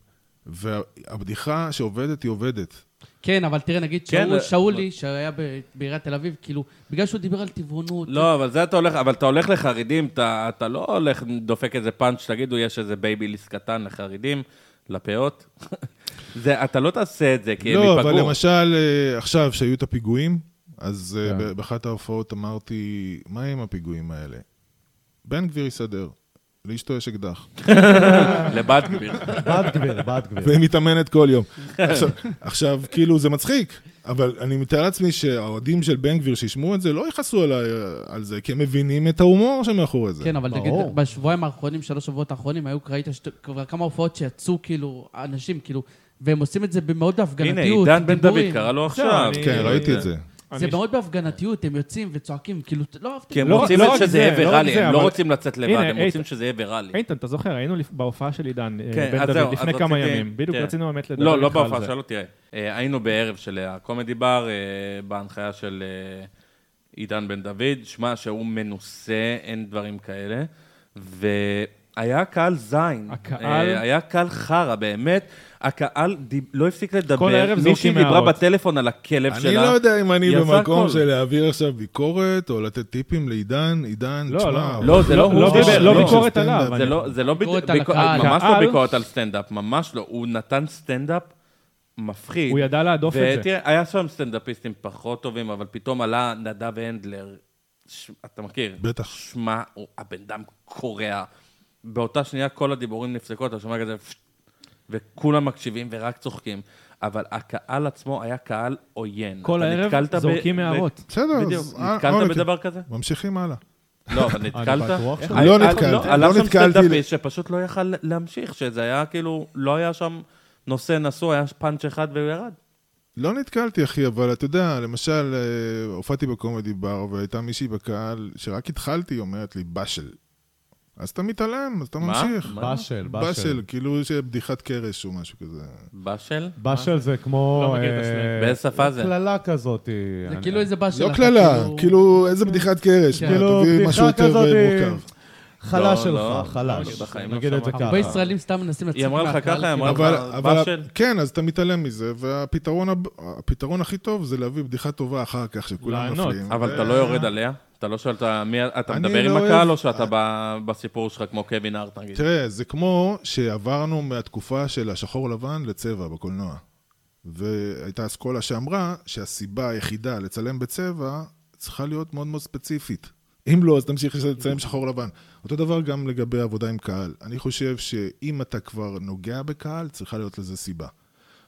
Speaker 4: והבדיחה שעובדת היא עובדת.
Speaker 5: כן, אבל תראה, נגיד
Speaker 2: כן,
Speaker 5: שאול,
Speaker 2: אבל-
Speaker 5: שאולי, שהיה ב- בעיריית תל אביב, כאילו, בגלל שהוא דיבר על טבעונות,
Speaker 2: לא, אבל זה אתה הולך, אבל אתה הולך לחרדים, אתה, אתה לא הולך, דופק איזה פאנץ', תגידו, יש איזה בייביליס קטן לחרדים, לפאות. זה, אתה לא תעשה את זה, כי הם
Speaker 4: לא,
Speaker 2: ייפגעו.
Speaker 4: אבל למשל, אה, עכשיו, שהיו את הפיגועים, אז אה,
Speaker 3: כן.
Speaker 4: ב- באחת ההופעות אמרתי, מה עם הפיגועים האלה? בן גביר יסדר, לאשתו יש אקדח.
Speaker 2: לבת גביר.
Speaker 1: בת גביר, בת גביר.
Speaker 4: והיא מתאמנת כן. כל יום. עכשיו, עכשיו, כאילו, זה מצחיק, אבל אני מתאר לעצמי שהאוהדים של בן גביר שישמעו את זה, לא יכעסו על, ה- על זה, כי הם מבינים את ההומור שמאחורי זה.
Speaker 5: כן, אבל נגיד,
Speaker 1: ברור.
Speaker 5: בשבועיים האחרונים, שלוש שבועות האחרונים, היו ראית שת- כבר כמה הופעות שיצאו, כאילו, אנשים, כאילו, והם עושים את זה במאוד
Speaker 2: הנה,
Speaker 5: בהפגנתיות,
Speaker 2: עידן בן דוד
Speaker 5: דיבורים.
Speaker 2: קרא לו עכשיו.
Speaker 3: אני-
Speaker 4: כן, ראיתי את זה.
Speaker 5: זה מאוד בהפגנתיות, הם יוצאים וצועקים, כאילו, לא
Speaker 2: כי
Speaker 5: אהבתי.
Speaker 2: הם
Speaker 3: לא-
Speaker 2: רוצים
Speaker 3: לא רק
Speaker 2: שזה
Speaker 3: זה,
Speaker 2: יהיה
Speaker 3: לא רק
Speaker 2: ויראלי,
Speaker 3: זה,
Speaker 2: הם לא
Speaker 3: אבל-
Speaker 2: רוצים לצאת לבד,
Speaker 3: הנה,
Speaker 2: הם
Speaker 3: אי-
Speaker 2: רוצים שזה יהיה ויראלי.
Speaker 3: איתן, אתה זוכר, היינו לפ- בהופעה של עידן, אה,
Speaker 2: כן,
Speaker 3: בן
Speaker 2: אז זהו,
Speaker 3: דוד,
Speaker 2: אז
Speaker 3: לפני כמה
Speaker 2: רציתי-
Speaker 3: ימים. בדיוק
Speaker 2: כן.
Speaker 3: רצינו באמת לדבר
Speaker 2: לא, לא
Speaker 3: איתך על
Speaker 2: בהופעה
Speaker 3: זה.
Speaker 2: שלו, תראה. אה, היינו בערב של הקומדי בר, אה, בהנחיה של אה, עידן בן דוד, שמע שהוא מנוסה, אין דברים כאלה, והיה קהל זין.
Speaker 3: הקהל-
Speaker 2: אה, היה קהל חרא, באמת. הקהל דיב- לא הפסיק לדבר.
Speaker 3: כל הערב
Speaker 2: מישהי
Speaker 3: זורקים
Speaker 2: דיברה
Speaker 3: הערות.
Speaker 2: בטלפון על הכלב
Speaker 4: אני
Speaker 2: שלה.
Speaker 4: לא יודע אם אני
Speaker 2: יצא
Speaker 4: במקום
Speaker 2: הכל.
Speaker 4: של להעביר עכשיו ביקורת, או לתת טיפים לעידן, עידן,
Speaker 3: לא,
Speaker 4: תשמע,
Speaker 3: לא.
Speaker 4: אבל-
Speaker 2: לא, זה לא הוא
Speaker 3: לא
Speaker 2: דיבר,
Speaker 3: דיבר,
Speaker 2: לא.
Speaker 3: לא ביקורת
Speaker 4: סטנדאפ.
Speaker 3: עליו.
Speaker 2: זה
Speaker 3: אני-
Speaker 2: לא, זה לא
Speaker 5: ביקורת
Speaker 2: ביק-
Speaker 5: על
Speaker 2: ביקורת,
Speaker 5: הקהל.
Speaker 2: ממש לא
Speaker 3: קהל.
Speaker 2: ביקורת על סטנדאפ, ממש לא. הוא נתן סטנדאפ מפחיד.
Speaker 3: הוא ידע להדוף את זה.
Speaker 2: ותראה, היה שם סטנדאפיסטים פחות טובים, אבל פתאום עלה נדב הנדלר, ש... אתה מכיר?
Speaker 4: בטח.
Speaker 2: שמע, הוא- הבן אדם קורע. באותה שנייה כל הדיבורים נפסקו, אתה שומע כזה, פשט, וכולם מקשיבים ורק צוחקים. אבל הקהל עצמו היה קהל עוין.
Speaker 3: כל
Speaker 2: אתה
Speaker 3: הערב
Speaker 2: נתקלת ב-
Speaker 3: זורקים
Speaker 2: ב-
Speaker 3: הערות.
Speaker 4: בסדר,
Speaker 2: בדיוק.
Speaker 4: אז- אה,
Speaker 2: נתקלת
Speaker 4: אוקיי.
Speaker 2: בדבר כזה?
Speaker 4: ממשיכים הלאה.
Speaker 2: לא, אבל נתקלת?
Speaker 1: בטוח שלא.
Speaker 2: היה-
Speaker 4: לא
Speaker 2: היה-
Speaker 4: נתקלתי,
Speaker 2: עלה
Speaker 4: לא
Speaker 2: שם
Speaker 4: נתקלתי.
Speaker 2: סטנדאפיסט שפשוט לא יכל להמשיך, שזה היה כאילו, לא היה שם נושא נשוא, היה פאנץ' אחד והוא ירד.
Speaker 4: לא נתקלתי, אחי, אבל אתה יודע, למשל, אה, הופעתי בקומדי בר, והייתה מישהי בקהל, שרק התחלתי, היא אומרת לי, בשל. אז אתה מתעלם, אז אתה
Speaker 2: מה?
Speaker 4: ממשיך.
Speaker 2: מה?
Speaker 1: בשל, בשל.
Speaker 4: בשל, כאילו שבדיחת קרש או משהו כזה.
Speaker 2: בשל?
Speaker 1: בשל זה כמו...
Speaker 3: לא מכיר את הסלנג.
Speaker 1: אה,
Speaker 2: באיזה שפה זה?
Speaker 1: קללה כזאת.
Speaker 5: זה
Speaker 1: אני-
Speaker 5: כאילו איזה באש
Speaker 4: לא קללה, כאילו, איזה בדיחת קרש,
Speaker 5: כן.
Speaker 4: מה,
Speaker 1: כאילו,
Speaker 4: תביא
Speaker 1: בדיחה
Speaker 4: משהו יותר
Speaker 1: כזאת,
Speaker 4: אה, מורכב.
Speaker 2: לא,
Speaker 1: חלש
Speaker 2: לא,
Speaker 1: שלך, חלש.
Speaker 2: לא, בחיים לא
Speaker 1: נגיד את זה
Speaker 2: שמעתי.
Speaker 1: ככה.
Speaker 5: הרבה ישראלים סתם מנסים לצאת
Speaker 2: היא אמרה לך
Speaker 5: מהקהל,
Speaker 2: ככה, היא
Speaker 5: כאילו.
Speaker 2: אמרה-
Speaker 4: אבל,
Speaker 2: אבל-
Speaker 4: אבל,
Speaker 2: בשל.
Speaker 4: כן, אז אתה מתעלם מזה, והפתרון הב- הפתרון הכי טוב זה להביא בדיחה טובה אחר כך, שכולם
Speaker 3: לענות.
Speaker 4: מפריעים.
Speaker 2: אבל אתה לא יורד עליה? אתה לא שואל את ה- מי... אתה
Speaker 4: אה. אני
Speaker 2: מדבר עם
Speaker 4: לא
Speaker 2: הקהל
Speaker 4: אוהב-
Speaker 2: או שאתה ב- בסיפור שלך כמו קווין הארט נגיד?
Speaker 4: תראה, זה כמו שעברנו מהתקופה של השחור לבן לצבע בקולנוע. והייתה אסכולה שאמרה שהסיבה היחידה לצלם בצבע צריכה להיות מאוד מאוד ספציפית. אם לא, אז תמשיך לצלם שחור לבן. אותו דבר גם לגבי עבודה עם קהל. אני חושב שאם אתה כבר נוגע בקהל, צריכה להיות לזה סיבה.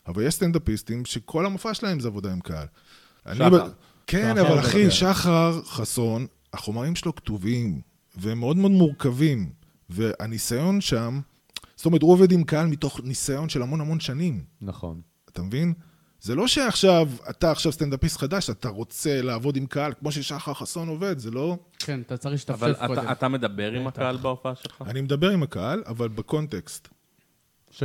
Speaker 4: אבל יש סטנדאפיסטים שכל המופע שלהם זה עבודה עם קהל. אני
Speaker 2: שחר.
Speaker 4: ב- כן,
Speaker 1: שחר
Speaker 4: אבל
Speaker 1: זה
Speaker 4: אחי,
Speaker 1: דבר.
Speaker 4: שחר חסון, החומרים שלו כתובים, והם מאוד מאוד מורכבים, והניסיון שם, זאת אומרת, הוא עובד עם קהל מתוך ניסיון של המון המון שנים,
Speaker 1: נכון.
Speaker 4: אתה מבין? זה לא שעכשיו, אתה עכשיו סטנדאפיסט חדש, אתה רוצה לעבוד עם קהל כמו ששחר חסון עובד, זה לא...
Speaker 5: כן, אתה צריך
Speaker 2: אבל
Speaker 5: להשתפשף
Speaker 2: אתה-
Speaker 5: קודם.
Speaker 2: אתה מדבר עם הקהל בהופעה שלך?
Speaker 4: אני מדבר עם הקהל, אבל בקונטקסט.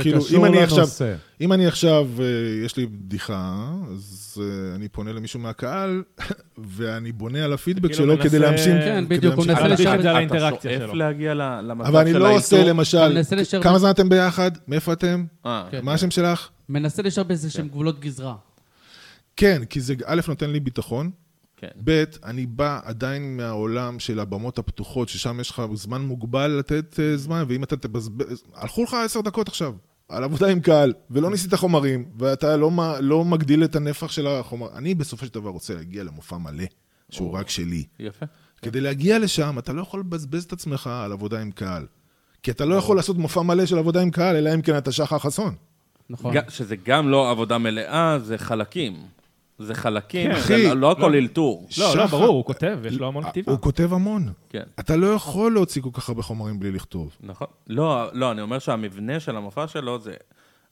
Speaker 4: כאילו,
Speaker 1: שקשור
Speaker 4: אם אני עכשיו-
Speaker 1: לנושא.
Speaker 4: אם אני עכשיו, אה, יש לי בדיחה, אז אה, אני פונה למישהו מהקהל, ואני בונה על הפידבק
Speaker 3: כאילו
Speaker 4: שלו
Speaker 3: מנסה-
Speaker 4: כדי להמשיך.
Speaker 3: כן,
Speaker 4: כדי
Speaker 5: בדיוק, הוא
Speaker 4: להמשיך.
Speaker 5: מנסה
Speaker 2: אתה
Speaker 5: לשבת-
Speaker 3: על
Speaker 2: אתה
Speaker 3: האינטראקציה
Speaker 2: שואף
Speaker 3: שלו.
Speaker 2: להגיע ל- למצב של
Speaker 4: אבל אני לא עושה,
Speaker 5: אתה
Speaker 4: למשל,
Speaker 5: מנסה לשרת-
Speaker 4: כמה זמן אתם ביחד? מאיפה אתם?
Speaker 2: אה,
Speaker 5: כן.
Speaker 4: מה השם שלך?
Speaker 5: מנסה להישאר באיזה שהם גבולות גזרה.
Speaker 4: כן, כי זה א', נותן לי ביטחון,
Speaker 2: כן.
Speaker 4: ב', אני בא עדיין מהעולם של הבמות הפתוחות, ששם יש לך זמן מוגבל לתת אה, זמן, ואם אתה תבזבז... הלכו לך עשר דקות עכשיו, על עבודה עם קהל, ולא ניסית חומרים, ואתה לא, מ- לא מגדיל את הנפח של החומר. אני בסופו של דבר רוצה להגיע למופע מלא, שהוא רק שלי.
Speaker 2: יפה.
Speaker 4: כדי להגיע לשם, אתה לא יכול לבזבז את עצמך על עבודה עם קהל. כי אתה לא יכול לעשות מופע מלא של עבודה עם קהל, אלא אם כן אתה שחר חסון.
Speaker 5: נכון.
Speaker 2: ג- שזה גם לא עבודה מלאה, זה חלקים. זה חלקים,
Speaker 4: כן,
Speaker 2: זה
Speaker 4: אחי.
Speaker 2: לא- לא הכל אלתור.
Speaker 3: לא, לא,
Speaker 4: שחר-
Speaker 3: ברור, הוא כותב, יש לו המון כתיבה.
Speaker 4: אה, הוא כותב המון.
Speaker 2: כן.
Speaker 4: אתה לא יכול להוציא כל כך הרבה חומרים בלי לכתוב.
Speaker 2: נכון. לא, לא, אני אומר שהמבנה של המופע שלו זה...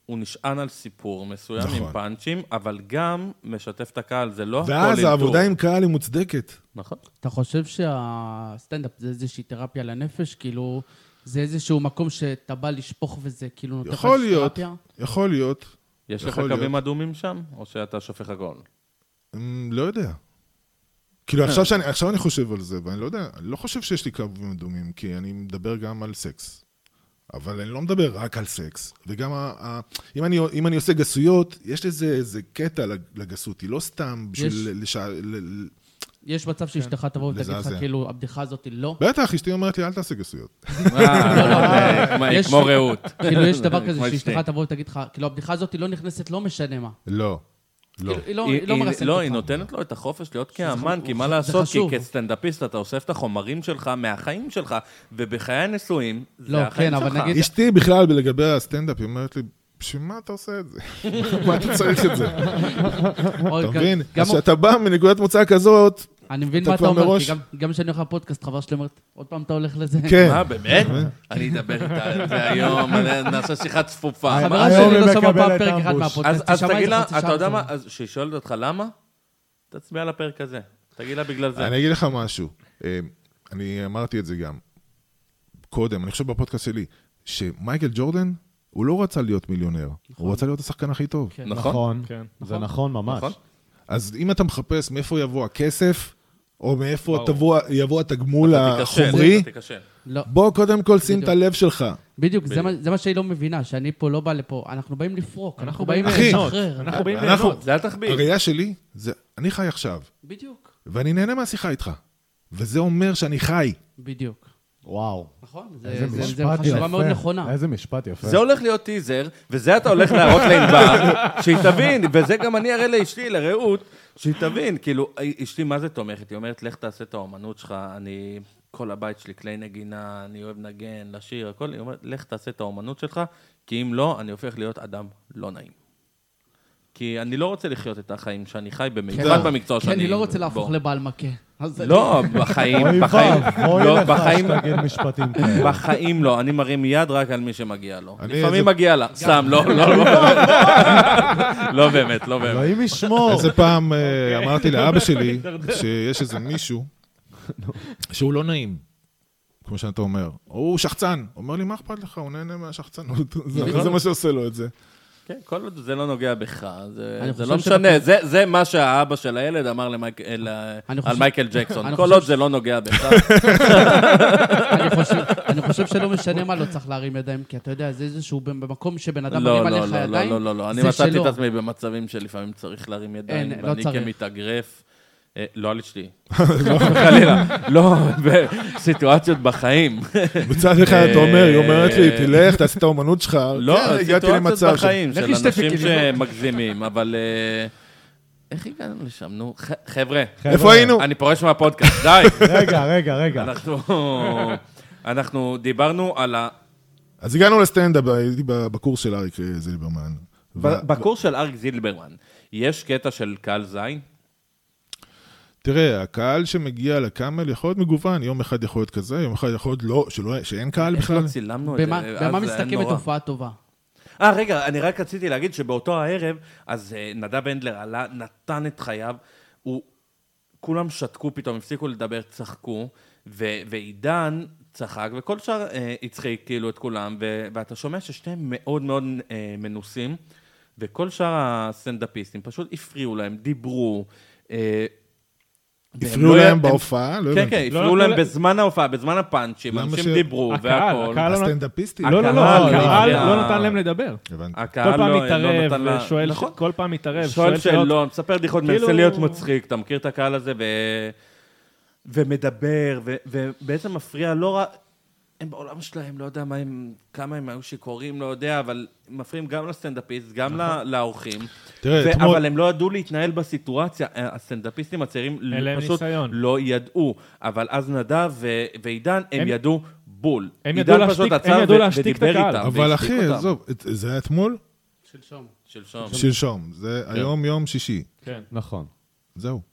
Speaker 2: הוא נשען על סיפור מסוים
Speaker 4: נכון.
Speaker 2: עם פאנצ'ים, אבל גם משתף את הקהל, זה לא הכל
Speaker 4: ואז
Speaker 2: אלתור.
Speaker 4: העבודה עם קהל היא מוצדקת.
Speaker 2: נכון.
Speaker 5: אתה חושב שהסטנדאפ זה איזושהי תרפיה לנפש? כאילו, זה איזשהו מקום שאתה בא לשפוך וזה כאילו נותן לך
Speaker 4: יכול להיות,
Speaker 5: תרפיה?
Speaker 4: יכול להיות.
Speaker 2: יש לך
Speaker 4: יכול
Speaker 2: קווים
Speaker 4: להיות.
Speaker 2: אדומים שם, או שאתה שופך הכל?
Speaker 4: אמ, לא יודע.
Speaker 5: אה.
Speaker 4: כאילו, עכשיו, שאני, עכשיו אני חושב על זה, ואני לא יודע, אני לא חושב שיש לי קווים אדומים, כי אני מדבר גם על סקס. אבל אני לא מדבר רק על סקס, וגם ה, ה, אם, אני, אם אני עושה גסויות, יש לזה איזה קטע לג- לגסות, היא לא סתם
Speaker 5: יש.
Speaker 4: בשביל לשע... ל- ל-
Speaker 5: יש מצב
Speaker 2: כן.
Speaker 5: שאשתך תבוא ותגיד לך,
Speaker 4: לזעזע.
Speaker 5: כאילו, הבדיחה הזאת היא לא?
Speaker 4: בטח, אשתי אומרת לי, אל תעשה גסויות.
Speaker 2: אה, כמו-
Speaker 5: יש-
Speaker 2: כמו רעות.
Speaker 5: כאילו, יש דבר כזה
Speaker 2: כמו
Speaker 5: שאשתך
Speaker 2: אשתי.
Speaker 5: תבוא ותגיד לך, כאילו, הבדיחה הזאת היא לא נכנסת, לא משנה מה.
Speaker 4: לא. לא.
Speaker 5: כאילו, היא לא-
Speaker 2: היא-
Speaker 5: היא לא
Speaker 2: היא-
Speaker 5: מרסקת
Speaker 2: לא, היא
Speaker 5: אותך.
Speaker 2: נותנת לו את החופש להיות כאמן,
Speaker 5: חשוב.
Speaker 2: כי מה
Speaker 5: זה
Speaker 2: לעשות, כי
Speaker 5: חשוב.
Speaker 2: כסטנדאפיסט אתה אוסף את החומרים שלך מהחיים שלך, ובחיי הנישואים,
Speaker 5: לא,
Speaker 2: זה החיים
Speaker 5: כן, אבל
Speaker 2: שלך.
Speaker 5: נגיד-
Speaker 4: אשתי בכלל, לגבי הסטנדאפ, היא אומרת לי, בשביל מה אתה עושה את זה? מה אתה צריך את זה?
Speaker 5: אוי,
Speaker 4: אתה
Speaker 5: גם-
Speaker 4: מבין?
Speaker 5: אוקיי. גם-
Speaker 4: אז כשאתה בא מנקודת מוצא כזאת,
Speaker 5: אני מבין
Speaker 4: אתה
Speaker 5: מה אתה
Speaker 4: כבר
Speaker 5: אומר, כי
Speaker 4: מראש-
Speaker 5: גם- גם כשאני הולך לפודקאסט, חבר שלי אומרת, עוד פעם אתה הולך לזה?
Speaker 4: כן.
Speaker 2: מה, באמת? אני אדבר איתה על זה היום, אני- נעשה שיחה צפופה.
Speaker 5: חברה
Speaker 1: היום
Speaker 5: שלי
Speaker 1: היא
Speaker 5: לא שמה
Speaker 1: מקבלת
Speaker 5: פעם פרק אחד
Speaker 1: אמבוש.
Speaker 2: אז
Speaker 5: מהפודקאסט,
Speaker 2: אז
Speaker 5: תשמע
Speaker 2: תגיד
Speaker 5: איזה
Speaker 2: לה,
Speaker 5: חצי שעה.
Speaker 2: אתה יודע מה,
Speaker 5: בסוף.
Speaker 2: אז שהיא שואלת אותך למה, תצביע על הפרק הזה. תגיד לה בגלל זה.
Speaker 4: אני אגיד לך משהו. אה, אני אמרתי את זה גם קודם, אני חושב בפודקאסט שלי, שמייקל ג'ורדן, הוא לא רצה להיות מיליונר, הוא רצה להיות השחקן הכי טוב.
Speaker 5: כן.
Speaker 1: נכון,
Speaker 3: כן.
Speaker 1: זה נכון ממש.
Speaker 2: נכון.
Speaker 4: אז אם אתה מחפש מאיפה יבוא הכסף, או מאיפה
Speaker 3: ברור.
Speaker 4: תבוא- יבוא התגמול
Speaker 2: תיכשל,
Speaker 4: החומרי,
Speaker 2: אתה תיכשל.
Speaker 5: לא,
Speaker 4: בוא קודם כל שים את
Speaker 5: בדיוק.
Speaker 4: הלב שלך.
Speaker 5: בדיוק, זה מה- זה מה שהיא לא מבינה, שאני פה לא בא לפה, אנחנו באים לפרוק, אנחנו באים
Speaker 4: אחי,
Speaker 3: ליהנות.
Speaker 5: לשחרר.
Speaker 3: אנחנו באים
Speaker 4: אנחנו-
Speaker 3: ליהנות.
Speaker 2: זה אל תחביא.
Speaker 4: הראייה שלי, זה אני חי עכשיו,
Speaker 5: בדיוק,
Speaker 4: ואני נהנה מהשיחה איתך. וזה אומר שאני חי.
Speaker 5: בדיוק.
Speaker 1: וואו.
Speaker 5: נכון,
Speaker 1: איזה
Speaker 5: זה- זה
Speaker 1: משפט
Speaker 5: זה
Speaker 1: יפה.
Speaker 5: חשיבה מאוד נכונה.
Speaker 1: איזה משפט יפה.
Speaker 2: זה הולך להיות טיזר, וזה אתה הולך להראות לענבר, שהיא תבין, וזה גם אני אראה לאשתי, לרעות, שהיא תבין. כאילו, אשתי מה זה תומכת? היא אומרת, לך תעשה את האומנות שלך, אני... כל הבית שלי כלי נגינה, אני אוהב לנגן, לשיר, הכל. היא אומרת, לך תעשה את האומנות שלך, כי אם לא, אני הופך להיות אדם לא נעים. כי אני לא רוצה לחיות את החיים שאני חי, במיוחד
Speaker 5: כן.
Speaker 2: במקצוע
Speaker 5: כי
Speaker 2: שאני...
Speaker 5: אני לא רוצה להפוך
Speaker 2: בו.
Speaker 5: לבעל מכה. אז אני-
Speaker 2: לא, בחיים,
Speaker 1: אוי
Speaker 2: בחיים,
Speaker 1: ואבוי
Speaker 2: לא,
Speaker 1: לך
Speaker 2: בחיים,
Speaker 1: שתגיד משפטים כאלה.
Speaker 2: בחיים לא, אני מרים יד רק על מי שמגיע לו.
Speaker 4: אני
Speaker 2: לפעמים
Speaker 4: איזה-
Speaker 2: מגיע לה, סתם, לא, לא, לא. לא באמת, לא באמת.
Speaker 1: אלוהים ישמור.
Speaker 4: איזה פעם אה,
Speaker 2: אוקיי.
Speaker 4: אמרתי לאבא שלי שיש איזה מישהו שהוא לא נעים, כמו שאתה אומר. הוא שחצן. הוא אומר לי, מה אכפת לך? הוא נהנה מהשחצנות.
Speaker 2: נכון.
Speaker 4: זה- זה מה שעושה לו את זה.
Speaker 2: כן, כל עוד זה לא נוגע בך, זה-
Speaker 5: אני
Speaker 2: זה
Speaker 5: חושב
Speaker 2: לא
Speaker 5: שבכ-
Speaker 2: משנה. זה- זה מה שהאבא של הילד אמר למייק- אל-
Speaker 5: אני
Speaker 2: על
Speaker 5: חושב-
Speaker 2: מייקל ג'קסון.
Speaker 5: אני
Speaker 2: כל
Speaker 5: חושב
Speaker 2: עוד
Speaker 5: ש-
Speaker 2: זה לא נוגע בך,
Speaker 5: אני חושב- אני חושב שלא משנה מה, לא צריך להרים ידיים, כי אתה יודע, זה איזשהו במקום שבן אדם
Speaker 2: לא,
Speaker 5: מרים
Speaker 2: לא,
Speaker 5: עליך
Speaker 2: לא, לא,
Speaker 5: ידיים,
Speaker 2: לא, לא, לא. אני
Speaker 5: זה
Speaker 2: מצאתי
Speaker 5: שלו.
Speaker 2: את עצמי במצבים שלפעמים צריך להרים ידיים,
Speaker 5: אין, לא
Speaker 2: ואני
Speaker 5: צריך.
Speaker 2: כמתאגרף, אה, לא על אשתי. לא, חלילה. לא, בסיטואציות בחיים.
Speaker 4: מצד אחד אתה אומר, היא אומרת לי,
Speaker 2: אה,
Speaker 4: תלך, תעשה את האומנות שלך.
Speaker 2: לא,
Speaker 4: כן, הגעתי
Speaker 2: סיטואציות
Speaker 4: למצב ש-
Speaker 2: בחיים של
Speaker 5: לך לשתי
Speaker 2: אנשים
Speaker 5: פיקים.
Speaker 2: שמגזימים, אבל... אה, איך הגענו לשם? נו, ח- חבר'ה,
Speaker 1: חבר'ה,
Speaker 4: איפה היינו?
Speaker 2: כן, אני פורש מהפודקאסט, די.
Speaker 1: רגע, רגע, רגע.
Speaker 2: אנחנו... אנחנו דיברנו על ה...
Speaker 4: אז הגענו לסטנדאפ, הייתי ב- בקורס של אריק אה, זילברמן. ו-
Speaker 2: ב- בקורס של אריק זילברמן, יש קטע של קהל זין?
Speaker 4: תראה, הקהל שמגיע לקאמל יכול להיות מגוון, יום אחד יכול להיות כזה, יום אחד יכול להיות לא, שלא- שאין קהל
Speaker 2: איך לא
Speaker 4: בכלל.
Speaker 2: צילמנו את זה?
Speaker 5: במה
Speaker 2: אה, אז
Speaker 5: במה
Speaker 2: זה היה
Speaker 5: מסתכמת
Speaker 2: נורא.
Speaker 5: הופעה טובה?
Speaker 2: אה, רגע, אני רק רציתי להגיד שבאותו הערב, אז אה, נדב הנדלר עלה, נתן את חייו, הוא... כולם שתקו פתאום, הפסיקו לדבר, צחקו, ו- ועידן צחק, וכל שאר אה, הצחיק כאילו את כולם, ו- ואתה שומע ששניהם מאוד מאוד אה, מנוסים, וכל שאר הסטנדאפיסטים פשוט הפריעו להם, דיברו. אה, והם
Speaker 4: הפריעו
Speaker 2: לא י-
Speaker 4: להם
Speaker 2: הם-
Speaker 4: בהופעה? לא
Speaker 2: כן,
Speaker 4: הבנתי.
Speaker 2: כן,
Speaker 3: לא
Speaker 2: הפריעו
Speaker 3: נתנו
Speaker 2: להם
Speaker 3: לה-
Speaker 2: בזמן ההופעה, בזמן הפאנצ'ים,
Speaker 4: למה
Speaker 2: אנשים
Speaker 4: ש-
Speaker 2: דיברו
Speaker 3: הקהל,
Speaker 2: והכול.
Speaker 4: אה,
Speaker 3: הקהל לא-
Speaker 4: הסטנדאפיסטים.
Speaker 3: לא, לא, לא,
Speaker 2: הקהל,
Speaker 3: הקהל
Speaker 2: הקהל.
Speaker 3: לא נתן להם לדבר.
Speaker 4: הבנתי.
Speaker 3: כל
Speaker 2: הקהל
Speaker 3: פעם
Speaker 2: לא- לא
Speaker 3: מתערב,
Speaker 2: נתן לה-
Speaker 3: ושואל,
Speaker 2: נכון.
Speaker 3: כל פעם מתערב,
Speaker 2: שואל שאלות, מספר בדיחות,
Speaker 3: כאילו-
Speaker 2: מנסה להיות מצחיק, אתה מכיר את הקהל הזה, ו... ומדבר, ו... ובעצם מפריע לא רק... הם בעולם שלהם, לא יודע מה הם, כמה הם היו שיכורים, לא יודע, אבל מפריעים גם לסטנדאפיסט,
Speaker 3: נכון.
Speaker 2: גם ל- לאורחים.
Speaker 4: תראה,
Speaker 2: ו-
Speaker 4: אתמול-
Speaker 2: אבל הם לא ידעו להתנהל בסיטואציה. אה, הסטנדאפיסטים הצעירים
Speaker 3: אין להם
Speaker 2: פשוט
Speaker 3: ניסיון.
Speaker 2: לא ידעו. אבל אז נדב ו- ועידן, הם
Speaker 3: הם-
Speaker 2: ידעו בול.
Speaker 3: הם
Speaker 2: עידן
Speaker 3: ידעו
Speaker 2: פשוט
Speaker 3: להשתיק-
Speaker 2: עצר
Speaker 3: הם ידעו
Speaker 2: ו-
Speaker 3: להשתיק את
Speaker 2: ודיבר
Speaker 3: הקהל.
Speaker 2: איתם,
Speaker 4: אבל
Speaker 2: והשתיק
Speaker 4: אחי,
Speaker 2: אה, אותם.
Speaker 4: עזוב, את- זה היה אתמול?
Speaker 5: שלשום.
Speaker 2: שלשום.
Speaker 4: שלשום. זה
Speaker 2: כן.
Speaker 4: היום יום שישי.
Speaker 1: נכון.
Speaker 4: זהו.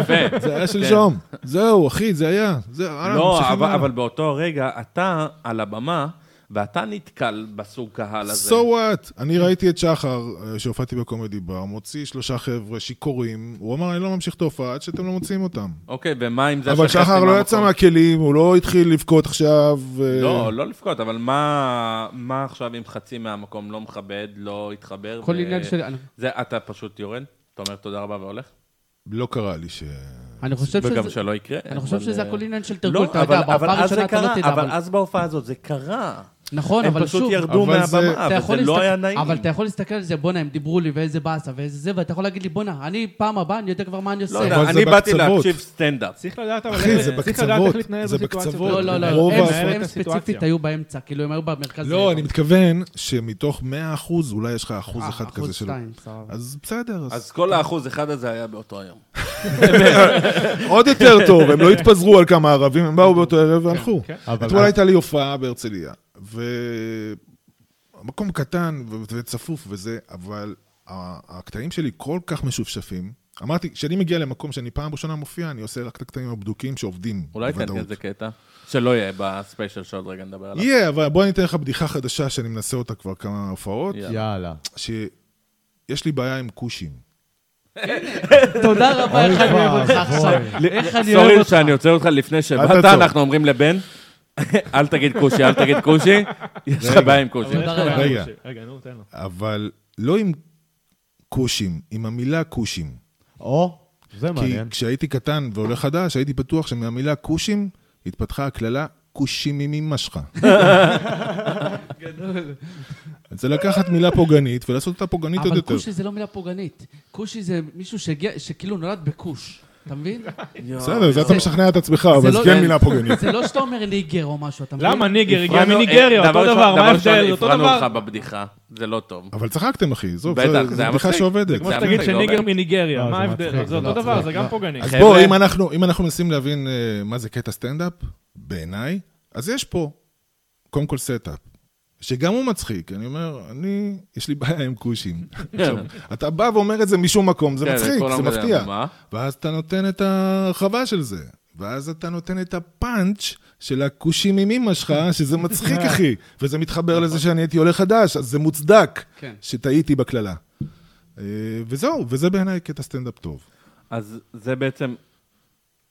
Speaker 2: יפה.
Speaker 4: זה היה שלשום. זהו, אחי, זה היה. זהו, הלאה,
Speaker 2: כן. לא,
Speaker 4: ממשיכים
Speaker 2: אבל,
Speaker 4: הלאה.
Speaker 2: אבל באותו רגע אתה על הבמה, ואתה נתקל בסוג קהל הזה.
Speaker 4: So what? אני ראיתי את שחר, אה, שהופעתי בקומדי בר, מוציא שלושה חבר'ה שיכורים, הוא אמר, אני לא ממשיך את ההופעה עד שאתם לא מוציאים אותם.
Speaker 2: אוקיי, ומה עם זה
Speaker 4: אבל
Speaker 2: שחצי
Speaker 4: שחר לא
Speaker 2: מהמקום-
Speaker 4: יצא מהכלים, הוא לא התחיל לבכות עכשיו. אה,
Speaker 2: לא, לא לבכות, אבל מה, מה עכשיו אם חצי מהמקום לא מכבד, לא התחבר?
Speaker 5: כל עניין של... אני-
Speaker 2: זה אתה פשוט יורד? אתה אומר תודה רבה והולך?
Speaker 4: לא קרה לי ש...
Speaker 5: אני חושב
Speaker 2: וגם
Speaker 5: שזה...
Speaker 2: שלא יקרה.
Speaker 5: אני חושב
Speaker 2: אבל,
Speaker 5: שזה
Speaker 2: אה,
Speaker 5: הכל עניין של
Speaker 2: לא,
Speaker 5: תרגול, אתה יודע,
Speaker 2: אבל- אבל
Speaker 5: בהופעה
Speaker 2: אז זה
Speaker 5: הראשונה אתה לא
Speaker 2: קרה,
Speaker 5: תדע.
Speaker 2: אבל
Speaker 5: אבל-
Speaker 2: אז בהופעה הזאת זה קרה.
Speaker 5: נכון,
Speaker 2: הם
Speaker 5: אבל
Speaker 2: פשוט
Speaker 5: שוב,
Speaker 2: ירדו
Speaker 4: אבל זה-
Speaker 2: מהבמה,
Speaker 5: אתה יכול
Speaker 2: וזה לא
Speaker 5: להסתכל-
Speaker 2: היה נעים.
Speaker 5: אבל אתה יכול להסתכל על זה, בואנה, הם דיברו לי, ואיזה באסה, ואיזה זה, ואתה יכול להגיד לי, בואנה, אני פעם הבאה, אני יודע כבר מה אני
Speaker 2: לא
Speaker 5: עושה.
Speaker 2: יודע,
Speaker 4: אבל זה
Speaker 2: אני באתי
Speaker 4: בקצוות.
Speaker 2: להקשיב סטנדאפ.
Speaker 3: צריך לדעת, אבל
Speaker 4: אחי,
Speaker 3: איך-
Speaker 4: זה
Speaker 3: צריך לדעת איך
Speaker 4: בקצוות,
Speaker 3: להתנהל
Speaker 4: זה
Speaker 3: בסיטואציות.
Speaker 4: בקצוות.
Speaker 5: לא, לא, לא,
Speaker 4: רוב
Speaker 5: הם-
Speaker 4: ה-
Speaker 5: הם ספציפית היו באמצע, כאילו הם היו במרכז.
Speaker 4: לא, אני מתכוון שמתוך 100 אחוז, אולי יש לך אחוז
Speaker 5: אה,
Speaker 4: אחד
Speaker 5: אחוז
Speaker 4: כזה שלא.
Speaker 5: שתיים, סבבה.
Speaker 4: אז בסדר, אז
Speaker 2: אז כל האחוז אחד הזה היה באותו היום.
Speaker 4: עוד יותר טוב, הם לא התפזרו על כמה ערבים, הם באו באותו ערב והלכו.
Speaker 1: אבל
Speaker 4: אתמול
Speaker 1: אז-
Speaker 4: הייתה לי הופעה בהרצליה, ומקום קטן ו- וצפוף וזה, אבל ה- הקטעים שלי כל כך משופשפים. אמרתי, כשאני מגיע למקום שאני פעם ראשונה מופיע, אני עושה רק את הקטעים הבדוקים שעובדים.
Speaker 2: אולי תן
Speaker 4: בוודאות.
Speaker 2: איזה קטע, שלא יהיה בספיישל שעוד רגע נדבר עליו.
Speaker 4: יהיה, אבל בוא אני אתן לך בדיחה חדשה שאני מנסה אותה כבר כמה הופעות,
Speaker 2: יאללה.
Speaker 1: יאללה.
Speaker 4: שיש לי בעיה עם כושים.
Speaker 5: תודה רבה, איך אני אוהב אותך
Speaker 1: ואבוי.
Speaker 5: עכשיו. איך אני אוהב
Speaker 2: סורי
Speaker 5: אותך.
Speaker 2: שאני עוצר אותך לפני שבאת,
Speaker 4: תעצור.
Speaker 2: אנחנו אומרים לבן, אל תגיד כושי, אל תגיד כושי, יש לך בעיה עם כושי.
Speaker 5: תודה רבה.
Speaker 4: רגע.
Speaker 3: רגע, נו, תן לו.
Speaker 4: אבל לא עם כושים, עם המילה כושים.
Speaker 1: או, זה
Speaker 4: כי
Speaker 1: מעניין.
Speaker 4: כשהייתי קטן ועולה חדש, הייתי בטוח שמהמילה כושים התפתחה הקללה כושים עם אמא שלך. זה לקחת מילה פוגענית ולעשות אותה פוגענית עוד
Speaker 5: אבל
Speaker 4: יותר.
Speaker 5: כושי זה לא מילה פוגענית. כושי זה מישהו שהגיע- שכאילו נולד בכוש. אתה מבין?
Speaker 4: בסדר, זה אתה
Speaker 5: זה-
Speaker 4: משכנע את עצמך,
Speaker 5: זה
Speaker 4: אבל זה
Speaker 5: לא-
Speaker 4: כן מילה פוגענית.
Speaker 5: זה לא שאתה אומר ניגר או משהו, אתה מבין?
Speaker 3: למה ניגר הגיע
Speaker 2: הפרענו-
Speaker 3: מניגריה?
Speaker 2: אה,
Speaker 3: אותו
Speaker 2: דבר
Speaker 3: דבר,
Speaker 2: ראשון-
Speaker 3: מה
Speaker 2: דבר ראשון,
Speaker 3: ההבדל? אותו
Speaker 2: הפרענו
Speaker 3: דבר.
Speaker 2: אותך בבדיחה, זה לא טוב.
Speaker 4: אבל צחקתם, אחי, זו
Speaker 2: בטח, זה היה
Speaker 4: בדיחה
Speaker 2: מצחיק.
Speaker 4: שעובדת.
Speaker 3: כמו
Speaker 2: זה
Speaker 3: שתגיד
Speaker 2: המצחיק,
Speaker 3: שניגר
Speaker 2: לא
Speaker 3: מניגריה,
Speaker 1: לא,
Speaker 3: מה
Speaker 1: זה
Speaker 3: ההבדל?
Speaker 1: מצחיק,
Speaker 3: זה
Speaker 1: זה
Speaker 3: אותו
Speaker 1: מצחיק.
Speaker 3: דבר, זה גם פוגעני.
Speaker 4: אז
Speaker 2: חבר'ה-
Speaker 4: בוא, אם אנחנו- אם אנחנו מנסים להבין אה, מה זה קטע סטנדאפ, בעיניי, אז יש פה, קודם כל סטאפ, שגם הוא מצחיק. אני אומר, אני, יש לי בעיה עם כושים. עכשיו, אתה בא ואומר את זה משום מקום, זה
Speaker 2: כן,
Speaker 4: מצחיק,
Speaker 2: כולם
Speaker 4: זה
Speaker 2: כזה,
Speaker 4: מפתיע.
Speaker 2: מה?
Speaker 4: ואז אתה נותן את ההרחבה של זה. ואז אתה נותן את הפאנץ' של הכושים עם אמא שלך, שזה מצחיק, אחי. וזה מתחבר
Speaker 2: נכון.
Speaker 4: לזה שאני הייתי עולה חדש, אז זה מוצדק
Speaker 5: כן.
Speaker 4: שטעיתי בקללה. אה, וזהו, וזה בעיניי קטע סטנדאפ טוב.
Speaker 2: אז זה בעצם,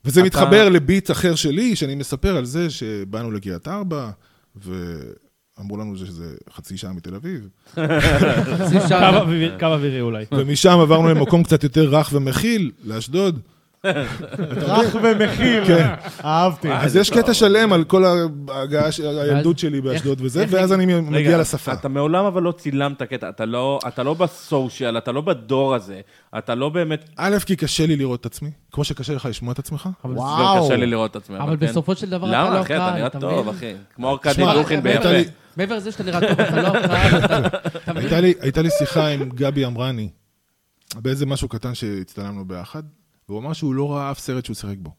Speaker 4: וזה
Speaker 2: אתה-
Speaker 4: אתה... מתחבר לביט אחר שלי, שאני מספר על זה שבאנו לקריית ארבע, ואמרו לנו שזה חצי שעה מתל אביב,
Speaker 5: חצי שעה.
Speaker 3: קו אווירי- קו אווירי אולי.
Speaker 2: כן, אה.
Speaker 4: ומשם עברנו למקום קצת יותר רך ומכיל, לאשדוד.
Speaker 2: אה,
Speaker 1: רך ומכיל. אהבתי.
Speaker 4: אז
Speaker 2: לא-
Speaker 4: יש קטע שלם על כל ההגעה, של- הילדות שלי באשדוד וזה, ואז אני מגיע
Speaker 2: רגע,
Speaker 4: לשפה.
Speaker 2: אתה מעולם אבל לא צילמת קטע, אתה לא- אתה לא בסושיאל, אתה לא בדור הזה, אתה לא באמת,
Speaker 4: א', כי קשה לי לראות את עצמי, כמו שקשה לך לשמוע את עצמך.
Speaker 2: לא
Speaker 1: וואו.
Speaker 2: קשה לי לראות את עצמי.
Speaker 5: אבל
Speaker 2: כן.
Speaker 5: בסופו של דבר אתה
Speaker 2: למה,
Speaker 5: לא
Speaker 2: אחי, אתה
Speaker 5: הקהל,
Speaker 2: נראה
Speaker 5: אתה
Speaker 2: טוב,
Speaker 5: מבין?
Speaker 2: אחי. כמו ארכדי
Speaker 4: שמע,
Speaker 2: דוכין
Speaker 5: אתה-
Speaker 2: ביפה.
Speaker 4: אתה-
Speaker 5: מעבר לזה שאתה נראה טוב, אתה לא הקהל, אתה- אתה מבין?
Speaker 4: הייתה לי, הייתה לי שיחה עם גבי אמרני, באיזה משהו קטן שהצטלמנו ביחד, והוא אמר שהוא לא ראה אף סרט שהוא שיחק בו.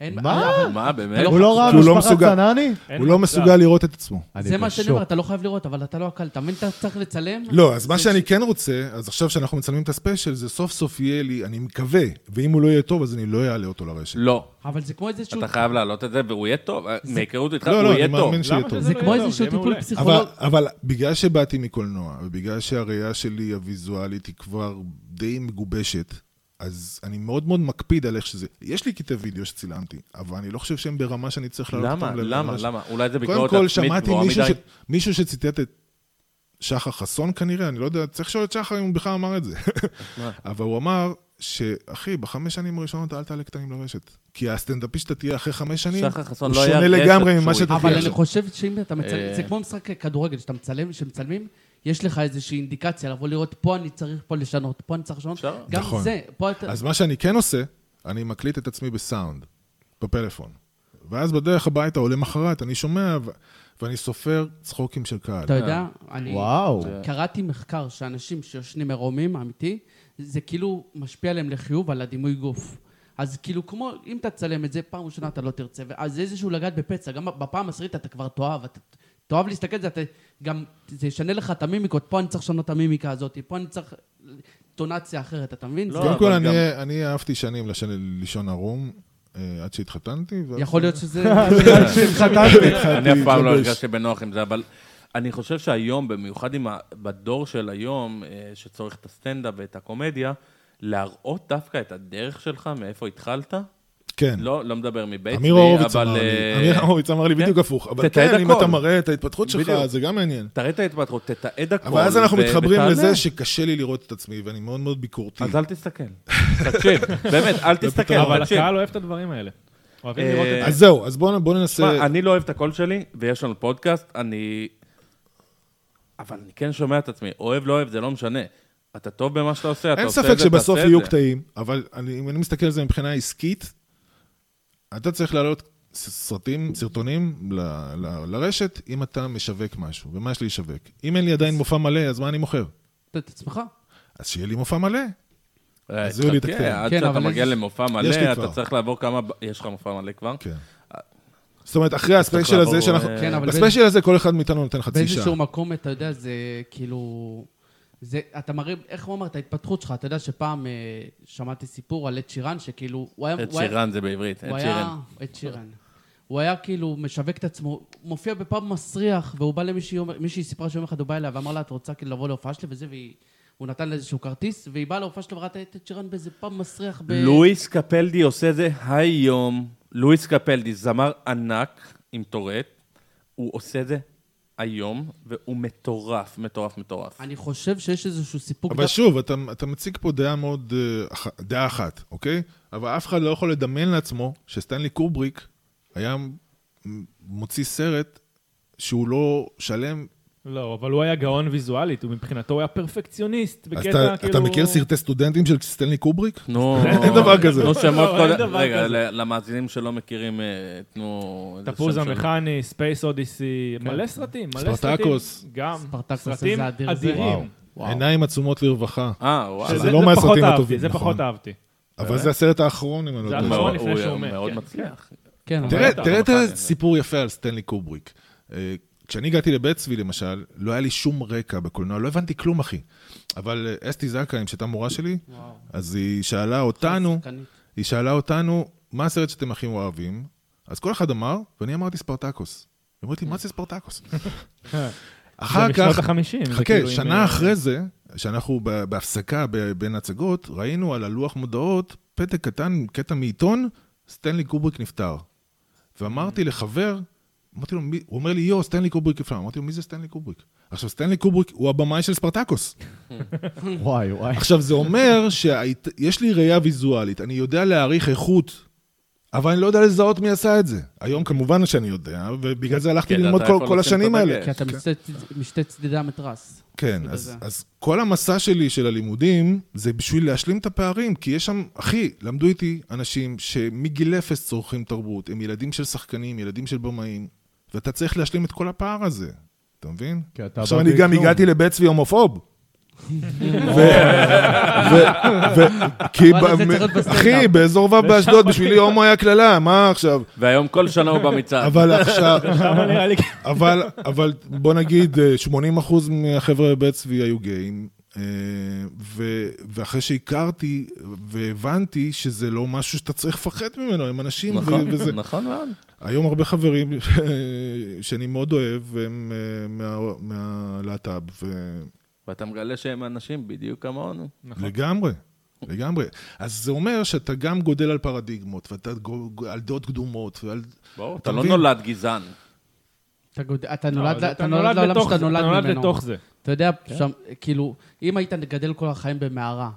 Speaker 5: אין-
Speaker 1: מה?
Speaker 5: אתה-
Speaker 2: מה, באמת?
Speaker 5: אתה
Speaker 1: הוא לא ראה
Speaker 4: שהוא לא
Speaker 1: משפחת
Speaker 4: מסוגל.
Speaker 1: צנני?
Speaker 3: אין
Speaker 4: הוא לא
Speaker 3: מצב.
Speaker 4: מסוגל לראות את עצמו.
Speaker 1: אני
Speaker 5: זה מה שאני
Speaker 1: בשוק.
Speaker 5: אומר, אתה לא חייב לראות, אבל אתה לא הקהל, אתה מבין? אתה צריך לצלם?
Speaker 4: לא, אז מה שאני כן רוצה, אז עכשיו שאנחנו מצלמים את הספיישל, זה סוף סוף יהיה לי, אני מקווה, ואם הוא לא יהיה טוב, אז אני לא אעלה אותו לרשת.
Speaker 2: לא.
Speaker 5: אבל זה כמו איזשהו...
Speaker 2: אתה חייב להעלות את זה, והוא יהיה טוב. אה, מהיכרות איתך,
Speaker 4: לא,
Speaker 2: הוא
Speaker 4: לא, אני
Speaker 2: יהיה טוב.
Speaker 4: מאמין שיהיה
Speaker 3: למה
Speaker 4: טוב.
Speaker 3: שזה
Speaker 5: זה
Speaker 3: לא
Speaker 5: כמו
Speaker 3: יהיה טוב,
Speaker 5: איזשהו
Speaker 3: זה
Speaker 5: טיפול
Speaker 3: מעולה.
Speaker 4: אבל,
Speaker 5: פסיכולוג.
Speaker 4: אבל בגלל שבאתי מקולנוע, ובגלל שהראייה שלי הוויזואלית היא כבר די מגובשת, אז אני מאוד מאוד מקפיד על איך שזה... יש לי קטעי וידאו שצילמתי, אבל אני לא חושב שהם ברמה שאני צריך להעלות אותם
Speaker 2: למה?
Speaker 4: ל-
Speaker 2: למה?
Speaker 4: לש-
Speaker 2: למה? אולי זה
Speaker 4: קודם
Speaker 2: ביקורת
Speaker 4: כל,
Speaker 2: עצמית
Speaker 4: שמעתי
Speaker 2: גבוהה
Speaker 4: מישהו, ש...
Speaker 2: מדי?
Speaker 4: מישהו שציטט את שחר חסון כנראה, אני לא יודע, צריך לשאול את שחר אם הוא בכלל אמר את זה.
Speaker 2: מה?
Speaker 4: אבל הוא אמר שאחי, בחמש שנים הראשונות אל תעלה קטעים לרשת. כי הסטנדאפיסט שאתה תהיה אחרי חש שנים,
Speaker 2: שחר חסון
Speaker 4: הוא
Speaker 2: לא היה
Speaker 4: שונה
Speaker 2: רשת
Speaker 4: לגמרי ממה
Speaker 2: שהוא
Speaker 4: שאתה
Speaker 2: התחיל.
Speaker 4: תהיה
Speaker 5: אבל
Speaker 4: עכשיו.
Speaker 5: אני חושב שאם אתה מצלם,
Speaker 2: אה.
Speaker 5: זה כמו משחק כדורגל, שאתה מצלם, שמצלמים, יש לך איזושהי אינדיקציה לבוא לראות, פה אני צריך פה לשנות, פה אני צריך לשנות.
Speaker 2: אפשר?
Speaker 5: גם
Speaker 4: נכון.
Speaker 5: זה, פה אתה...
Speaker 4: אז מה שאני כן עושה, אני מקליט את עצמי בסאונד, בפלאפון. ואז בדרך הביתה או למחרת, אני שומע ו... ואני סופר צחוקים של קהל.
Speaker 5: אתה
Speaker 2: אה.
Speaker 5: יודע, אני
Speaker 1: וואו.
Speaker 5: קראתי מחקר שאנשים שיושנים מרומים, אמיתי, זה כאילו משפיע עליהם לחיוב על הדימוי גוף. אז כאילו, כמו, אם אתה תצלם את זה, פעם ראשונה אתה לא תרצה, אז זה איזשהו לגעת בפצע, גם בפעם העשירית אתה כבר תאהב, אתה תאהב להסתכל על זה, אתה, גם זה ישנה לך את המימיקות, פה אני צריך לשנות את המימיקה הזאת, פה אני צריך טונציה אחרת, אתה מבין?
Speaker 2: לא,
Speaker 5: זה-
Speaker 4: קודם כל,
Speaker 2: אבל
Speaker 4: אני,
Speaker 2: גם-
Speaker 4: אני אהבתי שנים לשן, לישון ערום, אה, עד שהתחתנתי. ואז-
Speaker 5: יכול להיות שזה...
Speaker 2: אני אף פעם לא
Speaker 4: להתלבש.
Speaker 2: הרגשתי בנוח עם זה, אבל אני חושב שהיום, במיוחד עם ה- בדור של היום, אה, שצורך את הסטנדאפ ואת הקומדיה, להראות דווקא את הדרך שלך, מאיפה התחלת,
Speaker 4: כן.
Speaker 2: לא, לא מדבר מבית
Speaker 4: אמיר הורוביץ
Speaker 2: אבל,
Speaker 4: אמר לי,
Speaker 2: אה,
Speaker 4: אמיר הורוביץ אמר לי
Speaker 2: כן.
Speaker 4: בדיוק הפוך. אבל
Speaker 2: תתעד
Speaker 4: כן, אם
Speaker 2: הכל.
Speaker 4: אתה מראה את ההתפתחות שלך,
Speaker 2: בדיוק.
Speaker 4: זה גם מעניין.
Speaker 2: תראה את ההתפתחות, תתעד הכול.
Speaker 4: אבל אז אנחנו
Speaker 2: ו-
Speaker 4: מתחברים
Speaker 2: ותעלה.
Speaker 4: לזה שקשה לי לראות את עצמי, ואני מאוד מאוד ביקורתי.
Speaker 2: אז אל תסתכל. תקשיב, באמת, אל תסתכל,
Speaker 3: לא, אבל
Speaker 2: תקשיב.
Speaker 3: הקהל אוהב את הדברים האלה. אוהבים לראות את
Speaker 2: אה,
Speaker 3: זה.
Speaker 4: אז זהו, אז בואו בואו
Speaker 2: תשמע,
Speaker 4: ננסה...
Speaker 2: אני לא אוהב את הקול שלי, ויש לנו פודקאסט, אני... אבל אני כן שומע את עצמי. אוהב, לא אוהב, זה לא משנה. אתה טוב במה שאתה עושה, אתה
Speaker 4: אין
Speaker 2: עושה את זה,
Speaker 4: ספק שבסוף
Speaker 2: תעשה את
Speaker 4: יהיו
Speaker 2: זה.
Speaker 4: קטעים, אבל אני- אם אני מסתכל על זה מבחינה עסקית, אתה צריך להעלות ס- סרטים, סרטונים ל- ל- לרשת, אם אתה משווק משהו, ומה יש לי לשווק? אם אין לי עדיין מופע מלא, אז מה אני מוכר?
Speaker 5: את עצמך.
Speaker 4: אז שיהיה לי מופע מלא.
Speaker 2: אה,
Speaker 4: אז יהיו לי את
Speaker 2: תחכה,
Speaker 4: הקטעים.
Speaker 2: עד
Speaker 5: כן,
Speaker 2: שאתה
Speaker 5: אבל
Speaker 2: מגיע
Speaker 5: יש-
Speaker 2: למופע
Speaker 4: יש לי
Speaker 2: מלא, אתה
Speaker 4: כבר.
Speaker 2: צריך לעבור כמה... ב- יש לך מופע מלא כבר?
Speaker 4: כן. זאת אומרת, אחרי הספיישל
Speaker 2: לעבור,
Speaker 3: לא-
Speaker 4: הזה שאנחנו...
Speaker 2: אה,
Speaker 5: כן, אבל...
Speaker 4: בספיישל הזה כל אחד מאיתנו נותן חצי שעה.
Speaker 5: באיזשהו מקום, אתה יודע, זה כאילו... זה, אתה מראה, איך הוא אמר, את ההתפתחות שלך. אתה יודע שפעם אה, שמעתי סיפור על עת שירן, שכאילו... הוא היה,
Speaker 2: את
Speaker 5: הוא היה-
Speaker 2: שירן זה בעברית, את
Speaker 5: הוא היה-
Speaker 2: שירן.
Speaker 5: את שירן. הוא היה כאילו משווק את עצמו, מופיע בפאב מסריח, והוא בא למישהי, אומר- מישהי סיפרה שיום אחד הוא בא אליה ואמר לה, את רוצה כאילו לבוא להופעה שלי וזה, והיא... הוא נתן לה איזשהו כרטיס, והיא באה להופעה שלה וראתה את שירן באיזה פאב מסריח ב...
Speaker 2: לואיס קפלדי עושה את זה היום. לואיס קפלדי, זמר ענק עם טורט, הוא עושה את זה היום, והוא מטורף, מטורף, מטורף.
Speaker 5: אני חושב שיש איזשהו סיפוק...
Speaker 4: אבל
Speaker 5: דו-
Speaker 4: שוב, אתה, אתה מציג פה דעה מאוד... אה, אח- דעה אחת, אוקיי? אבל אף אחד לא יכול לדמיין לעצמו שסטנלי קובריק היה מ- מוציא סרט שהוא לא שלם.
Speaker 3: לא, אבל הוא היה גאון ויזואלית, הוא מבחינתו הוא היה פרפקציוניסט,
Speaker 4: אז
Speaker 3: בקטע
Speaker 4: אתה,
Speaker 3: כאילו...
Speaker 4: אתה מכיר סרטי סטודנטים של סטנלי קובריק?
Speaker 2: נו,
Speaker 4: אין דבר כזה.
Speaker 2: תנו שמות
Speaker 3: לא, אין
Speaker 2: קודם.
Speaker 3: דבר
Speaker 2: רגע,
Speaker 3: כזה.
Speaker 2: ל- למאזינים שלא מכירים, אה, תנו... איזה
Speaker 3: תפוז
Speaker 2: שם כן. של-
Speaker 3: המכני, ספייס אודיסי, מלא סרטים, מלא סרטים.
Speaker 4: ספרטקוס.
Speaker 3: גם.
Speaker 5: ספרטקוס הזה
Speaker 3: סרטים
Speaker 5: זה אדיר, זה- וואו.
Speaker 3: אדירים.
Speaker 5: וואו.
Speaker 4: עיניים עצומות לרווחה.
Speaker 2: אה, וואלה.
Speaker 4: שזה-
Speaker 3: זה
Speaker 4: לא
Speaker 3: זה
Speaker 4: מהסרטים
Speaker 3: פחות אהבתי,
Speaker 4: הטובים,
Speaker 3: זה
Speaker 4: נכון.
Speaker 3: פחות אהבתי.
Speaker 4: אבל זה הסרט האחרון, אם אני לא
Speaker 3: זה
Speaker 4: יודע.
Speaker 2: הוא
Speaker 3: האחרון.
Speaker 2: מאוד-
Speaker 3: לפני שהוא
Speaker 2: הוא
Speaker 3: מת,
Speaker 2: מאוד
Speaker 3: כן.
Speaker 2: מצליח.
Speaker 5: כן, אבל-
Speaker 4: תראה,
Speaker 2: אתה
Speaker 4: תראה את
Speaker 2: רווחה, כן.
Speaker 4: הסיפור יפה על סטנלי קובריק. אה, כשאני הגעתי לבית צבי, למשל, לא היה לי שום רקע בקולנוע, לא הבנתי כלום, אחי. אבל אה, אסתי זכאים, שהייתה מורה שלי,
Speaker 5: וואו.
Speaker 4: אז היא שאלה אותנו,
Speaker 5: שחקנית.
Speaker 4: היא שאלה אותנו, מה הסרט שאתם הכי אוהבים? אז כל אחד אמר, ואני אמרתי ספרטקוס. היא אומרת לי, מה זה ספרטקוס? אחר
Speaker 3: זה משנות
Speaker 4: כך,
Speaker 3: החמישים. זה כאילו
Speaker 4: חכה,
Speaker 3: עם,
Speaker 4: שנה
Speaker 3: אה,
Speaker 4: אחרי זה, שאנחנו ב- בהפסקה ב- בין הצגות, ראינו על הלוח מודעות פתק קטן, קטע מעיתון, סטנלי קובריק נפטר. ואמרתי לחבר, אמרתי לו, "מי-" הוא אומר לי, יו, סטנלי קובריק נפטר. אמרתי לו, מי זה סטנלי קובריק? עכשיו, סטנלי קובריק הוא הבמאי של ספרטקוס.
Speaker 1: וואי, וואי.
Speaker 4: עכשיו, זה אומר שיש לי ראייה ויזואלית, אני יודע להעריך איכות, אבל אני לא יודע לזהות מי עשה את זה. היום כמובן שאני יודע, ובגלל זה הלכתי
Speaker 2: כן,
Speaker 4: ללמוד
Speaker 2: אתה
Speaker 4: כל-
Speaker 2: יכול
Speaker 4: כל
Speaker 2: לשים את
Speaker 4: השנים האלה.
Speaker 2: הדגש.
Speaker 5: כי אתה משתי צד- משתי צדדי המתרס.
Speaker 4: כן,
Speaker 5: בזה.
Speaker 4: אז, אז כל המסע שלי של הלימודים, זה בשביל להשלים את הפערים, כי יש שם, אחי, למדו איתי אנשים שמגיל אפס צורכים תרבות, הם ילדים של שחקנים, ילדים של במאים, ואתה צריך להשלים את כל הפער הזה, אתה מבין?
Speaker 1: כי אתה
Speaker 4: עכשיו
Speaker 1: בא
Speaker 4: אני
Speaker 1: בלי
Speaker 4: גם
Speaker 1: כלום.
Speaker 4: הגעתי לבית צבי הומופוב. ו... ו... ו... כי...
Speaker 5: וואלה, זה
Speaker 4: ב-
Speaker 5: צריך להיות בסטנדאפ.
Speaker 4: אחי, באזור ו' באשדוד, בשבילי הומו היה קללה, מה עכשיו?
Speaker 2: והיום כל שנה הוא במצעד.
Speaker 4: אבל עכשיו...
Speaker 3: אבל נראה לי-
Speaker 4: אבל, אבל בוא נגיד, אה, 80% מהחבר'ה בבית צבי היו גאים, אה, ו, ואחרי שהכרתי והבנתי שזה לא משהו שאתה צריך לפחד ממנו, הם אנשים,
Speaker 2: נכון,
Speaker 4: ו, וזה...
Speaker 2: נכון מאוד.
Speaker 4: היום הרבה חברים אה, שאני מאוד אוהב, הם אה, מה- מהלהט"ב, ו-
Speaker 2: ואתה מגלה שהם אנשים בדיוק כמונו.
Speaker 4: לגמרי. לגמרי. אז זה אומר שאתה גם גודל על פרדיגמות, ואתה גו- על דעות קדומות, ועל...
Speaker 2: ברור,
Speaker 4: אתה
Speaker 2: אתה לא
Speaker 4: מבין?
Speaker 2: נולד גזען.
Speaker 5: אתה גוד- אתה נולד
Speaker 3: אבל
Speaker 5: ל- אתה נולד לעולם
Speaker 3: לתוך
Speaker 5: שאתה
Speaker 3: זה,
Speaker 5: נולד
Speaker 3: אתה נולד
Speaker 5: ממנו.
Speaker 3: לתוך זה.
Speaker 5: אתה יודע, שם, כאילו, אם היית גדל כל החיים במערה,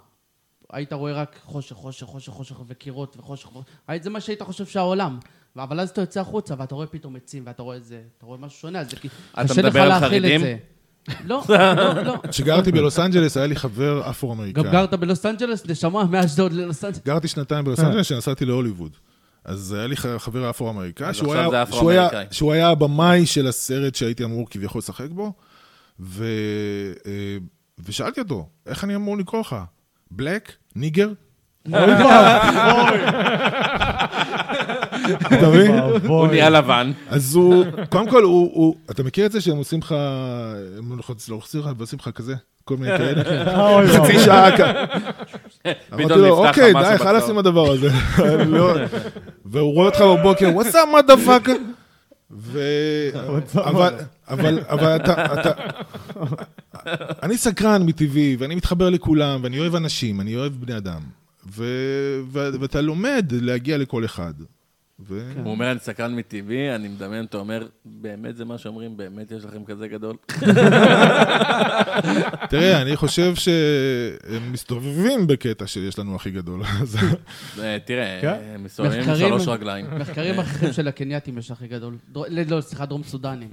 Speaker 5: היית רואה רק חושך, חושך, חושך, חושך, וקירות וחושך, וחושך. היית- זה מה שהיית חושב שהעולם. אבל אז אתה יוצא החוצה, ואתה רואה פתאום עצים, ואתה רואה איזה, אתה רואה משהו שונה, אז זה כאילו,
Speaker 2: אתה
Speaker 5: קשה לך
Speaker 2: מדבר על
Speaker 5: להכיל את
Speaker 2: חרדים?
Speaker 5: זה. לא, לא, לא.
Speaker 4: כשגרתי בלוס אנג'לס, היה לי חבר
Speaker 5: גם
Speaker 4: אפרו-אמריקאי.
Speaker 5: גרת בלוס אנג'לס, נשמה, מאשדוד ללוס אנג'לס.
Speaker 4: גרתי שנתיים בלוס
Speaker 2: אה.
Speaker 4: אנג'לס, כשנסעתי להוליווד. אז היה לי ח- חבר אפרו-אמריקאי,
Speaker 2: אז
Speaker 4: שהוא
Speaker 2: עכשיו
Speaker 4: היה-
Speaker 2: זה
Speaker 4: שהוא היה-
Speaker 2: אפרו-אמריקאי.
Speaker 4: שהוא היה הבמאי של הסרט שהייתי אמור כביכול לשחק בו, ו- אה, ושאלתי אותו, איך אני אמור לקרוא לך? בלק? ניגר? אתה מבין?
Speaker 2: הוא נהיה לבן.
Speaker 4: אז הוא, קודם כל, הוא, הוא, אתה מכיר את זה שהם עושים לך, הם לוחצים לך ועושים לך כזה? כל מיני כאלה? חצי שעה ככה. אמרתי
Speaker 2: פתאום
Speaker 4: לו,
Speaker 2: נפתח לך
Speaker 4: אוקיי,
Speaker 2: משהו
Speaker 4: די, חלאס
Speaker 2: בצהוב."
Speaker 4: עם הדבר הזה. לא. והוא רואה אותך בבוקר, what's up, מה דפק? ו... אבל, אבל, אבל אתה, אתה... אני סקרן מטבעי, ואני מתחבר לכולם, ואני אוהב אנשים, אני אוהב בני אדם. ו... ו... ואתה לומד להגיע לכל אחד. ו...
Speaker 2: הוא אומר, אני סקרן מטבעי, אני מדמיין, אתה אומר, באמת זה מה שאומרים, באמת יש לכם כזה גדול?
Speaker 4: תראה, אני חושב שהם מסתובבים בקטע של יש לנו הכי גדול. אז
Speaker 2: אה,
Speaker 1: כן.
Speaker 2: תראה, הם מסתובבים עם
Speaker 5: מחקרים-
Speaker 2: שלוש רגליים.
Speaker 5: מחקרים אחרים של הקנייתים יש הכי גדול. דרו- לא, סליחה, דרום סודנים.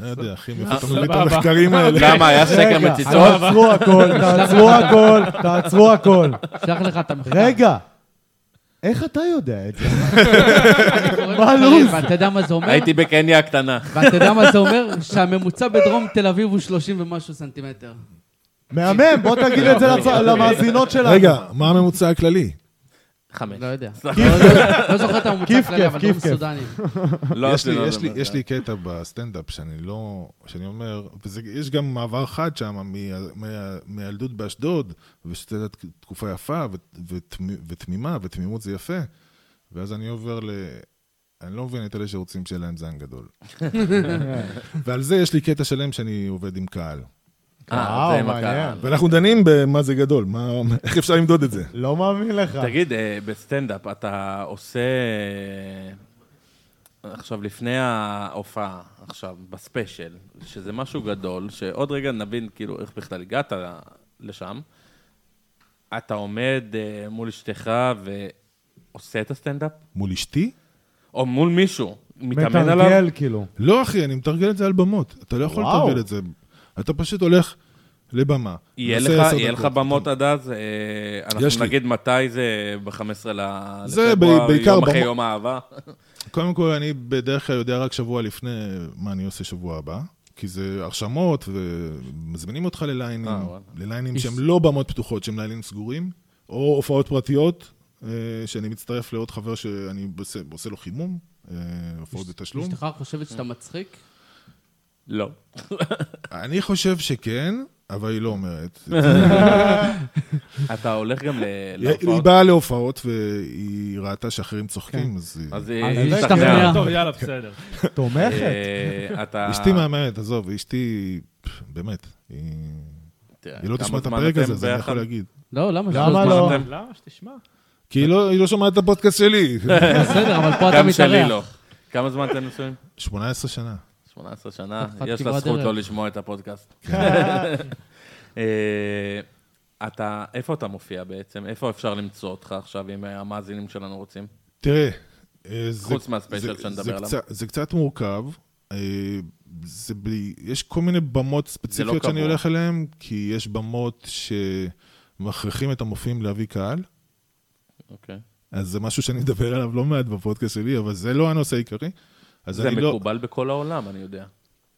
Speaker 4: לא יודע, אחי, מאיפה אתה מביא את
Speaker 3: סבבה.
Speaker 4: המחקרים האלה?
Speaker 2: למה, היה סקר
Speaker 1: רגע,
Speaker 2: מציצות?
Speaker 1: תעצרו הכל, תעצרו הכל, תעצרו הכל.
Speaker 5: שלח לך את המחקר.
Speaker 1: רגע, איך אתה יודע את זה?
Speaker 5: אני קורא
Speaker 1: מה
Speaker 5: מחקרים,
Speaker 1: הלו"ז?
Speaker 5: ואתה יודע מה זה אומר?
Speaker 2: הייתי בקניה הקטנה.
Speaker 5: ואתה יודע מה זה אומר? שהממוצע בדרום תל אביב הוא 30 ומשהו סנטימטר.
Speaker 1: מהמם, בוא תגיד את זה לצ- למאזינות שלנו.
Speaker 4: רגע, מה הממוצע הכללי?
Speaker 2: חמש.
Speaker 5: לא יודע. לא יודע. לא זוכר את הממוצע
Speaker 1: כיף,
Speaker 5: הכללי,
Speaker 1: כיף,
Speaker 5: אבל דרום
Speaker 1: כיף, כיף.
Speaker 5: סודנים.
Speaker 2: לא,
Speaker 4: יש לי-
Speaker 2: זה לא
Speaker 4: יש לי-
Speaker 2: מדבר.
Speaker 4: יש לי קטע בסטנדאפ שאני לא... שאני אומר, ויש גם מעבר חד שם מה- מה- מהילדות באשדוד, ושזו הייתה תק- תקופה יפה ות- ותמ- ותמימה, ותמימות זה יפה. ואז אני עובר ל... אני לא מבין את אלה שרוצים שיהיה להם זין גדול. ועל זה יש לי קטע שלם שאני עובד עם קהל.
Speaker 2: אה,
Speaker 1: וואו,
Speaker 2: זה עם
Speaker 1: מעניין.
Speaker 2: הקהל.
Speaker 4: ואנחנו דנים במה זה גדול, מה, איך אפשר למדוד את זה.
Speaker 1: לא מאמין לך.
Speaker 2: תגיד, אה, בסטנדאפ אתה עושה... אה, עכשיו, לפני ההופעה, עכשיו, בספיישל, שזה משהו גדול, שעוד רגע נבין כאילו איך בכלל הגעת לשם, אתה עומד אה, מול אשתך ועושה את הסטנדאפ?
Speaker 4: מול אשתי?
Speaker 2: או מול מישהו, מתאמן עליו?
Speaker 1: מתרגל כאילו.
Speaker 4: לא, אחי, אני מתרגל את זה על במות. אתה לא יכול
Speaker 1: וואו.
Speaker 4: לתרגל את זה. אתה פשוט הולך לבמה.
Speaker 2: יהיה
Speaker 4: עושה
Speaker 2: לך-
Speaker 4: עשר
Speaker 2: יהיה
Speaker 4: דקות.
Speaker 2: לך במות עד אז? אה,
Speaker 4: יש
Speaker 2: אנחנו
Speaker 4: לי.
Speaker 2: נגיד מתי זה ב-15 ל-
Speaker 4: זה
Speaker 2: לפברואר,
Speaker 4: ב- בעיקר
Speaker 2: יום אחרי
Speaker 4: במות.
Speaker 2: יום האהבה?
Speaker 4: קודם כל, אני בדרך כלל יודע רק שבוע לפני מה אני עושה שבוע הבא. כי זה הרשמות, ומזמינים אותך לליינים,
Speaker 2: אה, וואלה.
Speaker 4: לליינים שהם לא במות פתוחות, שהם ליינים סגורים, או הופעות פרטיות, אה, שאני מצטרף לעוד חבר שאני עושה- עושה לו חימום, אה, הופעות בתשלום.
Speaker 5: אשתך חושבת שאתה מצחיק?
Speaker 2: לא.
Speaker 4: אני חושב שכן, אבל היא לא אומרת.
Speaker 2: אתה הולך גם ל-
Speaker 4: היא- היא
Speaker 2: להופעות?
Speaker 4: באה להופעות והיא ראתה שאחרים צוחקים, אז אה, היא-
Speaker 2: כן. אז היא
Speaker 5: היא
Speaker 2: השתכנעה.
Speaker 5: השתכנעה.
Speaker 3: טוב, יאללה, בסדר.
Speaker 1: תומכת.
Speaker 2: אה, אתה...
Speaker 4: אשתי מהממת, עזוב, אשתי, פff, באמת, היא
Speaker 2: תראה,
Speaker 4: היא לא
Speaker 2: כמה
Speaker 4: תשמע את
Speaker 2: זמן
Speaker 4: הפרק
Speaker 2: כן, אתם
Speaker 4: הזה, אז אני
Speaker 2: ביחד?
Speaker 4: יכול להגיד.
Speaker 5: לא, למה?
Speaker 1: למה
Speaker 5: שלוש
Speaker 1: לא?
Speaker 2: כן.
Speaker 5: זמן.
Speaker 3: למה שתשמע?
Speaker 4: כי היא לא היא לא שומעת את הפודקאסט שלי.
Speaker 5: בסדר, אבל פה אתה
Speaker 2: גם שלי
Speaker 5: מתארח.
Speaker 2: לא. כמה זמן אתם נשואים?
Speaker 4: 18 שנה.
Speaker 2: 18 שנה,
Speaker 5: חתיכת
Speaker 2: יש לה
Speaker 5: כברת
Speaker 2: זכות
Speaker 5: דרך.
Speaker 2: לא לשמוע את הפודקאסט.
Speaker 4: כן.
Speaker 2: אה, אתה, איפה אתה מופיע בעצם? איפה אפשר למצוא אותך עכשיו, אם המאזינים שלנו רוצים?
Speaker 4: תראה, אה, זה-
Speaker 2: חוץ מהספיישל
Speaker 4: זה-
Speaker 2: שנדבר
Speaker 4: זה
Speaker 2: עליו.
Speaker 4: קצת- זה קצת מורכב. אה, זה בלי, יש כל מיני במות ספציפיות שאני
Speaker 2: לא קבוע.
Speaker 4: הולך אליהן, כי יש במות שמכריחים את המופיעים להביא קהל.
Speaker 2: אוקיי.
Speaker 4: אז זה משהו שאני מדבר עליו לא מעט בפודקאסט שלי, אבל זה לא הנושא העיקרי. אז
Speaker 2: זה
Speaker 4: אני לא...
Speaker 2: מקובל בכל העולם, אני יודע.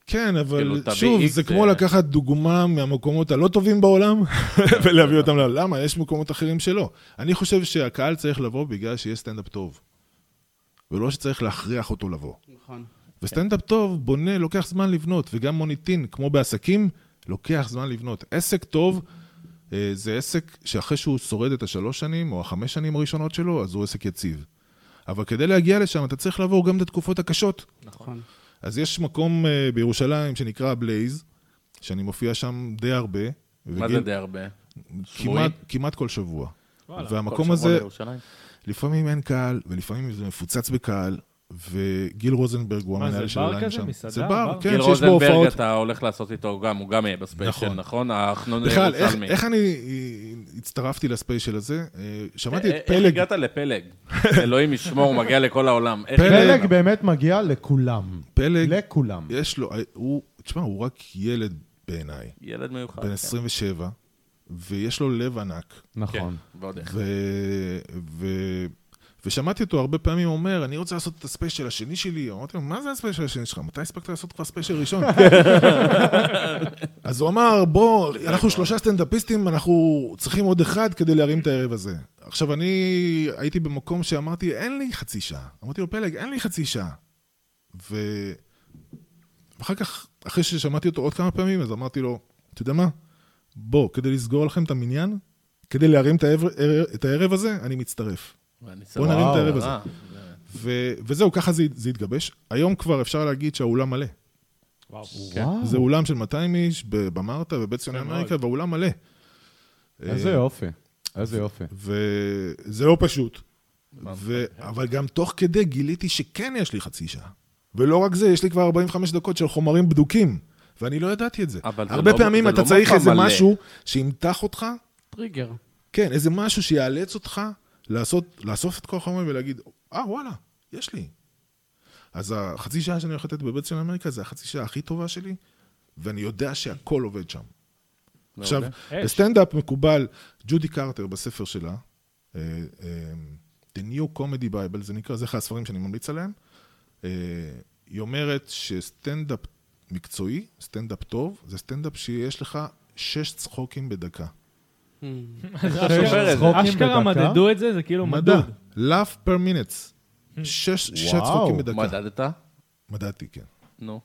Speaker 4: כן,
Speaker 2: כאילו,
Speaker 4: אבל
Speaker 2: תביא
Speaker 4: שוב,
Speaker 2: X,
Speaker 4: זה
Speaker 2: אה,
Speaker 4: כמו לקחת דוגמה מהמקומות הלא טובים בעולם, ולהביא אותם ל... למה? יש מקומות אחרים שלא. אני חושב שהקהל צריך לבוא בגלל שיש סטנדאפ טוב, ולא שצריך להכריח אותו לבוא.
Speaker 5: נכון.
Speaker 4: וסטנדאפ טוב בונה, לוקח זמן לבנות, וגם מוניטין, כמו בעסקים, לוקח זמן לבנות. עסק טוב אה, זה עסק שאחרי שהוא שורד את השלוש שנים או החמש שנים הראשונות שלו, אז הוא עסק יציב. אבל כדי להגיע לשם, אתה צריך לעבור גם את התקופות הקשות.
Speaker 5: נכון.
Speaker 4: אז יש מקום אה, בירושלים שנקרא הבלייז, שאני מופיע שם די הרבה.
Speaker 2: מה
Speaker 4: וגיל-
Speaker 2: זה די הרבה? שבועי?
Speaker 4: כמעט, כמעט כל שבוע.
Speaker 3: וואלה.
Speaker 4: והמקום הזה, לפעמים אין קהל, ולפעמים זה מפוצץ בקהל, וגיל רוזנברג הוא
Speaker 3: מה, זה
Speaker 4: המנהל של
Speaker 3: בר
Speaker 4: הליין
Speaker 3: כזה?
Speaker 4: שם.
Speaker 3: מסעדה?
Speaker 4: זה
Speaker 3: בר?
Speaker 4: בר, כן,
Speaker 2: גיל
Speaker 4: שיש בו
Speaker 2: רוזנברג,
Speaker 4: הופעות.
Speaker 2: אתה הולך לעשות איתו גם, הוא גם יהיה בספיישל,
Speaker 4: נכון.
Speaker 2: נכון? האחנון
Speaker 4: בכלל, איך-
Speaker 2: ירושלמי.
Speaker 4: איך אני אה, הצטרפתי לספיישל הזה? אה, שמעתי את
Speaker 2: איך
Speaker 4: פלג,
Speaker 2: הגעת לפלג? אלוהים ישמור, הוא מגיע לכל העולם. איך
Speaker 4: פלג.
Speaker 2: הגעת?
Speaker 1: פלג באמת מגיע לכולם.
Speaker 4: פלג,
Speaker 1: לכולם.
Speaker 2: כן,
Speaker 4: יש לו, אה, הוא, תשמע, הוא רק ילד בעיניי,
Speaker 2: ילד מיוחד.
Speaker 4: בן
Speaker 2: כן.
Speaker 4: 27, ויש לו לב ענק.
Speaker 1: נכון.
Speaker 2: כן, ועוד איך.
Speaker 4: ו... ו... ושמעתי אותו הרבה פעמים אומר, אני רוצה לעשות את הספיישל השני שלי. אמרתי לו, מה זה הספיישל השני שלך? מתי הספקת לעשות כבר ספיישל ראשון? אז הוא אמר, בוא, אנחנו שלושה סטנדאפיסטים, אנחנו צריכים עוד אחד כדי להרים את הערב הזה. עכשיו, אני הייתי במקום שאמרתי, אין לי חצי שעה. אמרתי לו, פלג, אין לי חצי שעה. ו... ואחר כך, אחרי ששמעתי אותו עוד כמה פעמים, אז אמרתי לו, אתה יודע מה? בוא, כדי לסגור לכם את המניין, כדי להרים את הערב, את הערב הזה, אני מצטרף.
Speaker 2: ואני שמח.
Speaker 4: בוא נרים את
Speaker 1: וואו,
Speaker 4: הערב הזה.
Speaker 2: אה,
Speaker 4: ו, וזהו, ככה זה, זה התגבש. היום כבר אפשר להגיד שהאולם מלא.
Speaker 2: אה.
Speaker 3: וואו.
Speaker 2: כן.
Speaker 1: וואו,
Speaker 4: זה אולם של 200 איש ב- במרתא ובית ציוני
Speaker 3: מאוד.
Speaker 4: אמריקה, והאולם מלא.
Speaker 1: איזה
Speaker 4: אה,
Speaker 1: יופי. איזה יופי.
Speaker 4: וזה לא פשוט. ו... אבל גם תוך כדי גיליתי שכן יש לי חצי שעה. ולא רק זה, יש לי כבר 45 דקות של חומרים בדוקים, ואני לא ידעתי את זה.
Speaker 2: אבל זה
Speaker 4: הרבה
Speaker 2: לא-
Speaker 4: פעמים
Speaker 2: זה
Speaker 4: אתה
Speaker 2: לא
Speaker 4: צריך
Speaker 2: מופע
Speaker 4: איזה
Speaker 2: מלא.
Speaker 4: משהו שימתח אותך,
Speaker 5: טריגר.
Speaker 4: כן, איזה משהו שיאלץ אותך לעשות, לאסוף את כל החומרים ולהגיד, אה, וואלה, יש לי. אז החצי שעה שאני הולך לתת בבית של אמריקה, זה החצי שעה הכי טובה שלי, ואני יודע שהכל עובד שם. עכשיו,
Speaker 3: אש.
Speaker 4: בסטנדאפ מקובל, ג'ודי קרטר בספר שלה, אה, אה, The New Comedy Bible, זה נקרא, זה אחד הספרים שאני ממליץ עליהם, אה, היא אומרת שסטנדאפ מקצועי, סטנדאפ טוב, זה סטנדאפ שיש לך שש צחוקים בדקה.
Speaker 5: Hmm.
Speaker 2: שובר כן. את זה.
Speaker 1: צחוקים
Speaker 3: אשכרה
Speaker 1: בדקה?
Speaker 3: מדדו את זה, זה כאילו
Speaker 4: מדע,
Speaker 3: מדוד.
Speaker 4: love per minutes. שש, שש
Speaker 1: וואו,
Speaker 4: צחוקים בדקה.
Speaker 2: מדדת?
Speaker 4: מדדתי, כן.
Speaker 2: נו.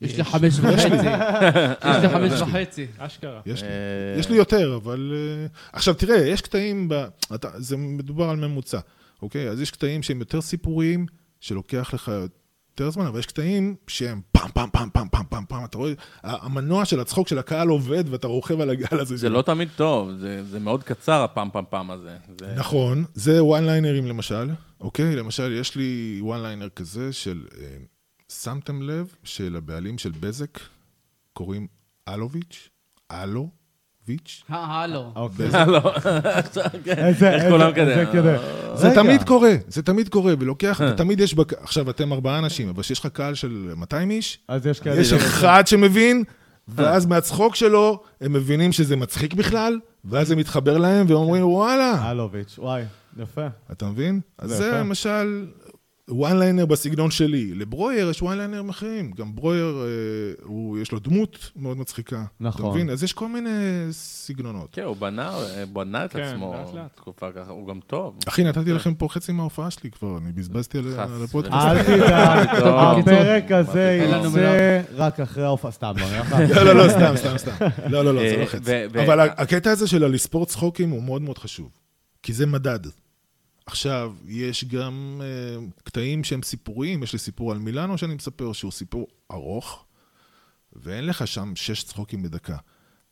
Speaker 5: יש לי חמש וחצי.
Speaker 1: אה,
Speaker 5: יש לי חמש וחצי.
Speaker 3: אשכרה.
Speaker 4: יש לי.
Speaker 2: אה,
Speaker 4: יש לי יותר, אבל... אה, עכשיו, תראה, יש קטעים, ב... אתה... זה מדובר על ממוצע, אוקיי? אז יש קטעים שהם יותר סיפוריים, שלוקח לך יותר זמן, אבל יש קטעים שהם פעם, פעם, פעם, פעם, פעם, פעם, פעם, אתה רואה? ה- המנוע של הצחוק של הקהל עובד ואתה רוכב על הגל הזה.
Speaker 2: זה לא תמיד טוב, זה- זה מאוד קצר הפעם פעם פעם הזה. זה-
Speaker 4: נכון, זה וואן ליינרים למשל, אוקיי? למשל, יש לי וואן ליינר כזה של... אה, שמתם לב שלבעלים של בזק קוראים אלוביץ'? אלוביץ'?
Speaker 5: אה, הלו.
Speaker 1: אוקיי.
Speaker 2: לא,
Speaker 1: איזה,
Speaker 2: איך כולם כזה? אה.
Speaker 1: איזה כזה.
Speaker 4: זה
Speaker 1: רגע.
Speaker 4: תמיד קורה, זה תמיד קורה, ולוקח, ותמיד יש, בק... עכשיו אתם ארבעה אנשים, אבל שיש לך קהל של 200 איש,
Speaker 1: אז יש כאלה...
Speaker 4: יש
Speaker 1: ש-
Speaker 4: אחד שמבין, ואז מהצחוק שלו, הם מבינים שזה מצחיק בכלל, ואז זה מתחבר להם, והם אומרים, וואלה,
Speaker 1: אלוביץ', וואי, יפה.
Speaker 4: אתה מבין? אז
Speaker 1: זה
Speaker 4: זה
Speaker 1: יפה.
Speaker 4: למשל וואן ליינר בסגנון שלי. לברויר יש וואן ליינרים אחרים, גם ברויר, אה, הוא- יש לו דמות מאוד מצחיקה.
Speaker 1: נכון.
Speaker 4: אתה מבין? אז יש כל מיני סגנונות.
Speaker 2: כן, הוא בנה, בנה את
Speaker 3: כן,
Speaker 2: עצמו
Speaker 3: לאט לאט.
Speaker 2: תקופה ככה, הוא גם טוב.
Speaker 4: אחי,
Speaker 1: כן.
Speaker 4: נתתי לכם פה חצי מההופעה שלי כבר, אני בזבזתי על
Speaker 2: חס
Speaker 4: על הפודקאסט.
Speaker 1: אל תדאג,
Speaker 2: טוב.
Speaker 1: הפרק הזה
Speaker 2: אין כן,
Speaker 5: לנו
Speaker 1: יצא רק אחרי ההופעה. סתם, לא, יחד.
Speaker 4: לא, לא, לא, סתם, סתם, סתם. לא, לא, לא, זה
Speaker 2: אה,
Speaker 4: לא חצי.
Speaker 2: ו- ו-
Speaker 4: אבל הקטע הזה של הלספור צחוקים הוא מאוד מאוד חשוב, כי זה מדד. עכשיו, יש גם אה, קטעים שהם סיפוריים, יש לי סיפור על מילאנו שאני מספר, שהוא סיפור ארוך, ואין לך שם שש צחוקים בדקה.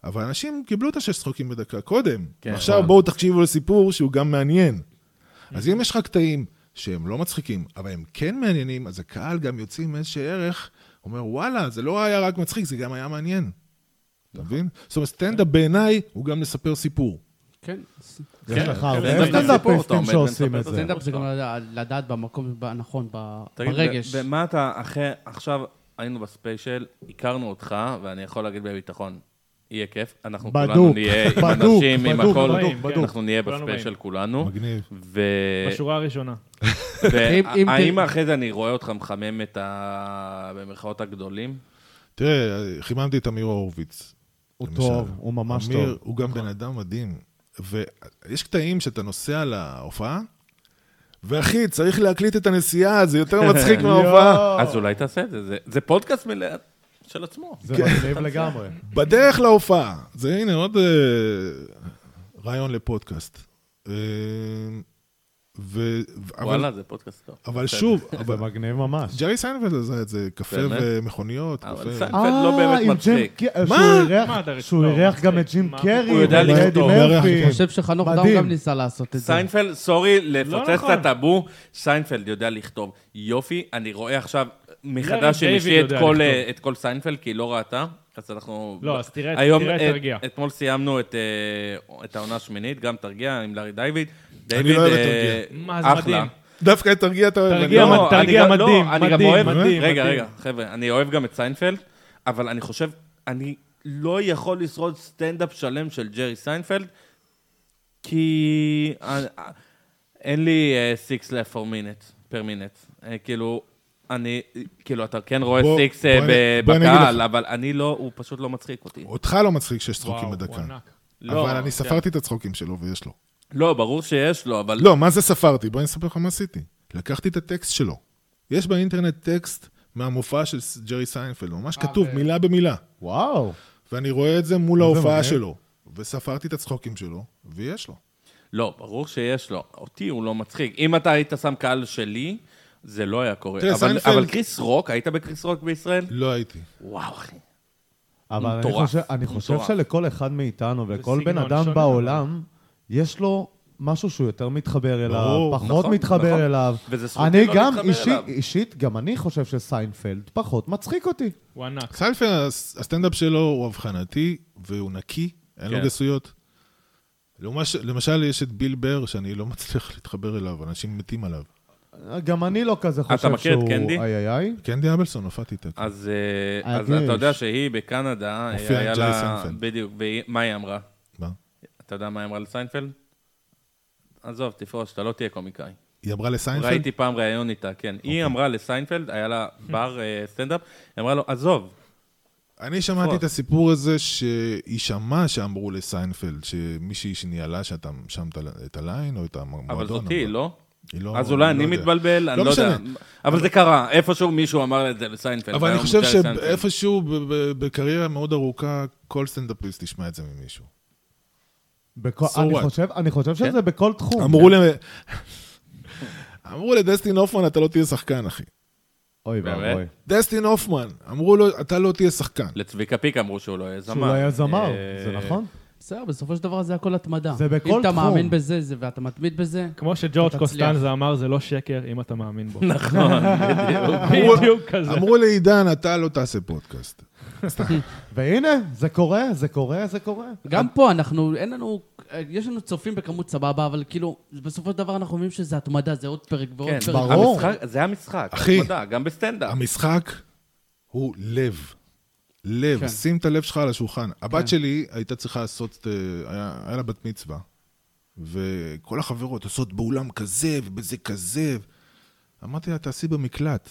Speaker 4: אבל אנשים קיבלו את השש צחוקים בדקה קודם.
Speaker 2: כן,
Speaker 4: עכשיו
Speaker 2: נכון.
Speaker 4: בואו תקשיבו לסיפור שהוא גם מעניין. אז אם יש לך קטעים שהם לא מצחיקים, אבל הם כן מעניינים, אז הקהל גם יוצא עם איזשהו ערך, אומר, וואלה, זה לא היה רק מצחיק, זה גם היה מעניין. אתה מבין? זאת אומרת, סטנדאפ
Speaker 1: כן.
Speaker 4: בעיניי הוא גם לספר סיפור.
Speaker 5: כן.
Speaker 1: יש לך הרבה
Speaker 2: סטנדאפ סיפור, אתה
Speaker 1: סטנדאפיסטים
Speaker 2: עומד
Speaker 1: שעושים
Speaker 2: ומספר
Speaker 1: את זה.
Speaker 5: סטנדאפ זה גם לדעת- לדעת במקום הנכון, ב-
Speaker 2: תגיד,
Speaker 5: ברגש.
Speaker 2: ב- במה אתה, אחרי, עכשיו היינו בספיישל, הכרנו אותך, ואני יכול להגיד בביטחון, יהיה כיף, אנחנו
Speaker 1: בדוק,
Speaker 2: כולנו נהיה עם
Speaker 1: בדוק,
Speaker 2: אנשים, עם
Speaker 1: בדוק,
Speaker 2: הכל,
Speaker 1: בדוק, בדוק.
Speaker 2: אנחנו נהיה
Speaker 3: כן, כולנו
Speaker 2: בספיישל
Speaker 3: באים.
Speaker 2: כולנו.
Speaker 4: מגניב.
Speaker 2: ו...
Speaker 3: בשורה הראשונה.
Speaker 2: והאם
Speaker 5: אם- אם-
Speaker 2: האם אחרי זה אני רואה אותך מחמם את ה... במרכאות הגדולים?
Speaker 4: תראה, חיממתי את אמיר הורוביץ.
Speaker 1: הוא
Speaker 4: למשל.
Speaker 1: טוב, הוא ממש
Speaker 4: אמיר
Speaker 1: טוב.
Speaker 4: הוא גם בן אדם מדהים. ויש קטעים שאתה נוסע להופעה, ואחי, צריך להקליט את הנסיעה, זה יותר מצחיק מההופעה.
Speaker 1: יואו,
Speaker 2: אז אולי תעשה את זה, זה, זה פודקאסט מלא... של עצמו.
Speaker 1: זה מגניב לגמרי.
Speaker 4: בדרך להופעה. זה הנה עוד אה, רעיון לפודקאסט. אה, ו... אבל,
Speaker 2: וואלה, זה פודקאסט טוב.
Speaker 4: אבל שוב, אבל
Speaker 1: זה מגניב ממש.
Speaker 4: ג'רי סיינפלד עשה את זה, קפה
Speaker 2: באמת?
Speaker 4: ומכוניות,
Speaker 2: אבל
Speaker 4: קפה.
Speaker 2: סיינפלד לא באמת
Speaker 1: אה, עם ג'ים
Speaker 2: מצחיק.
Speaker 1: ק- שהוא
Speaker 4: מה?
Speaker 1: אירח-
Speaker 3: מה, אתה
Speaker 1: שהוא
Speaker 3: לא
Speaker 1: אירח גם את
Speaker 3: מצחיק.
Speaker 1: ג'ים
Speaker 3: מה?
Speaker 1: קרי,
Speaker 2: הוא יודע
Speaker 1: ואדי
Speaker 2: לכתוב.
Speaker 1: מרפי.
Speaker 4: אני
Speaker 5: אני חושב שחנוך דאום
Speaker 1: מדהים.
Speaker 5: גם ניסה לעשות את זה.
Speaker 2: סיינפלד, סורי, לפוצץ את
Speaker 3: נכון.
Speaker 2: הטאבו, סיינפלד יודע לכתוב. יופי, אני רואה עכשיו
Speaker 3: לארי
Speaker 2: מחדש עם
Speaker 3: דיוויד
Speaker 2: אשתי את
Speaker 3: יודע
Speaker 2: כל,
Speaker 3: לכתוב.
Speaker 2: אה, את כל סיינפלד, כי היא לא ראתה, אז אנחנו...
Speaker 3: לא, אז תראה,
Speaker 2: היום,
Speaker 3: תראה,
Speaker 2: אה,
Speaker 3: תרגיע.
Speaker 2: אתמול סיימנו את, אה, את העונה השמינית, גם תרגיע עם לארי דיוויד.
Speaker 4: אני
Speaker 2: דיוויד,
Speaker 4: לא אוהב את
Speaker 2: אה,
Speaker 4: תרגיע.
Speaker 3: מה, זה
Speaker 2: אחלה.
Speaker 3: מדהים.
Speaker 4: דווקא את תרגיע אתה אוהב. אני
Speaker 3: תרגיע,
Speaker 4: לא-
Speaker 3: מה-
Speaker 2: לא, אני
Speaker 3: תרגיע
Speaker 2: גם- לא,
Speaker 3: מדהים,
Speaker 2: אני גם
Speaker 3: מדהים,
Speaker 2: אוהב-
Speaker 3: מדהים,
Speaker 2: רגע,
Speaker 3: מדהים.
Speaker 2: רגע, חבר'ה, אני אוהב גם את סיינפלד, אבל אני חושב, אני לא יכול לשרוד סטנדאפ שלם של ג'רי סיינפלד, כי אה, אה, אין לי אה, six left for minute, per minute. אה, כאילו, אני, כאילו, אתה כן רואה
Speaker 4: בוא-
Speaker 2: סיקס אה,
Speaker 4: בוא אני-
Speaker 2: ב-
Speaker 4: בוא אני אגיד
Speaker 2: בקהל,
Speaker 4: לך.
Speaker 2: אבל אני לא, הוא פשוט לא מצחיק אותי.
Speaker 4: אותך לא מצחיק שיש צחוקים
Speaker 3: וואו, הוא
Speaker 4: בדקה.
Speaker 3: ענק.
Speaker 2: לא,
Speaker 4: אבל אני
Speaker 2: כן.
Speaker 4: ספרתי את הצחוקים שלו ויש לו.
Speaker 2: לא, ברור שיש לו, אבל...
Speaker 4: לא, מה זה ספרתי? בוא אני אספר לך מה עשיתי. לקחתי את הטקסט שלו. יש באינטרנט טקסט מהמופע של ס- ג'רי סיינפלד, ממש
Speaker 3: אה,
Speaker 4: כתוב, מילה במילה.
Speaker 1: וואו.
Speaker 4: ואני רואה את זה מול ההופעה
Speaker 1: מגניב.
Speaker 4: שלו. וספרתי את הצחוקים שלו, ויש לו.
Speaker 2: לא, ברור שיש לו. אותי הוא לא מצחיק. אם אתה היית שם קהל שלי, זה לא היה קורה.
Speaker 4: תראה,
Speaker 2: אבל,
Speaker 4: סיינפלד-
Speaker 2: אבל קריס רוק, היית בקריס רוק בישראל?
Speaker 4: לא הייתי.
Speaker 2: וואו, אחי.
Speaker 1: אבל אני
Speaker 2: מטורף.
Speaker 1: חושב, אני חושב
Speaker 2: מטורף.
Speaker 1: שלכל אחד מאיתנו ולכל
Speaker 3: סגנון
Speaker 1: בן אדם
Speaker 3: שונה,
Speaker 1: בעולם, יש לו משהו שהוא יותר מתחבר אליו,
Speaker 4: ברור,
Speaker 1: פחות
Speaker 2: נכון, נכון.
Speaker 1: מתחבר אליו.
Speaker 2: וזה זכותי
Speaker 1: אני
Speaker 2: לא
Speaker 1: גם
Speaker 2: להתחבר
Speaker 1: אישית-
Speaker 2: אליו.
Speaker 1: אישית, גם אני חושב שסיינפלד פחות מצחיק אותי.
Speaker 3: הוא ענק.
Speaker 4: סיינפלד, הס- הסטנדאפ שלו הוא אבחנתי, והוא נקי, אין לו
Speaker 2: כן.
Speaker 4: גסויות. לעומת- למשל, יש את ביל בר, שאני לא מצליח להתחבר אליו, אנשים מתים עליו.
Speaker 1: גם אני לא כזה חושב
Speaker 2: מכיר את
Speaker 1: שהוא...
Speaker 2: קנדי?
Speaker 1: איי איי איי.
Speaker 4: קנדי אבלסון, הופעתי איתה.
Speaker 2: אז, אה, אז
Speaker 1: אדיש.
Speaker 2: אתה יודע שהיא בקנדה, אה,
Speaker 4: הופיע עם
Speaker 2: היה
Speaker 4: ג'רי
Speaker 2: לה...
Speaker 4: סיינפלד.
Speaker 2: בדיוק, ומה היא אמרה?
Speaker 4: מה?
Speaker 2: אתה יודע מה היא אמרה לסיינפלד? עזוב, תפרוש, אתה לא תהיה קומיקאי.
Speaker 4: היא אמרה לסיינפלד,
Speaker 2: ראיתי פעם ראיון איתה, כן.
Speaker 4: אוקיי.
Speaker 2: היא אמרה לסיינפלד, היה לה בר אה, סטנדאפ, היא אמרה לו, עזוב,
Speaker 4: אני שמעתי
Speaker 2: פחות.
Speaker 4: את הסיפור הזה שהיא שמעה שאמרו לסיינפלד, שמישהי שניהלה שאתה שם את ה- את הליין או את המועדון.
Speaker 2: אבל זאתי, היא, לא?
Speaker 4: היא לא-
Speaker 2: אז אולי
Speaker 4: לא
Speaker 2: אני
Speaker 4: יודע.
Speaker 2: מתבלבל, אני
Speaker 4: לא
Speaker 2: לא יודע.
Speaker 4: משנה.
Speaker 2: אבל זה קרה, איפשהו מישהו אמר את זה לסיינפלד.
Speaker 4: אבל אני
Speaker 2: והיום
Speaker 4: חושב
Speaker 2: ג'רי סיינפלד.
Speaker 4: שאיפשהו ב- ב- בקריירה מאוד ארוכה, כל סטנדאפיסט ישמע את זה ממישהו.
Speaker 1: בכל-
Speaker 4: So
Speaker 1: אני
Speaker 4: what?
Speaker 1: חושב- אני חושב
Speaker 2: כן?
Speaker 1: שזה בכל תחום.
Speaker 4: אמרו ל... אמרו לדסטין הופמן, אתה לא תהיה שחקן, אחי.
Speaker 1: אוי
Speaker 2: באמת?
Speaker 1: ואבוי.
Speaker 4: דסטין הופמן, אמרו לו, אתה לא תהיה שחקן.
Speaker 2: לצביקה פיק אמרו שהוא לא יהיה זמר.
Speaker 1: שהוא לא היה זמר,
Speaker 2: אה,
Speaker 1: זה נכון.
Speaker 5: בסדר, בסופו של דבר זה הכל התמדה.
Speaker 1: זה בכל
Speaker 5: אם אתה
Speaker 1: תחום.
Speaker 5: מאמין בזה זה- ואתה מתמיד בזה,
Speaker 3: כמו שג'ורג'
Speaker 5: אתה תצליח.
Speaker 3: קוסטנזה אמר, זה לא שקר אם אתה מאמין בו.
Speaker 2: נכון, בדיוק.
Speaker 3: בדיוק כזה.
Speaker 4: אמרו לעידן, אתה לא תעשה פודקאסט.
Speaker 1: והנה, זה קורה, זה קורה, זה קורה.
Speaker 5: גם פה אנחנו, אין לנו, אה, יש לנו צופים בכמות סבבה, אבל כאילו, בסופו של דבר אנחנו מבינים שזה התמדה, זה עוד פרק ועוד
Speaker 2: כן,
Speaker 5: פרק.
Speaker 1: ברור.
Speaker 2: המשחק- זה המשחק,
Speaker 4: אחי. אמ-
Speaker 2: התמדה, גם בסטנדאפ.
Speaker 4: המשחק הוא לב. לב,
Speaker 5: כן.
Speaker 4: שים את הלב שלך על השולחן. הבת שלי הייתה צריכה לעשות, אה, היה היה לה בת מצווה, וכל החברות עושות באולם כזה ובזה כזה. אמרתי לה, תעשי במקלט.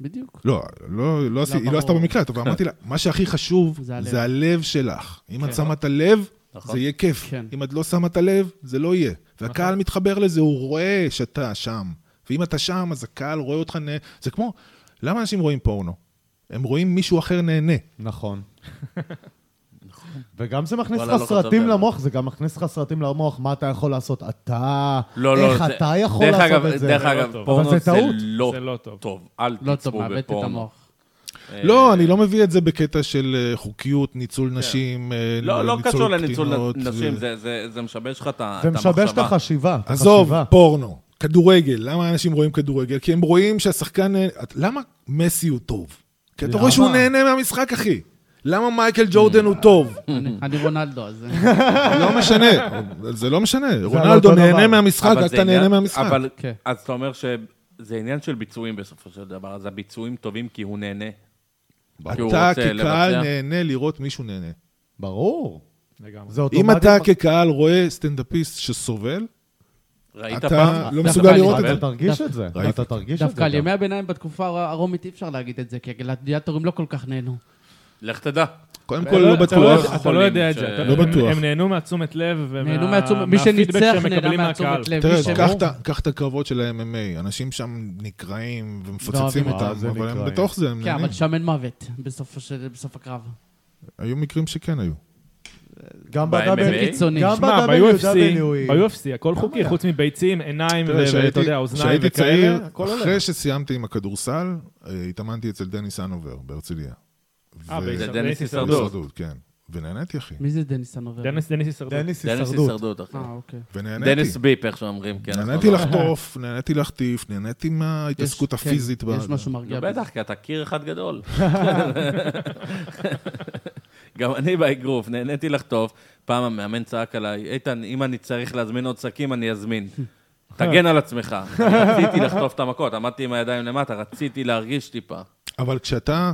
Speaker 5: בדיוק.
Speaker 4: לא, לא, לא, עשי, היא
Speaker 5: ברור.
Speaker 4: לא עשתה במקלט, אבל אמרתי לה, מה שהכי חשוב
Speaker 5: זה הלב.
Speaker 4: זה הלב שלך. אם את שמה את הלב,
Speaker 2: כן. נכון.
Speaker 4: זה יהיה כיף.
Speaker 5: כן.
Speaker 4: אם את לא שמה את הלב, זה לא יהיה. והקהל מתחבר לזה, הוא רואה שאתה שם. ואם אתה שם, אז הקהל רואה אותך נהנה. זה כמו, למה אנשים רואים פורנו? הם רואים מישהו אחר נהנה.
Speaker 2: אה,
Speaker 1: נכון. וגם זה מכניס
Speaker 2: וואלה,
Speaker 1: לך
Speaker 2: לא
Speaker 1: סרטים
Speaker 2: חשבתי על
Speaker 1: למוח, זה גם מכניס לך סרטים למוח, מה אתה יכול לעשות אתה,
Speaker 2: לא, לא,
Speaker 1: איך
Speaker 2: זה-
Speaker 1: אתה יכול
Speaker 2: דרך
Speaker 1: לעשות
Speaker 2: אגב-
Speaker 1: את זה.
Speaker 2: דרך
Speaker 3: זה לא
Speaker 2: אגב,
Speaker 3: טוב.
Speaker 1: אבל
Speaker 2: פורנו
Speaker 1: זה
Speaker 2: זה
Speaker 1: טעות.
Speaker 3: זה לא טוב.
Speaker 2: טוב, אל
Speaker 5: לא טוב,
Speaker 2: תצפו
Speaker 5: מאבד את
Speaker 2: בפורנו.
Speaker 5: המוח.
Speaker 2: אה,
Speaker 4: לא, אני לא מביא את זה בקטע של אה, חוקיות, ניצול נשים, אה,
Speaker 2: כן. לא, לא
Speaker 4: ניצול
Speaker 2: קשור לניצול
Speaker 4: קטינות,
Speaker 2: נשים,
Speaker 4: ו-
Speaker 2: זה- זה- זה משבש לך את ה- את
Speaker 1: זה
Speaker 2: המחשבה.
Speaker 1: משבש את החשיבה. את
Speaker 4: עזוב,
Speaker 1: החשיבה.
Speaker 4: פורנו, כדורגל, למה אנשים רואים כדורגל? כי הם רואים שהשחקן... נהנה- את- למה מסי הוא טוב? כי אתה
Speaker 1: למה?
Speaker 4: רואה שהוא נהנה מהמשחק, אחי. למה מייקל ג'ורדן הוא טוב?
Speaker 5: אני- אני רונלדו, אז... אה,
Speaker 4: לא משנה, זה לא משנה.
Speaker 1: אותו
Speaker 4: רונלדו
Speaker 1: דבר.
Speaker 4: נהנה מהמשחק,
Speaker 2: אבל
Speaker 4: אז
Speaker 2: זה
Speaker 4: אתה נהנה
Speaker 2: עניין-
Speaker 4: מהמשחק.
Speaker 2: אבל,
Speaker 5: כן.
Speaker 2: אז אתה אומר שזה עניין של ביצועים בסופו של דבר, אז הביצועים טובים כי הוא נהנה. כי הוא
Speaker 4: אתה
Speaker 2: רוצה
Speaker 4: כקהל
Speaker 2: לבצע.
Speaker 4: נהנה לראות מישהו נהנה.
Speaker 1: ברור.
Speaker 3: לגמרי.
Speaker 1: זה
Speaker 4: אם
Speaker 1: אוטומטית.
Speaker 4: אתה כקהל רואה סטנדאפיסט שסובל,
Speaker 2: ראית
Speaker 4: אתה
Speaker 2: פעם?
Speaker 4: לא
Speaker 2: אתה
Speaker 4: מסוגל
Speaker 2: פעם
Speaker 4: לראות את
Speaker 2: מתאבד?
Speaker 4: זה.
Speaker 1: אתה תרגיש את זה.
Speaker 4: ראיתי.
Speaker 1: אתה תרגיש את זה.
Speaker 5: דווקא על
Speaker 1: גם.
Speaker 5: ימי הביניים בתקופה הר- הרומית אי אפשר להגיד את זה, כי הגלדיאטורים לא כל כך נהנו.
Speaker 2: לך תדע.
Speaker 4: קודם
Speaker 3: אתה
Speaker 4: כל לא
Speaker 3: אתה יודע-
Speaker 4: בטוח.
Speaker 3: אתה לא יודע את
Speaker 2: ש-
Speaker 3: זה. אתה-
Speaker 4: לא
Speaker 3: הם-
Speaker 4: בטוח.
Speaker 3: הם נהנו מהתשומת לב
Speaker 5: נהנו מהתשומת, מי
Speaker 3: ומהפידבק
Speaker 5: שניצח
Speaker 3: שהם
Speaker 5: נהנה
Speaker 3: מקבלים מהקהל.
Speaker 5: מהתשומת לב. מי
Speaker 4: תראה,
Speaker 1: לא-
Speaker 5: שלא-
Speaker 4: קח את ה- קח את הקרבות של ה-MMA, אנשים שם נקרעים ומפוצצים
Speaker 5: אוהבים
Speaker 1: אותם.
Speaker 4: אותם,
Speaker 1: לא, זה אה.
Speaker 4: אבל הם
Speaker 1: נקרעים.
Speaker 4: בתוך זה, הם
Speaker 5: כן,
Speaker 4: נהנים.
Speaker 5: אבל שמן מוות בסוף של- בסוף הקרב.
Speaker 4: היו מקרים שכן היו.
Speaker 1: גם
Speaker 2: ב-MMA?
Speaker 1: ב-WWE,
Speaker 5: קיצוני.
Speaker 1: גם
Speaker 3: שמע,
Speaker 1: ב-WWE,
Speaker 3: ב-UFC, ב-UFC הכל חוקי, חוץ מביצים, עיניים
Speaker 4: תראה,
Speaker 3: ואתה
Speaker 4: כשהייתי-
Speaker 3: יודע, אוזניים
Speaker 4: כשהייתי צעיר,
Speaker 3: וכאלה, הכל עולה.
Speaker 4: אחרי שסיימתי עם הכדורסל, אה, התאמנתי אצל דניס הנובר בהרצליה.
Speaker 3: אה,
Speaker 4: ו-
Speaker 3: בהישרדות.
Speaker 2: דניס הישרדות.
Speaker 4: בהישרדות, כן. ונהניתי, אחי.
Speaker 5: מי זה דניס הנובר?
Speaker 3: דניס דניס הישרדות.
Speaker 1: דניס
Speaker 2: דניס
Speaker 1: הישרדות.
Speaker 2: הישרדות, אחי.
Speaker 5: אה, אוקיי.
Speaker 4: ונהניתי.
Speaker 2: דניס ביפ, איך שאומרים, כן.
Speaker 4: נהניתי לא- לחטוף, נהניתי להחטיף, נהניתי מההתעסקות
Speaker 5: יש- כן,
Speaker 4: הפיזית. ב-
Speaker 5: יש משהו מרגיע.
Speaker 2: נו,
Speaker 5: בזה.
Speaker 2: בטח, כי אתה קיר אחד גדול. גם אני באגרוף, נהניתי לחטוף. פעם המאמן צעק עליי, איתן, אם אני צריך להזמין עוד שקים, אני אזמין. תגן על עצמך. רציתי לחטוף את המכות, עמדתי עם הידיים למטה, רציתי להרגיש טיפה.
Speaker 4: אבל כשאתה,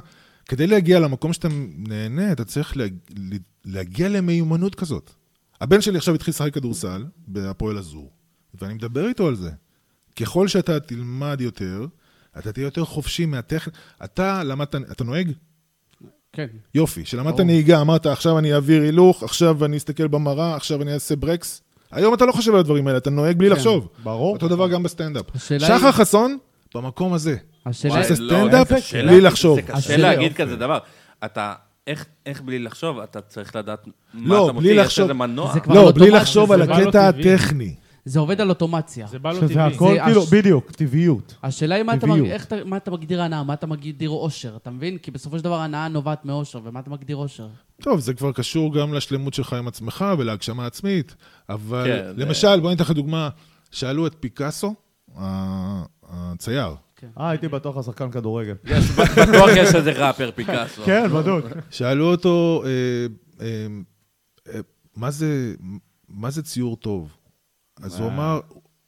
Speaker 4: כדי להגיע למקום שאתה נהנה, אתה צריך להג- ל- להגיע למיומנות כזאת. הבן שלי עכשיו התחיל לשחק כדורסל בהפועל אזור, ואני מדבר איתו על זה. ככל שאתה תלמד יותר, אתה תהיה יותר חופשי מהטכנ... אתה למדת, אתה נוהג?
Speaker 5: כן.
Speaker 4: יופי, שלמדת
Speaker 5: ברור.
Speaker 4: נהיגה, אמרת, עכשיו אני אעביר הילוך, עכשיו אני אסתכל במראה, עכשיו אני אעשה ברקס. היום אתה לא חושב על הדברים האלה, אתה נוהג בלי
Speaker 5: כן.
Speaker 4: לחשוב.
Speaker 1: ברור.
Speaker 4: אותו דבר גם בסטנדאפ.
Speaker 5: השאלה היא-
Speaker 4: שחר חסון, במקום הזה.
Speaker 5: השאלה
Speaker 2: וואי,
Speaker 4: עושה
Speaker 2: לא,
Speaker 4: סטנדאפ
Speaker 2: אין קשה
Speaker 4: בלי
Speaker 2: להגיד,
Speaker 4: לחשוב.
Speaker 2: זה קשה
Speaker 5: השאלה-
Speaker 2: להגיד כזה דבר. אתה, איך- איך בלי לחשוב? אתה צריך לדעת מה
Speaker 4: לא,
Speaker 2: אתה
Speaker 4: בלי
Speaker 2: מוציא, יש
Speaker 4: לחשוב.
Speaker 2: איזה מנוע.
Speaker 5: זה כבר
Speaker 4: לא,
Speaker 5: לא
Speaker 4: בלי
Speaker 5: אוטומטי,
Speaker 4: לחשוב
Speaker 5: זה
Speaker 4: על
Speaker 3: בא לו
Speaker 4: הקטע
Speaker 3: טבעי.
Speaker 4: הטכני.
Speaker 5: זה עובד על אוטומציה.
Speaker 3: זה בא לו
Speaker 1: שזה
Speaker 3: לא טבעי.
Speaker 1: הכל
Speaker 5: זה
Speaker 1: כאילו,
Speaker 5: הש-
Speaker 1: בדיוק, טבעיות.
Speaker 5: השאלה היא מה אתה,
Speaker 1: טבעיות.
Speaker 5: מג- איך אתה, מה אתה מגדיר הנאה, מה אתה מגדיר אושר, אתה מבין? כי בסופו של דבר הנאה נובעת מאושר, ומה אתה מגדיר אושר?
Speaker 4: טוב, זה כבר קשור גם לשלמות שלך עם עצמך ולהגשמה עצמית, אבל
Speaker 2: כן, זה-
Speaker 4: למשל, בוא אני אתן לך דוגמה, שאלו את פיקאסו, ה- הצייר,
Speaker 1: אה, הייתי בטוח השחקן כדורגל.
Speaker 2: יש- בטוח יש איזה ראפר פיקאסו.
Speaker 1: כן, בדוק.
Speaker 4: שאלו אותו, אה, אה, אה, מה זה- מה זה ציור טוב? אז הוא אמר,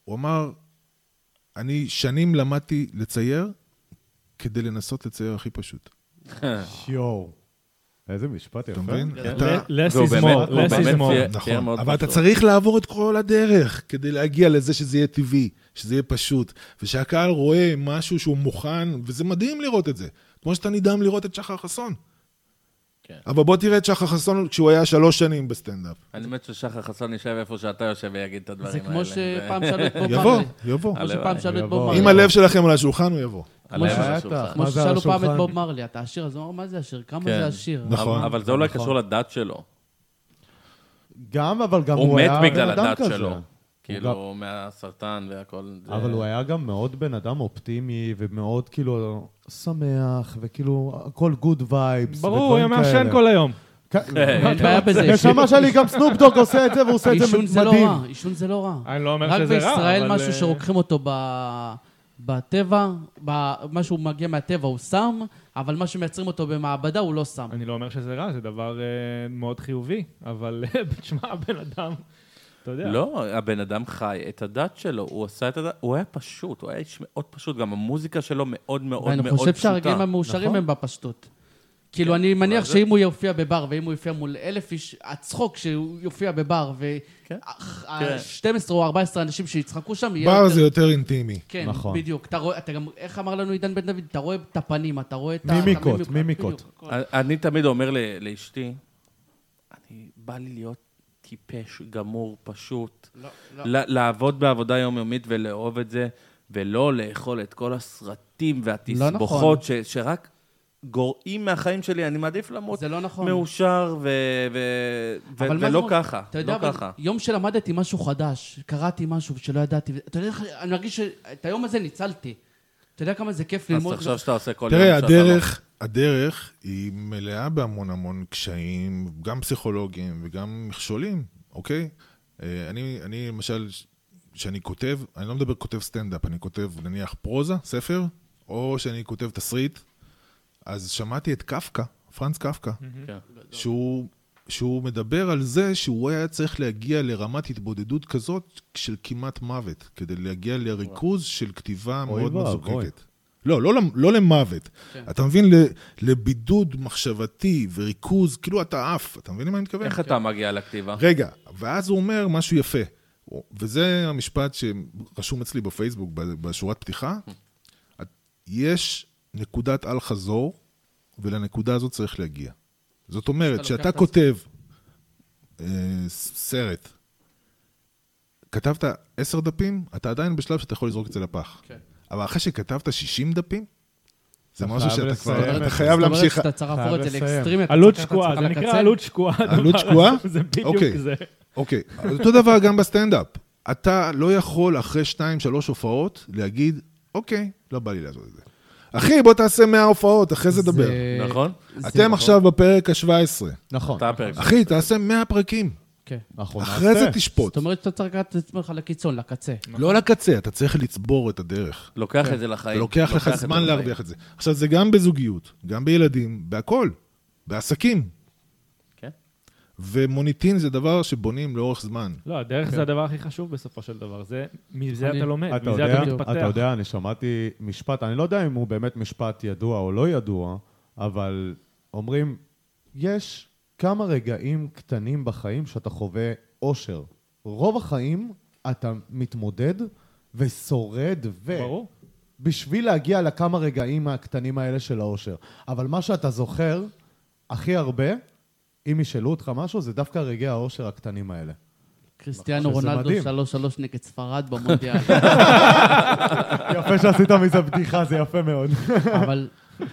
Speaker 4: הוא אמר, אני שנים למדתי לצייר כדי לנסות לצייר הכי פשוט.
Speaker 1: יואו. איזה משפט יפה.
Speaker 4: אתה מבין? אתה-
Speaker 3: לס
Speaker 2: והוא
Speaker 3: איז
Speaker 2: באמת-
Speaker 3: מור,
Speaker 2: הוא
Speaker 3: לס איז
Speaker 2: באמת
Speaker 3: מור.
Speaker 2: צייר- צייר
Speaker 4: נכון,
Speaker 2: מאוד
Speaker 4: אבל אתה
Speaker 2: פשוט.
Speaker 4: צריך לעבור את כל הדרך כדי להגיע לזה שזה יהיה טבעי, שזה יהיה פשוט, ושהקהל רואה משהו שהוא מוכן, וזה מדהים לראות את זה. כמו שאתה נדהם לראות את שחר חסון.
Speaker 2: כן.
Speaker 4: אבל בוא תראה את שחר חסון כשהוא היה שלוש שנים בסטנדאפ.
Speaker 2: אני מת ששחר חסון יישב איפה שאתה יושב ויגיד את הדברים
Speaker 5: זה
Speaker 2: האלה.
Speaker 5: כמו שפעם
Speaker 2: ו-
Speaker 5: שאלו את בוב
Speaker 4: יבוא,
Speaker 5: מרלי.
Speaker 4: יבוא.
Speaker 5: כמו
Speaker 2: הלוואי,
Speaker 5: שפעם שאלו את
Speaker 1: יבוא.
Speaker 5: בוב
Speaker 4: אם
Speaker 5: מרלי.
Speaker 4: הלב שלכם על השולחן, הוא יבוא.
Speaker 2: הלוואי
Speaker 5: כמו
Speaker 2: על
Speaker 1: שבטח.
Speaker 2: השולחן.
Speaker 5: כמו
Speaker 1: מה זה על
Speaker 5: ששאלו פעם את
Speaker 1: השולחן?
Speaker 5: בוב מרלי, אתה עשיר? אז הוא אמר, מה זה עשיר? כמה
Speaker 2: כן.
Speaker 5: זה עשיר?
Speaker 4: נכון.
Speaker 2: אבל זה אולי קשור לדת שלו.
Speaker 1: גם, אבל גם
Speaker 2: הוא
Speaker 1: הוא
Speaker 2: מת
Speaker 1: היה בן
Speaker 2: בגלל
Speaker 1: אדם
Speaker 2: הדת
Speaker 1: כזה.
Speaker 2: שלו.
Speaker 1: גם-
Speaker 2: כאילו, מהסרטן והכל. זה-
Speaker 1: אבל הוא היה גם מאוד בן אדם אופטימי, ומאוד כאילו שמח, וכאילו הכל גוד וייבס.
Speaker 3: ברור, הוא היה מעשן כל היום.
Speaker 1: כן.
Speaker 5: אין בעיה בזה.
Speaker 1: נשמה שלי, גם סנופ דוג עושה את זה, והוא עושה את זה
Speaker 5: עישון זה לא
Speaker 1: מדהים.
Speaker 5: רע, עישון זה לא רע.
Speaker 3: אני לא אומר
Speaker 5: רק
Speaker 3: שזה רע,
Speaker 5: בישראל
Speaker 3: אבל...
Speaker 5: משהו
Speaker 3: אה,
Speaker 5: שרוקחים אותו ב- בטבע, ב- משהו מגיע מהטבע הוא סם, אבל מה שמייצרים אותו במעבדה הוא לא סם.
Speaker 3: אני לא אומר שזה רע, זה דבר אה, מאוד חיובי, אבל אה, תשמע, הבן אדם, אתה יודע.
Speaker 2: לא, הבן אדם חי את הדת שלו, הוא עשה את הדת, הוא היה פשוט, הוא היה איש מאוד פשוט, גם המוזיקה שלו מאוד מאוד מאוד
Speaker 5: ואני
Speaker 2: פשוטה. נכון. כן,
Speaker 5: חושב שהרגעים המאושרים הם בפשטות. כאילו, אני מניח
Speaker 2: זה-
Speaker 5: שאם הוא יופיע בבר, ואם הוא יופיע מול אלף איש, הצחוק שהוא יופיע בבר,
Speaker 2: כן. כן.
Speaker 5: ו-12 או 14 אנשים שיצחקו שם, יהיה
Speaker 4: בר
Speaker 5: יותר...
Speaker 4: זה יותר אינטימי.
Speaker 5: כן,
Speaker 1: נכון.
Speaker 5: בדיוק. אתה רואה, אתה גם, איך אמר לנו עידן בן דוד? אתה רואה את הפנים, אתה רואה את ה...
Speaker 1: מימיקות,
Speaker 5: את המימיקות,
Speaker 1: מימיקות.
Speaker 5: בדיוק, הכל.
Speaker 2: אני תמיד אומר ל- לאשתי, אני בא לי להיות טיפש, גמור, פשוט.
Speaker 5: לא, לא.
Speaker 2: ל- לעבוד בעבודה יומיומית ולאהוב את זה, ולא לאכול את כל הסרטים והתסבוכות
Speaker 5: לא
Speaker 2: ש-
Speaker 5: נכון.
Speaker 2: שרק גורעים מהחיים שלי, אני מעדיף למות
Speaker 5: זה לא נכון.
Speaker 2: מאושר ו- ו- ו-
Speaker 5: אבל מה זה
Speaker 2: ולא
Speaker 5: אומר?
Speaker 2: ככה,
Speaker 5: אתה יודע,
Speaker 2: לא
Speaker 5: אבל
Speaker 2: ככה.
Speaker 5: יום שלמדתי משהו חדש, קראתי משהו שלא ידעתי, ו- אתה יודע איך, אני מרגיש שאת היום הזה ניצלתי. אתה יודע כמה זה כיף
Speaker 2: אז
Speaker 5: ללמוד...
Speaker 2: תחשוב שאתה עושה כל יום
Speaker 4: תראה,
Speaker 2: שאתה לא-
Speaker 4: הדרך, הדרך היא מלאה בהמון המון קשיים, גם פסיכולוגיים וגם מכשולים, אוקיי? אה, אני, אני למשל, כשאני כותב, אני לא מדבר כותב סטנדאפ, אני כותב נניח פרוזה, ספר, או שאני כותב תסריט, אז שמעתי את קפקא, פרנץ קפקא,
Speaker 2: כן.
Speaker 4: שהוא, שהוא מדבר על זה שהוא היה צריך להגיע לרמת התבודדות כזאת של כמעט מוות, כדי להגיע לריכוז של כתיבה
Speaker 1: אוי
Speaker 4: מאוד
Speaker 1: ואבוי.
Speaker 4: מזוקקת. לא, לא, למ- לא למוות.
Speaker 5: כן.
Speaker 4: אתה מבין? ל- לבידוד מחשבתי וריכוז, כאילו אתה עף. אתה מבין למה אני מתכוון?
Speaker 2: לא- איך אתה מגיע לכתיבה?
Speaker 4: רגע, ואז הוא אומר משהו יפה, וזה המשפט שרשום אצלי בפייסבוק ב- בשורת פתיחה. את- יש נקודת אל-חזור, ולנקודה הזאת צריך להגיע. זאת אומרת,
Speaker 5: כשאתה לוקח
Speaker 4: כשאתה
Speaker 5: את
Speaker 4: כותב אה, ס- סרט, כתבת עשר דפים, אתה עדיין בשלב שאתה יכול לזרוק את זה לפח.
Speaker 5: כן.
Speaker 4: אבל אחרי שכתבת 60 דפים, זה משהו שאתה
Speaker 1: לסיים
Speaker 4: כבר, אתה
Speaker 1: את
Speaker 4: חייב להמשיך.
Speaker 5: זאת אומרת שאתה צריך
Speaker 1: חייב
Speaker 5: לעבור את זה
Speaker 1: לסיים.
Speaker 5: לאקסטרים. אתה
Speaker 3: עלות
Speaker 5: צריך לקחת
Speaker 3: שקועה,
Speaker 5: את
Speaker 3: זה
Speaker 5: עצמך
Speaker 3: נקרא
Speaker 5: לקצה.
Speaker 3: עלות שקועה. הדבר
Speaker 4: עלות
Speaker 3: הזה.
Speaker 4: שקועה?
Speaker 3: זה בדיוק
Speaker 4: אוקיי.
Speaker 3: זה.
Speaker 4: אוקיי, אז אותו דבר גם בסטנדאפ. אתה לא יכול אחרי שתיים, שלוש הופעות להגיד, אוקיי, לא בא לי לעשות את זה. אחי, בוא תעשה 100 הופעות, אחרי זה דבר.
Speaker 5: אה,
Speaker 2: נכון?
Speaker 5: זה-
Speaker 4: אתם עכשיו בפרק ה-17.
Speaker 1: נכון.
Speaker 2: אתה הפרק.
Speaker 4: אחי, תעשה 100 פרקים,
Speaker 5: כן.
Speaker 1: אנחנו
Speaker 4: אחרי זה
Speaker 1: נעשה.
Speaker 4: תשפוט.
Speaker 5: זאת אומרת שאתה צריך לקחת את עצמך לקיצון, לקצה.
Speaker 4: לא לקצה, אתה צריך לצבור את הדרך.
Speaker 2: אה, לוקח את זה לחיים.
Speaker 4: לוקח לך
Speaker 2: את זה
Speaker 4: זמן
Speaker 2: לחיים.
Speaker 4: להרוויח את זה. עכשיו, זה גם בזוגיות, גם בילדים, בהכל, בעסקים.
Speaker 2: כן.
Speaker 4: ומוניטין זה דבר שבונים לאורך זמן.
Speaker 3: לא, הדרך זה הדבר הכי חשוב בסופו של דבר. זה, מזה
Speaker 5: אני-
Speaker 3: אתה לומד,
Speaker 1: כן. אתה
Speaker 3: כן, מזה
Speaker 1: יודע,
Speaker 3: אתה מתפתח.
Speaker 1: אתה יודע, אני שמעתי משפט, אני לא יודע אם הוא באמת משפט ידוע או לא ידוע, אבל אומרים, יש כמה רגעים קטנים בחיים שאתה חווה אושר. רוב החיים אתה מתמודד ושורד ו...
Speaker 3: ברור.
Speaker 1: בשביל להגיע לכמה רגעים הקטנים האלה של האושר. אבל מה שאתה זוכר הכי הרבה, אם ישאלו אותך משהו, זה דווקא רגעי האושר הקטנים האלה.
Speaker 5: קריסטיאנו
Speaker 1: שזה
Speaker 5: רונלדו
Speaker 1: מדהים.
Speaker 5: 3-3 נגד ספרד במונדיאל.
Speaker 1: יפה שעשית מזה בדיחה, זה יפה מאוד.
Speaker 5: אבל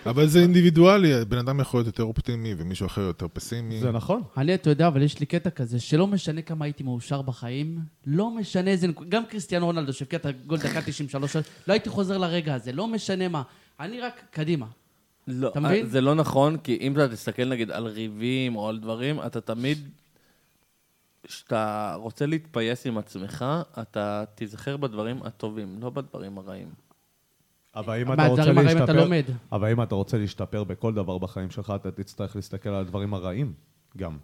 Speaker 4: אבל זה אינדיבידואלי, בן אדם יכול להיות יותר אופטימי ומישהו אחר יותר פסימי.
Speaker 1: זה נכון.
Speaker 5: אני, אתה יודע, אבל יש לי קטע כזה, שלא משנה כמה הייתי מאושר בחיים, לא משנה איזה... נק- גם קריסטיאנו רונלדו שהבקיע את הגול דקה 93, לא הייתי חוזר לרגע הזה, לא משנה מה. אני רק קדימה.
Speaker 2: לא,
Speaker 5: אתה מבין?
Speaker 2: זה לא נכון, כי אם אתה תסתכל נגיד על ריבים או על דברים, אתה תמיד, כשאתה רוצה להתפייס עם עצמך, אתה תיזכר בדברים הטובים, לא בדברים הרעים.
Speaker 1: אבל אם אתה רוצה
Speaker 5: מהדברים הרעים אתה
Speaker 1: להשתפר...
Speaker 5: לומד.
Speaker 1: אבל אם אתה רוצה להשתפר בכל דבר בחיים שלך, אתה תצטרך להסתכל על הדברים הרעים גם.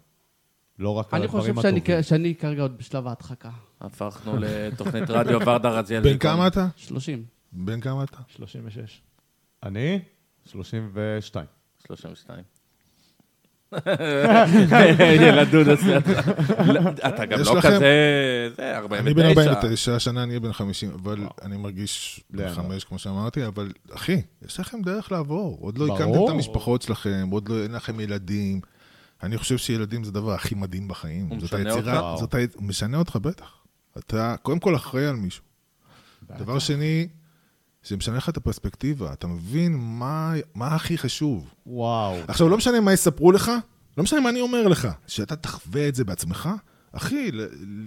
Speaker 1: לא רק על
Speaker 5: אני
Speaker 1: הדברים
Speaker 5: חושב
Speaker 1: הטובים.
Speaker 5: שאני כ- שאני כרגע עוד בשלב ההדחקה.
Speaker 2: הפכנו לתוכנית רדיו ורדה רזיאל.
Speaker 4: בן כמה אתה?
Speaker 5: 30.
Speaker 4: בן כמה אתה?
Speaker 3: 36.
Speaker 1: אני? 32.
Speaker 2: 32. ילד דוד עשרה. לא, אתה גם
Speaker 4: יש
Speaker 2: לא
Speaker 4: לכם-
Speaker 2: כזה... זה
Speaker 4: אני בן
Speaker 2: 49.
Speaker 4: 49, השנה אני אהיה בן 50, אבל אני מרגיש בן
Speaker 1: לאן?
Speaker 4: 5, כמו שאמרתי, אבל אחי, יש לכם דרך לעבור. עוד לא
Speaker 1: ברור.
Speaker 4: הקמתם את המשפחות שלכם, עוד לא, אין לכם ילדים. אני חושב שילדים זה הדבר הכי מדהים בחיים.
Speaker 2: הוא
Speaker 4: זאת
Speaker 2: משנה
Speaker 4: היצירה,
Speaker 1: אותך?
Speaker 4: זאת ה... הוא משנה אותך בטח. אתה קודם כל אחראי על מישהו. דבר שני, זה משנה לך את הפרספקטיבה, אתה מבין מה, מה הכי חשוב.
Speaker 1: וואו.
Speaker 4: עכשיו, לא משנה מה יספרו לך, לא משנה מה אני אומר לך, שאתה תחווה את זה בעצמך, אחי, ל- ל-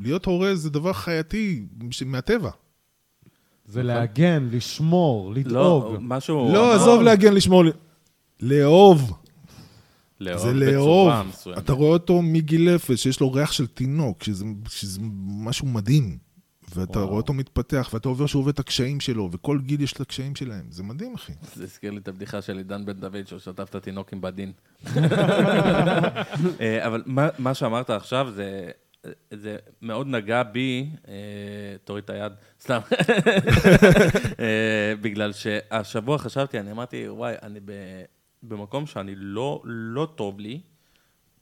Speaker 4: להיות הורה זה דבר חייתי ש- מהטבע.
Speaker 1: זה להגן, לשמור,
Speaker 2: לא,
Speaker 1: לדאוג.
Speaker 2: משהו...
Speaker 4: לא, עזוב להגן, לשמור, ל- לאהוב. זה לאהוב.
Speaker 2: בצורה מסוימת.
Speaker 4: אתה רואה אותו מגיל אפס, שיש לו ריח של תינוק, שזה, שזה משהו מדהים. ואתה
Speaker 1: וואו.
Speaker 4: רואה אותו מתפתח, ואתה עובר שהוא עובר את הקשיים שלו, וכל גיל יש את הקשיים שלהם. זה מדהים, אחי.
Speaker 2: זה הזכיר לי את הבדיחה של עידן בן דוד, שהוא שטף את התינוק עם בדין. אה, אבל מה- מה שאמרת עכשיו, זה... זה מאוד נגע בי, אה, תוריד את היד, סתם, אה, בגלל שהשבוע חשבתי, אני אמרתי, וואי, אני ב- במקום שאני לא, לא טוב לי,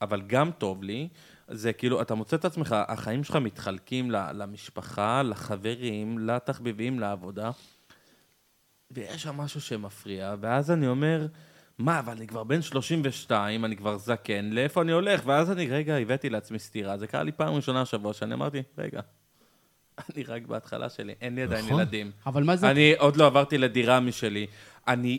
Speaker 2: אבל גם טוב לי, זה כאילו, אתה מוצא את עצמך, החיים שלך מתחלקים ל- למשפחה, לחברים, לתחביבים, לעבודה, ויש שם משהו שמפריע, ואז אני אומר, מה, אבל אני כבר בן 32, אני כבר זקן, לאיפה אני הולך? ואז אני, רגע, הבאתי לעצמי סטירה. זה קרה לי פעם ראשונה השבוע, שאני אמרתי, רגע, אני רק בהתחלה שלי, אין לי עדיין
Speaker 4: נכון.
Speaker 2: ילדים.
Speaker 5: אבל מה זה...
Speaker 2: אני עוד לא עברתי לדירה משלי. אני...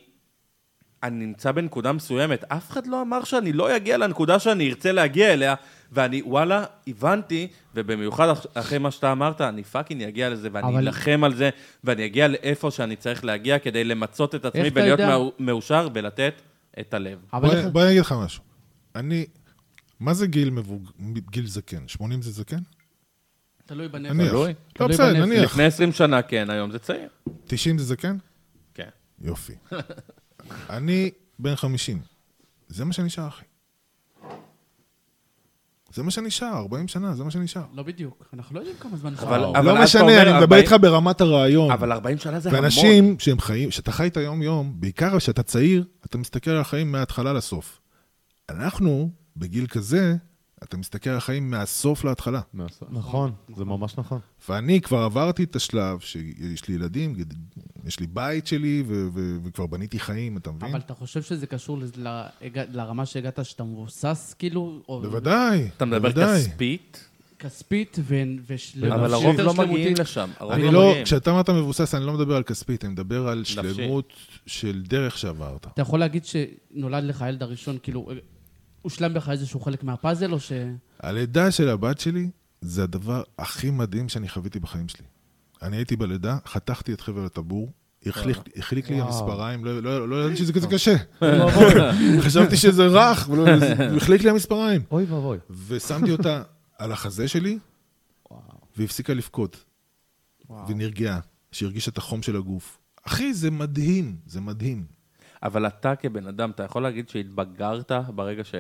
Speaker 2: אני נמצא בנקודה מסוימת, אף אחד לא אמר שאני לא אגיע לנקודה שאני ארצה להגיע אליה, ואני וואלה, הבנתי, ובמיוחד אח- אחרי מה שאתה אמרת, אני פאקינג אגיע לזה, ואני
Speaker 5: אבל-
Speaker 2: אלחם על זה, ואני אגיע לאיפה שאני צריך להגיע כדי למצות את עצמי
Speaker 5: אתה
Speaker 2: ולהיות
Speaker 5: יודע?
Speaker 2: מאו- מאושר ולתת את הלב.
Speaker 5: אבל
Speaker 4: בוא
Speaker 5: איך-
Speaker 4: בוא אני אגיד לך משהו. אני... מה זה גיל מבוג... גיל זקן? 80 זה זקן?
Speaker 5: תלוי בנפש.
Speaker 4: נניח.
Speaker 2: תלוי.
Speaker 4: לא,
Speaker 5: תלוי
Speaker 4: בסדר,
Speaker 5: בנפש.
Speaker 4: נניח.
Speaker 2: לפני 20 שנה כן, היום זה צעיר.
Speaker 4: 90 זה זקן?
Speaker 2: כן.
Speaker 4: יופי. אני בן 50. זה מה שנשאר, אחי. זה מה שנשאר, 40 שנה, זה מה שנשאר.
Speaker 5: לא בדיוק. אנחנו לא יודעים כמה זמן נשאר.
Speaker 2: אבל- אבל
Speaker 4: לא
Speaker 2: אז אתה
Speaker 4: משנה,
Speaker 2: אומר
Speaker 4: אני מדבר
Speaker 2: 40
Speaker 4: איתך ברמת הרעיון.
Speaker 2: אבל 40 שנה זה המון.
Speaker 4: ואנשים שהם חיים, שאתה חי את היום-יום, בעיקר כשאתה צעיר, אתה מסתכל על החיים מההתחלה לסוף. אנחנו, בגיל כזה, אתה מסתכל על החיים מהסוף להתחלה.
Speaker 1: נכון, זה ממש נכון.
Speaker 4: ואני כבר עברתי את השלב שיש לי ילדים, יש לי בית שלי, ו- ו- וכבר בניתי חיים, אתה מבין?
Speaker 5: אבל אתה חושב שזה קשור לז- להגע- לרמה שהגעת שאתה מבוסס, כאילו? או-
Speaker 4: בוודאי,
Speaker 2: אתה מדבר
Speaker 4: בוודאי.
Speaker 2: כספית,
Speaker 5: כספית ו... ושלמות.
Speaker 2: אבל הרוב
Speaker 5: יותר
Speaker 2: לא
Speaker 5: שלמותית.
Speaker 2: מגיעים לשם. הרוב
Speaker 4: אני
Speaker 2: לא
Speaker 4: לא,
Speaker 2: מגיעים.
Speaker 4: כשאתה אמרת מבוסס, אני לא מדבר על כספית, אני מדבר על שלמות של דרך שעברת.
Speaker 5: אתה יכול להגיד שנולד לך הילד הראשון, כאילו, הושלם בך איזשהו חלק מהפאזל, או ש...
Speaker 4: הלידה של הבת שלי זה הדבר הכי מדהים שאני חוויתי בחיים שלי. אני הייתי בלידה, חתכתי את חבל הטבור, החליק-
Speaker 2: אה.
Speaker 4: החליק לי
Speaker 1: וואו.
Speaker 4: המספריים, לא- לא לא ידעתי שזה כזה קשה. חשבתי שזה רך, אבל לא, זה- החליק לי המספריים.
Speaker 1: אוי ואבוי.
Speaker 4: ושמתי אותה על החזה שלי, והפסיקה לבכות, ונרגעה, שהרגישה את החום של הגוף. אחי, זה מדהים, זה מדהים.
Speaker 2: אבל אתה כבן אדם, אתה יכול להגיד שהתבגרת ברגע ש...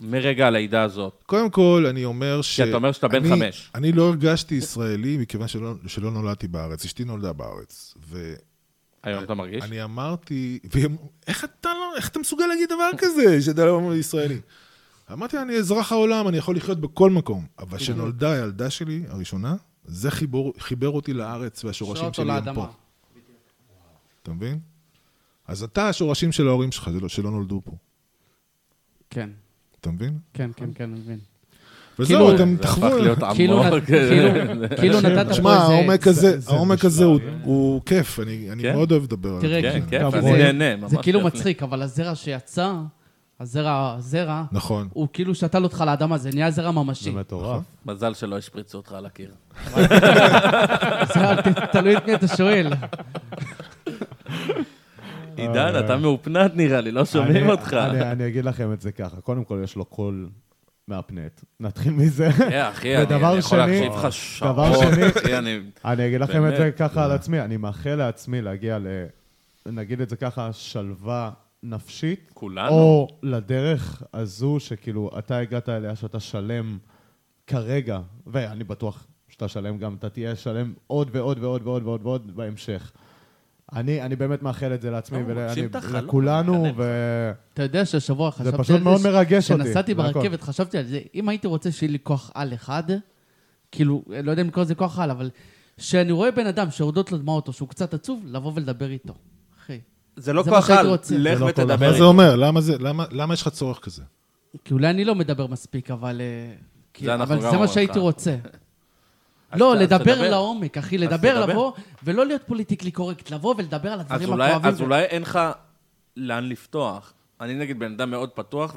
Speaker 2: מרגע הלידה הזאת.
Speaker 4: קודם כל, אני אומר ש...
Speaker 2: כי אתה אומר שאתה בן
Speaker 4: אני-
Speaker 2: חמש.
Speaker 4: אני לא הרגשתי ישראלי מכיוון שלא, שלא נולדתי בארץ. אשתי נולדה בארץ. ואני
Speaker 2: היום אתה מרגיש?
Speaker 4: אמרתי... והיא אמ- איך אתה לא... איך אתה מסוגל להגיד דבר כזה, שאתה לא ישראלי? אמרתי, אני אזרח העולם, אני יכול לחיות בכל מקום. אבל כשנולדה הילדה שלי הראשונה, זה חיבור, חיבר אותי לארץ והשורשים
Speaker 5: שעות
Speaker 4: שלי
Speaker 5: עולה
Speaker 4: הם פה.
Speaker 5: אדמה.
Speaker 4: אתה מבין? אז אתה השורשים של ההורים שלך, שלא, שלא נולדו פה.
Speaker 5: כן,
Speaker 4: אתה מבין?
Speaker 5: כן, כן, כן, אני מבין.
Speaker 4: וזהו, אתם
Speaker 2: כאילו, זה
Speaker 4: תחוו...
Speaker 2: הפך להיות
Speaker 5: כאילו
Speaker 2: עמוק.
Speaker 5: נת- כאילו- כאילו נתת פה איזה...
Speaker 4: שמע, העומק הזה,
Speaker 1: זה
Speaker 4: העומק
Speaker 1: נשמע,
Speaker 4: הזה הוא-
Speaker 1: כן.
Speaker 4: הוא כיף, אני אני
Speaker 2: כן?
Speaker 4: מאוד אוהב לדבר על
Speaker 5: תראה,
Speaker 4: זה.
Speaker 2: כן,
Speaker 5: כאילו,
Speaker 2: כיף,
Speaker 1: זה-
Speaker 2: אני נהנה. ממש
Speaker 5: זה כאילו
Speaker 2: כיף לי.
Speaker 5: מצחיק, אבל הזרע שיצא, הזרע, הזרע,
Speaker 4: נכון.
Speaker 5: הוא כאילו שתל אותך לאדמה, זה נהיה זרע ממשי.
Speaker 1: זה מטורף.
Speaker 2: מזל שלא השפריצו אותך על הקיר.
Speaker 1: אה,
Speaker 5: זה ת- תלוי את מי אתה שואל.
Speaker 2: עידן, אתה מאופנת נראה לי, לא שומעים
Speaker 1: אה. אני-
Speaker 2: אותך.
Speaker 1: אני- אני אגיד לכם את זה ככה. קודם כל, יש לו קול מהפנט. נתחיל מזה.
Speaker 2: אה, אחי, אני
Speaker 1: ודבר
Speaker 2: אני יכול
Speaker 1: שני-
Speaker 2: להקשיב לך שעות.
Speaker 1: דבר שני-
Speaker 2: אחי, אני...
Speaker 1: אני אגיד לכם את זה
Speaker 2: באמת.
Speaker 1: ככה על עצמי. אני מאחל לעצמי להגיע ל... נגיד את זה ככה, שלווה נפשית.
Speaker 2: כולנו.
Speaker 1: או לדרך הזו שכאילו אתה הגעת אליה שאתה שלם כרגע, ואני בטוח שאתה שלם גם, אתה תהיה שלם עוד ועוד ועוד ועוד ועוד ועוד בהמשך. אני, אני באמת מאחל את זה לעצמי
Speaker 2: לא, הוא מגשים את החלום,
Speaker 1: ולכולנו,
Speaker 2: מקנא בך.
Speaker 5: אתה יודע שהשבוע חשבתי על זה...
Speaker 1: פשוט מאוד
Speaker 5: ש-
Speaker 1: מרגש אותי,
Speaker 5: כשנסעתי
Speaker 1: זה הכל.
Speaker 5: ברכבת, חשבתי על זה, אם הייתי רוצה שיהיה לי כוח על אחד, כאילו, לא יודע אם לקרוא לזה כוח על, אבל שאני רואה בן אדם שיורדות לו דמעות או שהוא קצת עצוב, לבוא ולדבר איתו. אחי,
Speaker 2: זה לא
Speaker 5: זה
Speaker 2: כל
Speaker 5: מה שהייתי
Speaker 2: אחד,
Speaker 5: רוצה.
Speaker 2: לך
Speaker 1: זה לא כל
Speaker 2: ותדבר
Speaker 4: מה זה
Speaker 2: איתו.
Speaker 4: אומר? למה זה- למה- למה יש לך צורך כזה?
Speaker 5: כי אולי אני לא מדבר מספיק, אבל... אה, כי-
Speaker 2: זה אנחנו גם
Speaker 5: אבל זה
Speaker 2: אומרים
Speaker 5: מה
Speaker 2: לך.
Speaker 5: שהייתי רוצה.
Speaker 2: אז
Speaker 5: לא,
Speaker 2: ת- אז
Speaker 5: לדבר
Speaker 2: תדבר.
Speaker 5: לעומק, אחי, לדבר,
Speaker 2: תדבר.
Speaker 5: לבוא, ולא להיות פוליטיקלי קורקט, לבוא ולדבר על
Speaker 2: אז
Speaker 5: הדברים
Speaker 2: אולי,
Speaker 5: הכואבים.
Speaker 2: אז אולי אין לך לאן לפתוח. אני נגיד בן אדם מאוד פתוח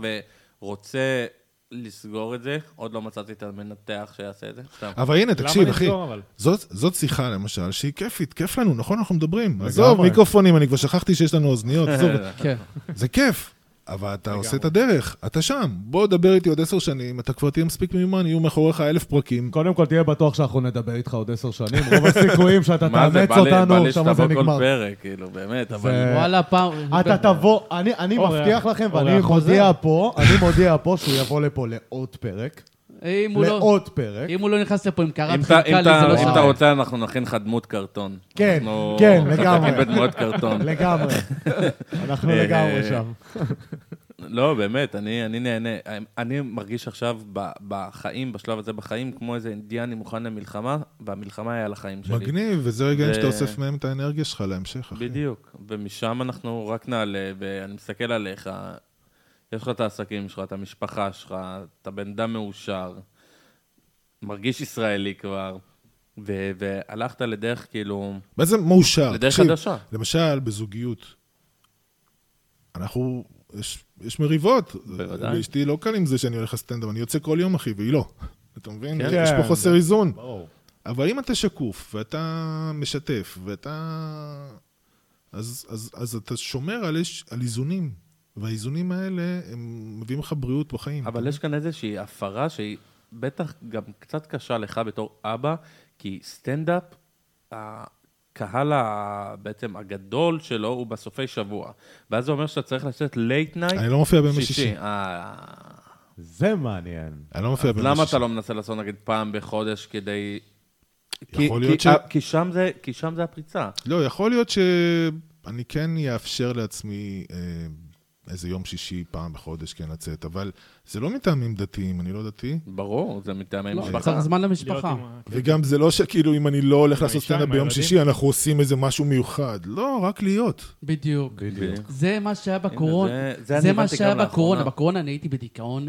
Speaker 2: ורוצה לסגור את זה, עוד לא מצאתי את המנתח שיעשה את זה. סתם.
Speaker 4: אבל הנה, תקשיב, אחי,
Speaker 3: לסגור, אבל?
Speaker 4: זאת זאת שיחה, למשל, שהיא כיפית, כיף לנו, נכון? אנחנו מדברים. עזוב, מיקרופונים, אני כבר שכחתי שיש לנו אוזניות, עזוב,
Speaker 5: כן.
Speaker 4: זה כיף. אבל אתה עושה את הדרך, אתה שם. בוא, דבר איתי עוד עשר שנים, אתה כבר תהיה מספיק מיומן, יהיו מאחוריך אלף פרקים.
Speaker 1: קודם כל תהיה בטוח שאנחנו נדבר איתך עוד עשר שנים, רוב הסיכויים שאתה
Speaker 2: מה זה,
Speaker 1: תאמץ
Speaker 2: בא לי- בא
Speaker 1: אותנו,
Speaker 2: לי
Speaker 1: שם זה
Speaker 2: שתבוא כל
Speaker 1: נגמר.
Speaker 2: פרק, כאילו, באמת, אבל...
Speaker 1: זה-
Speaker 5: וואלה, פעם...
Speaker 1: אה, אתה תבוא, אני, אני
Speaker 3: אורח-
Speaker 1: מבטיח לכם, ואני
Speaker 3: אורח חוזר.
Speaker 1: מודיע פה, אני מודיע פה שהוא יבוא לפה לעוד פרק,
Speaker 5: אם הוא לא...
Speaker 1: לעוד פרק.
Speaker 5: אם הוא לא נכנס לפה עם
Speaker 2: אם
Speaker 5: קרת
Speaker 2: אתה-
Speaker 5: חלקה
Speaker 2: אם
Speaker 5: לי, זה
Speaker 2: אתה
Speaker 5: לא
Speaker 2: אם אתה
Speaker 5: שווה.
Speaker 2: רוצה, אנחנו נכין לך דמות קרטון.
Speaker 1: כן,
Speaker 2: אנחנו-
Speaker 1: כן,
Speaker 2: אנחנו
Speaker 1: לגמרי.
Speaker 2: משחקים בדמות קרטון.
Speaker 1: לגמרי. אנחנו
Speaker 2: אה,
Speaker 1: לגמרי שם.
Speaker 2: לא, באמת, אני, אני נהנה. אני מרגיש עכשיו ב- בחיים, בשלב הזה בחיים, כמו איזה אינדיאני מוכן למלחמה, והמלחמה היא על החיים שלי.
Speaker 4: מגניב, וזה רגעים
Speaker 2: זה-
Speaker 4: שאתה אוסף מהם את האנרגיה שלך להמשך, אחי.
Speaker 2: בדיוק. ומשם אנחנו רק נעלה, ואני מסתכל עליך, יש לך את העסקים שלך, את המשפחה שלך, אתה בן אדם מאושר, מרגיש ישראלי כבר, ו- והלכת לדרך כאילו,
Speaker 4: בעצם מאושר.
Speaker 2: לדרך
Speaker 4: לא, תקשיב,
Speaker 2: חדשה.
Speaker 4: למשל, בזוגיות, אנחנו, יש, יש מריבות.
Speaker 2: בוודאי.
Speaker 4: אשתי לא קל עם זה שאני הולך לסטנדאפ, אני יוצא כל יום, אחי, והיא לא. אתה מבין?
Speaker 1: כן.
Speaker 4: יש פה
Speaker 1: כן,
Speaker 4: חוסר איזון.
Speaker 1: ברור.
Speaker 4: אבל אם אתה שקוף, ואתה משתף, ואתה... אז, אז, אז אתה שומר על, יש, על איזונים, והאיזונים האלה, הם מביאים לך בריאות בחיים.
Speaker 2: אבל יש כאן איזושהי הפרה שהיא בטח גם קצת קשה לך בתור אבא, כי סטנדאפ, הקהל ה- בעצם הגדול שלו הוא בסופי שבוע. ואז זה אומר שאתה צריך לצאת לייט נייט.
Speaker 4: אני לא מופיע בימי שישי.
Speaker 2: אה,
Speaker 1: זה מעניין.
Speaker 4: אני לא מופיע
Speaker 2: אז
Speaker 4: בימי
Speaker 2: למה
Speaker 4: שישי.
Speaker 2: אתה לא מנסה לעשות נגיד פעם בחודש כדי... כי-
Speaker 4: יכול להיות
Speaker 2: כי-
Speaker 4: ש-
Speaker 2: אה, כי שם זה- כי שם זה הפריצה.
Speaker 4: לא, יכול להיות שאני כן אאפשר לעצמי אה, איזה יום שישי, פעם בחודש כן לצאת, אבל זה לא מטעמים דתיים, אני לא
Speaker 3: אה,
Speaker 4: דתי.
Speaker 3: כן.
Speaker 2: ברור, זה מטעמי
Speaker 5: לא,
Speaker 2: משפחה.
Speaker 5: צריך זמן
Speaker 3: להיות
Speaker 5: למשפחה.
Speaker 3: עם ה-
Speaker 4: וגם זה לא שכאילו אם אני לא הולך לעשות
Speaker 3: האישה,
Speaker 4: סטנדאפ
Speaker 3: עם
Speaker 4: ביום
Speaker 3: הילדים.
Speaker 4: שישי, אנחנו עושים איזה משהו מיוחד. לא, רק להיות.
Speaker 5: בדיוק.
Speaker 2: בדיוק.
Speaker 5: זה מה שהיה בקורונה.
Speaker 2: זה- זה אני
Speaker 5: זה מה
Speaker 2: הבנתי
Speaker 5: שהיה
Speaker 2: גם לאחרונה.
Speaker 5: בקורונה. בקורונה אני הייתי בדיכאון.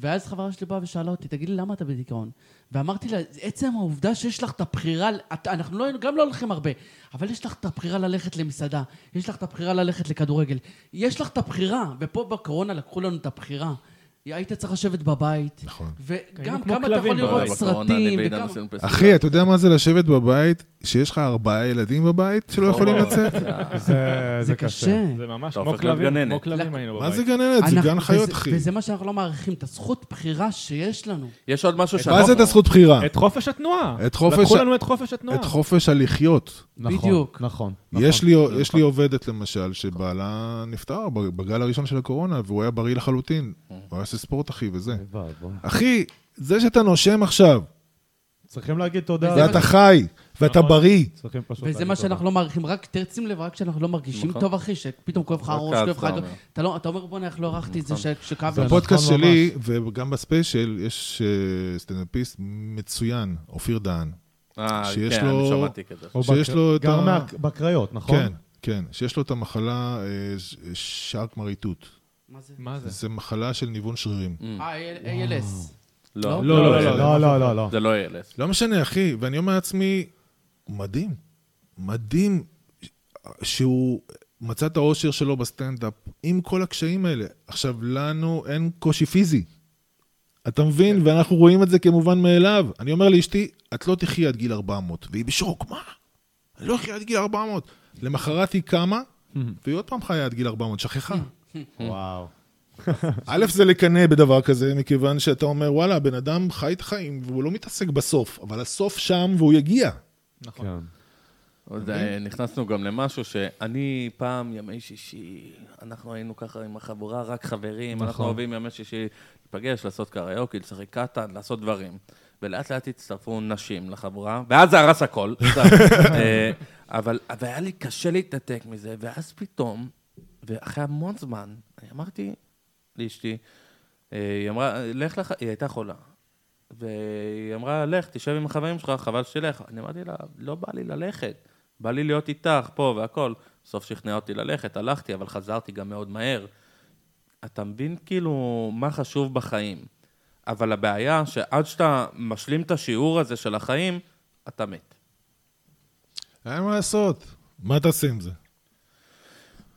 Speaker 5: ואז חברה שלי באה ושאלה אותי, תגיד לי, למה אתה בדיכאון? ואמרתי לה, עצם העובדה שיש לך את הבחירה, את, אנחנו לא, גם לא הולכים הרבה, אבל יש לך את הבחירה ללכת למסעדה, יש לך את הבחירה ללכת לכדורגל, יש לך את הבחירה, ופה בקורונה לקחו לנו את הבחירה. היית צריך לשבת בבית,
Speaker 4: נכון.
Speaker 5: וגם
Speaker 3: היינו כמו
Speaker 5: כמה אתה יכול
Speaker 3: כלבים
Speaker 5: לראות
Speaker 2: בקורונה, אני
Speaker 5: סרטים,
Speaker 2: ועידן
Speaker 5: וכמה...
Speaker 2: עשינו פסטיבל.
Speaker 3: לא-
Speaker 4: אחי, אתה יודע מה זה לשבת בבית, שיש לך ארבעה ילדים בבית שלא יכולים לצאת?
Speaker 1: זה-
Speaker 5: זה קשה.
Speaker 3: זה ממש
Speaker 2: אתה
Speaker 3: כמו
Speaker 2: הופך להיות
Speaker 3: כלבים,
Speaker 2: גננת.
Speaker 3: כמו כלבים
Speaker 5: לק-
Speaker 3: היינו בבית.
Speaker 4: מה זה גננת? זה
Speaker 5: אנחנו-
Speaker 4: גן חיות,
Speaker 5: וזה-
Speaker 4: אחי.
Speaker 5: וזה מה שאנחנו לא מעריכים, את הזכות בחירה שיש לנו.
Speaker 2: יש עוד משהו
Speaker 4: מה זה את הזכות בחירה?
Speaker 3: את חופש התנועה.
Speaker 4: את חופש
Speaker 3: לקחו
Speaker 4: ה-
Speaker 3: לנו את חופש התנועה.
Speaker 4: את חופש הלחיות.
Speaker 1: נכון,
Speaker 5: בדיוק.
Speaker 1: נכון. נכון.
Speaker 4: יש לי,
Speaker 1: זה
Speaker 4: יש לי עובדת, למשל, שבעלה נפטר בגל הראשון של הקורונה, והוא היה בריא לחלוטין.
Speaker 1: אה.
Speaker 4: הוא היה עושה ספורט, אחי, וזה.
Speaker 1: נכון. אוי ואבוי.
Speaker 4: אחי, זה שאתה נושם עכשיו,
Speaker 1: צריכים להגיד
Speaker 2: לא,
Speaker 1: תודה.
Speaker 5: וזה
Speaker 4: ואתה חי, ואתה
Speaker 3: נכון.
Speaker 4: בריא,
Speaker 1: צריכים פשוט
Speaker 5: וזה
Speaker 1: להגיד
Speaker 5: מה
Speaker 1: תודה.
Speaker 5: שאנחנו לא מעריכים, רק תשים לב, רק כשאנחנו לא מרגישים
Speaker 2: נכון.
Speaker 5: טוב, אחי, שפתאום כואב לך
Speaker 2: רק
Speaker 5: הראש,
Speaker 2: אז
Speaker 5: כואב לך...
Speaker 2: אתה אומר.
Speaker 5: אתה לא- אתה אומר, בוא'נה, איך לא ערכתי את זה ש- שכאב
Speaker 1: זה
Speaker 5: לי.
Speaker 1: נכון.
Speaker 4: בפודקאסט
Speaker 1: ממש.
Speaker 4: שלי, וגם בספיישל, יש אה, סטנדאפיסט מצוין, אופיר דהן. שיש
Speaker 2: שיש לו... כן,
Speaker 4: לו- לא.
Speaker 2: אני שמעתי כזה.
Speaker 1: או
Speaker 4: שיש
Speaker 1: בק-
Speaker 4: לו את
Speaker 1: גר
Speaker 4: ה-
Speaker 1: מה- בקריות, נכון?
Speaker 4: כן, כן. שיש לו את המחלה אה, ש- שער כמריתות.
Speaker 5: מה
Speaker 2: Mm.
Speaker 5: זה?
Speaker 3: מה
Speaker 1: אה.
Speaker 3: זה?
Speaker 4: זה מחלה של ניוון שרירים.
Speaker 5: אה, ALS.
Speaker 2: לא,
Speaker 3: לא, לא, לא,
Speaker 1: לא, לא, לא, לא.
Speaker 2: זה לא ALS.
Speaker 4: לא משנה, אחי, ואני אומר לעצמי, מדהים. מדהים שהוא מצא את האושר שלו בסטנדאפ, עם כל הקשיים האלה. עכשיו, לנו אין קושי פיזי. אתה מבין? ואנחנו רואים את זה כמובן מאליו. אני אומר לאשתי, את לא תחי עד גיל 400. והיא בשוק, מה? אני לא אחיה עד גיל 400. למחרת היא קמה, והיא עוד פעם חיה עד גיל 400, שכחה.
Speaker 1: וואו.
Speaker 4: א', זה לקנא בדבר כזה, מכיוון שאתה אומר, וואלה, הבן אדם חי את החיים, והוא לא מתעסק בסוף, אבל הסוף שם והוא יגיע.
Speaker 3: נכון.
Speaker 1: כן.
Speaker 2: עוד, אה, נכנסנו גם למשהו שאני פעם, ימי שישי, אנחנו היינו ככה עם החבורה, רק חברים, אנחנו
Speaker 1: נכון.
Speaker 2: אוהבים ימי שישי להיפגש, לעשות קריוקי, לשחק קטן, לעשות דברים. ולאט לאט הצטרפו נשים לחבורה, ואז זה הרס הכל. סתם. אה, אבל אבל היה לי קשה להתנתק מזה, ואז פתאום, ואחרי המון זמן, אני אמרתי לאשתי, אה, היא אמרה, לך לך, היא הייתה חולה. והיא אמרה, לך, תשב עם החברים שלך, חבל שתלך. אני אמרתי לה, לא בא לי ללכת, בא לי להיות איתך פה והכל. בסוף שכנעה אותי ללכת, הלכתי, אבל חזרתי גם מאוד מהר. אתה מבין כאילו מה חשוב בחיים, אבל הבעיה שעד שאתה משלים את השיעור הזה של החיים, אתה מת.
Speaker 4: אין מה לעשות. מה תעשה עם זה?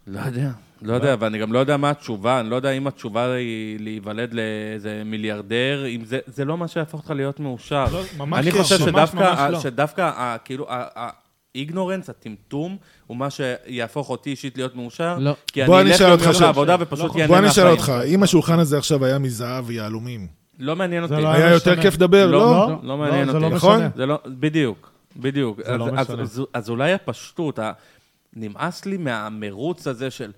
Speaker 2: לא יודע. לא יודע, ואני גם לא יודע מה התשובה, אני לא יודע אם התשובה היא להיוולד לאיזה מיליארדר, אם זה, זה לא מה שיהפוך אותך להיות מאושר.
Speaker 3: לא, ממש
Speaker 2: אני
Speaker 3: לא,
Speaker 2: חושב
Speaker 3: ממש
Speaker 2: שדווקא,
Speaker 3: ממש
Speaker 2: ה-
Speaker 3: לא.
Speaker 2: שדווקא, ה- כאילו, ה- האיגנורנס, הטמטום, הוא מה שיהפוך אותי אישית להיות מאושר.
Speaker 5: לא.
Speaker 2: כי
Speaker 4: בוא
Speaker 2: אני
Speaker 4: אני
Speaker 2: אלך
Speaker 4: אשאל
Speaker 2: יום
Speaker 4: אותך
Speaker 2: יום
Speaker 4: שאלה.
Speaker 2: לעבודה ופשוט ייהנה
Speaker 4: בוא אני אשאל
Speaker 2: מהחיים.
Speaker 4: אותך, אם השולחן הזה עכשיו היה מזהב ויהלומים,
Speaker 2: לא מעניין אותי.
Speaker 1: זה לא
Speaker 4: היה יותר
Speaker 1: משנה.
Speaker 4: כיף לדבר, לא?
Speaker 1: לא,
Speaker 2: לא מעניין
Speaker 1: זה
Speaker 2: אותי.
Speaker 1: לא
Speaker 4: נכון?
Speaker 1: משנה.
Speaker 2: זה לא, בדיוק, בדיוק.
Speaker 1: זה
Speaker 2: אז,
Speaker 1: לא
Speaker 2: אז,
Speaker 1: משנה.
Speaker 2: אז, אז אולי הפשטות, ה... נמאס לי מהמרוץ הזה של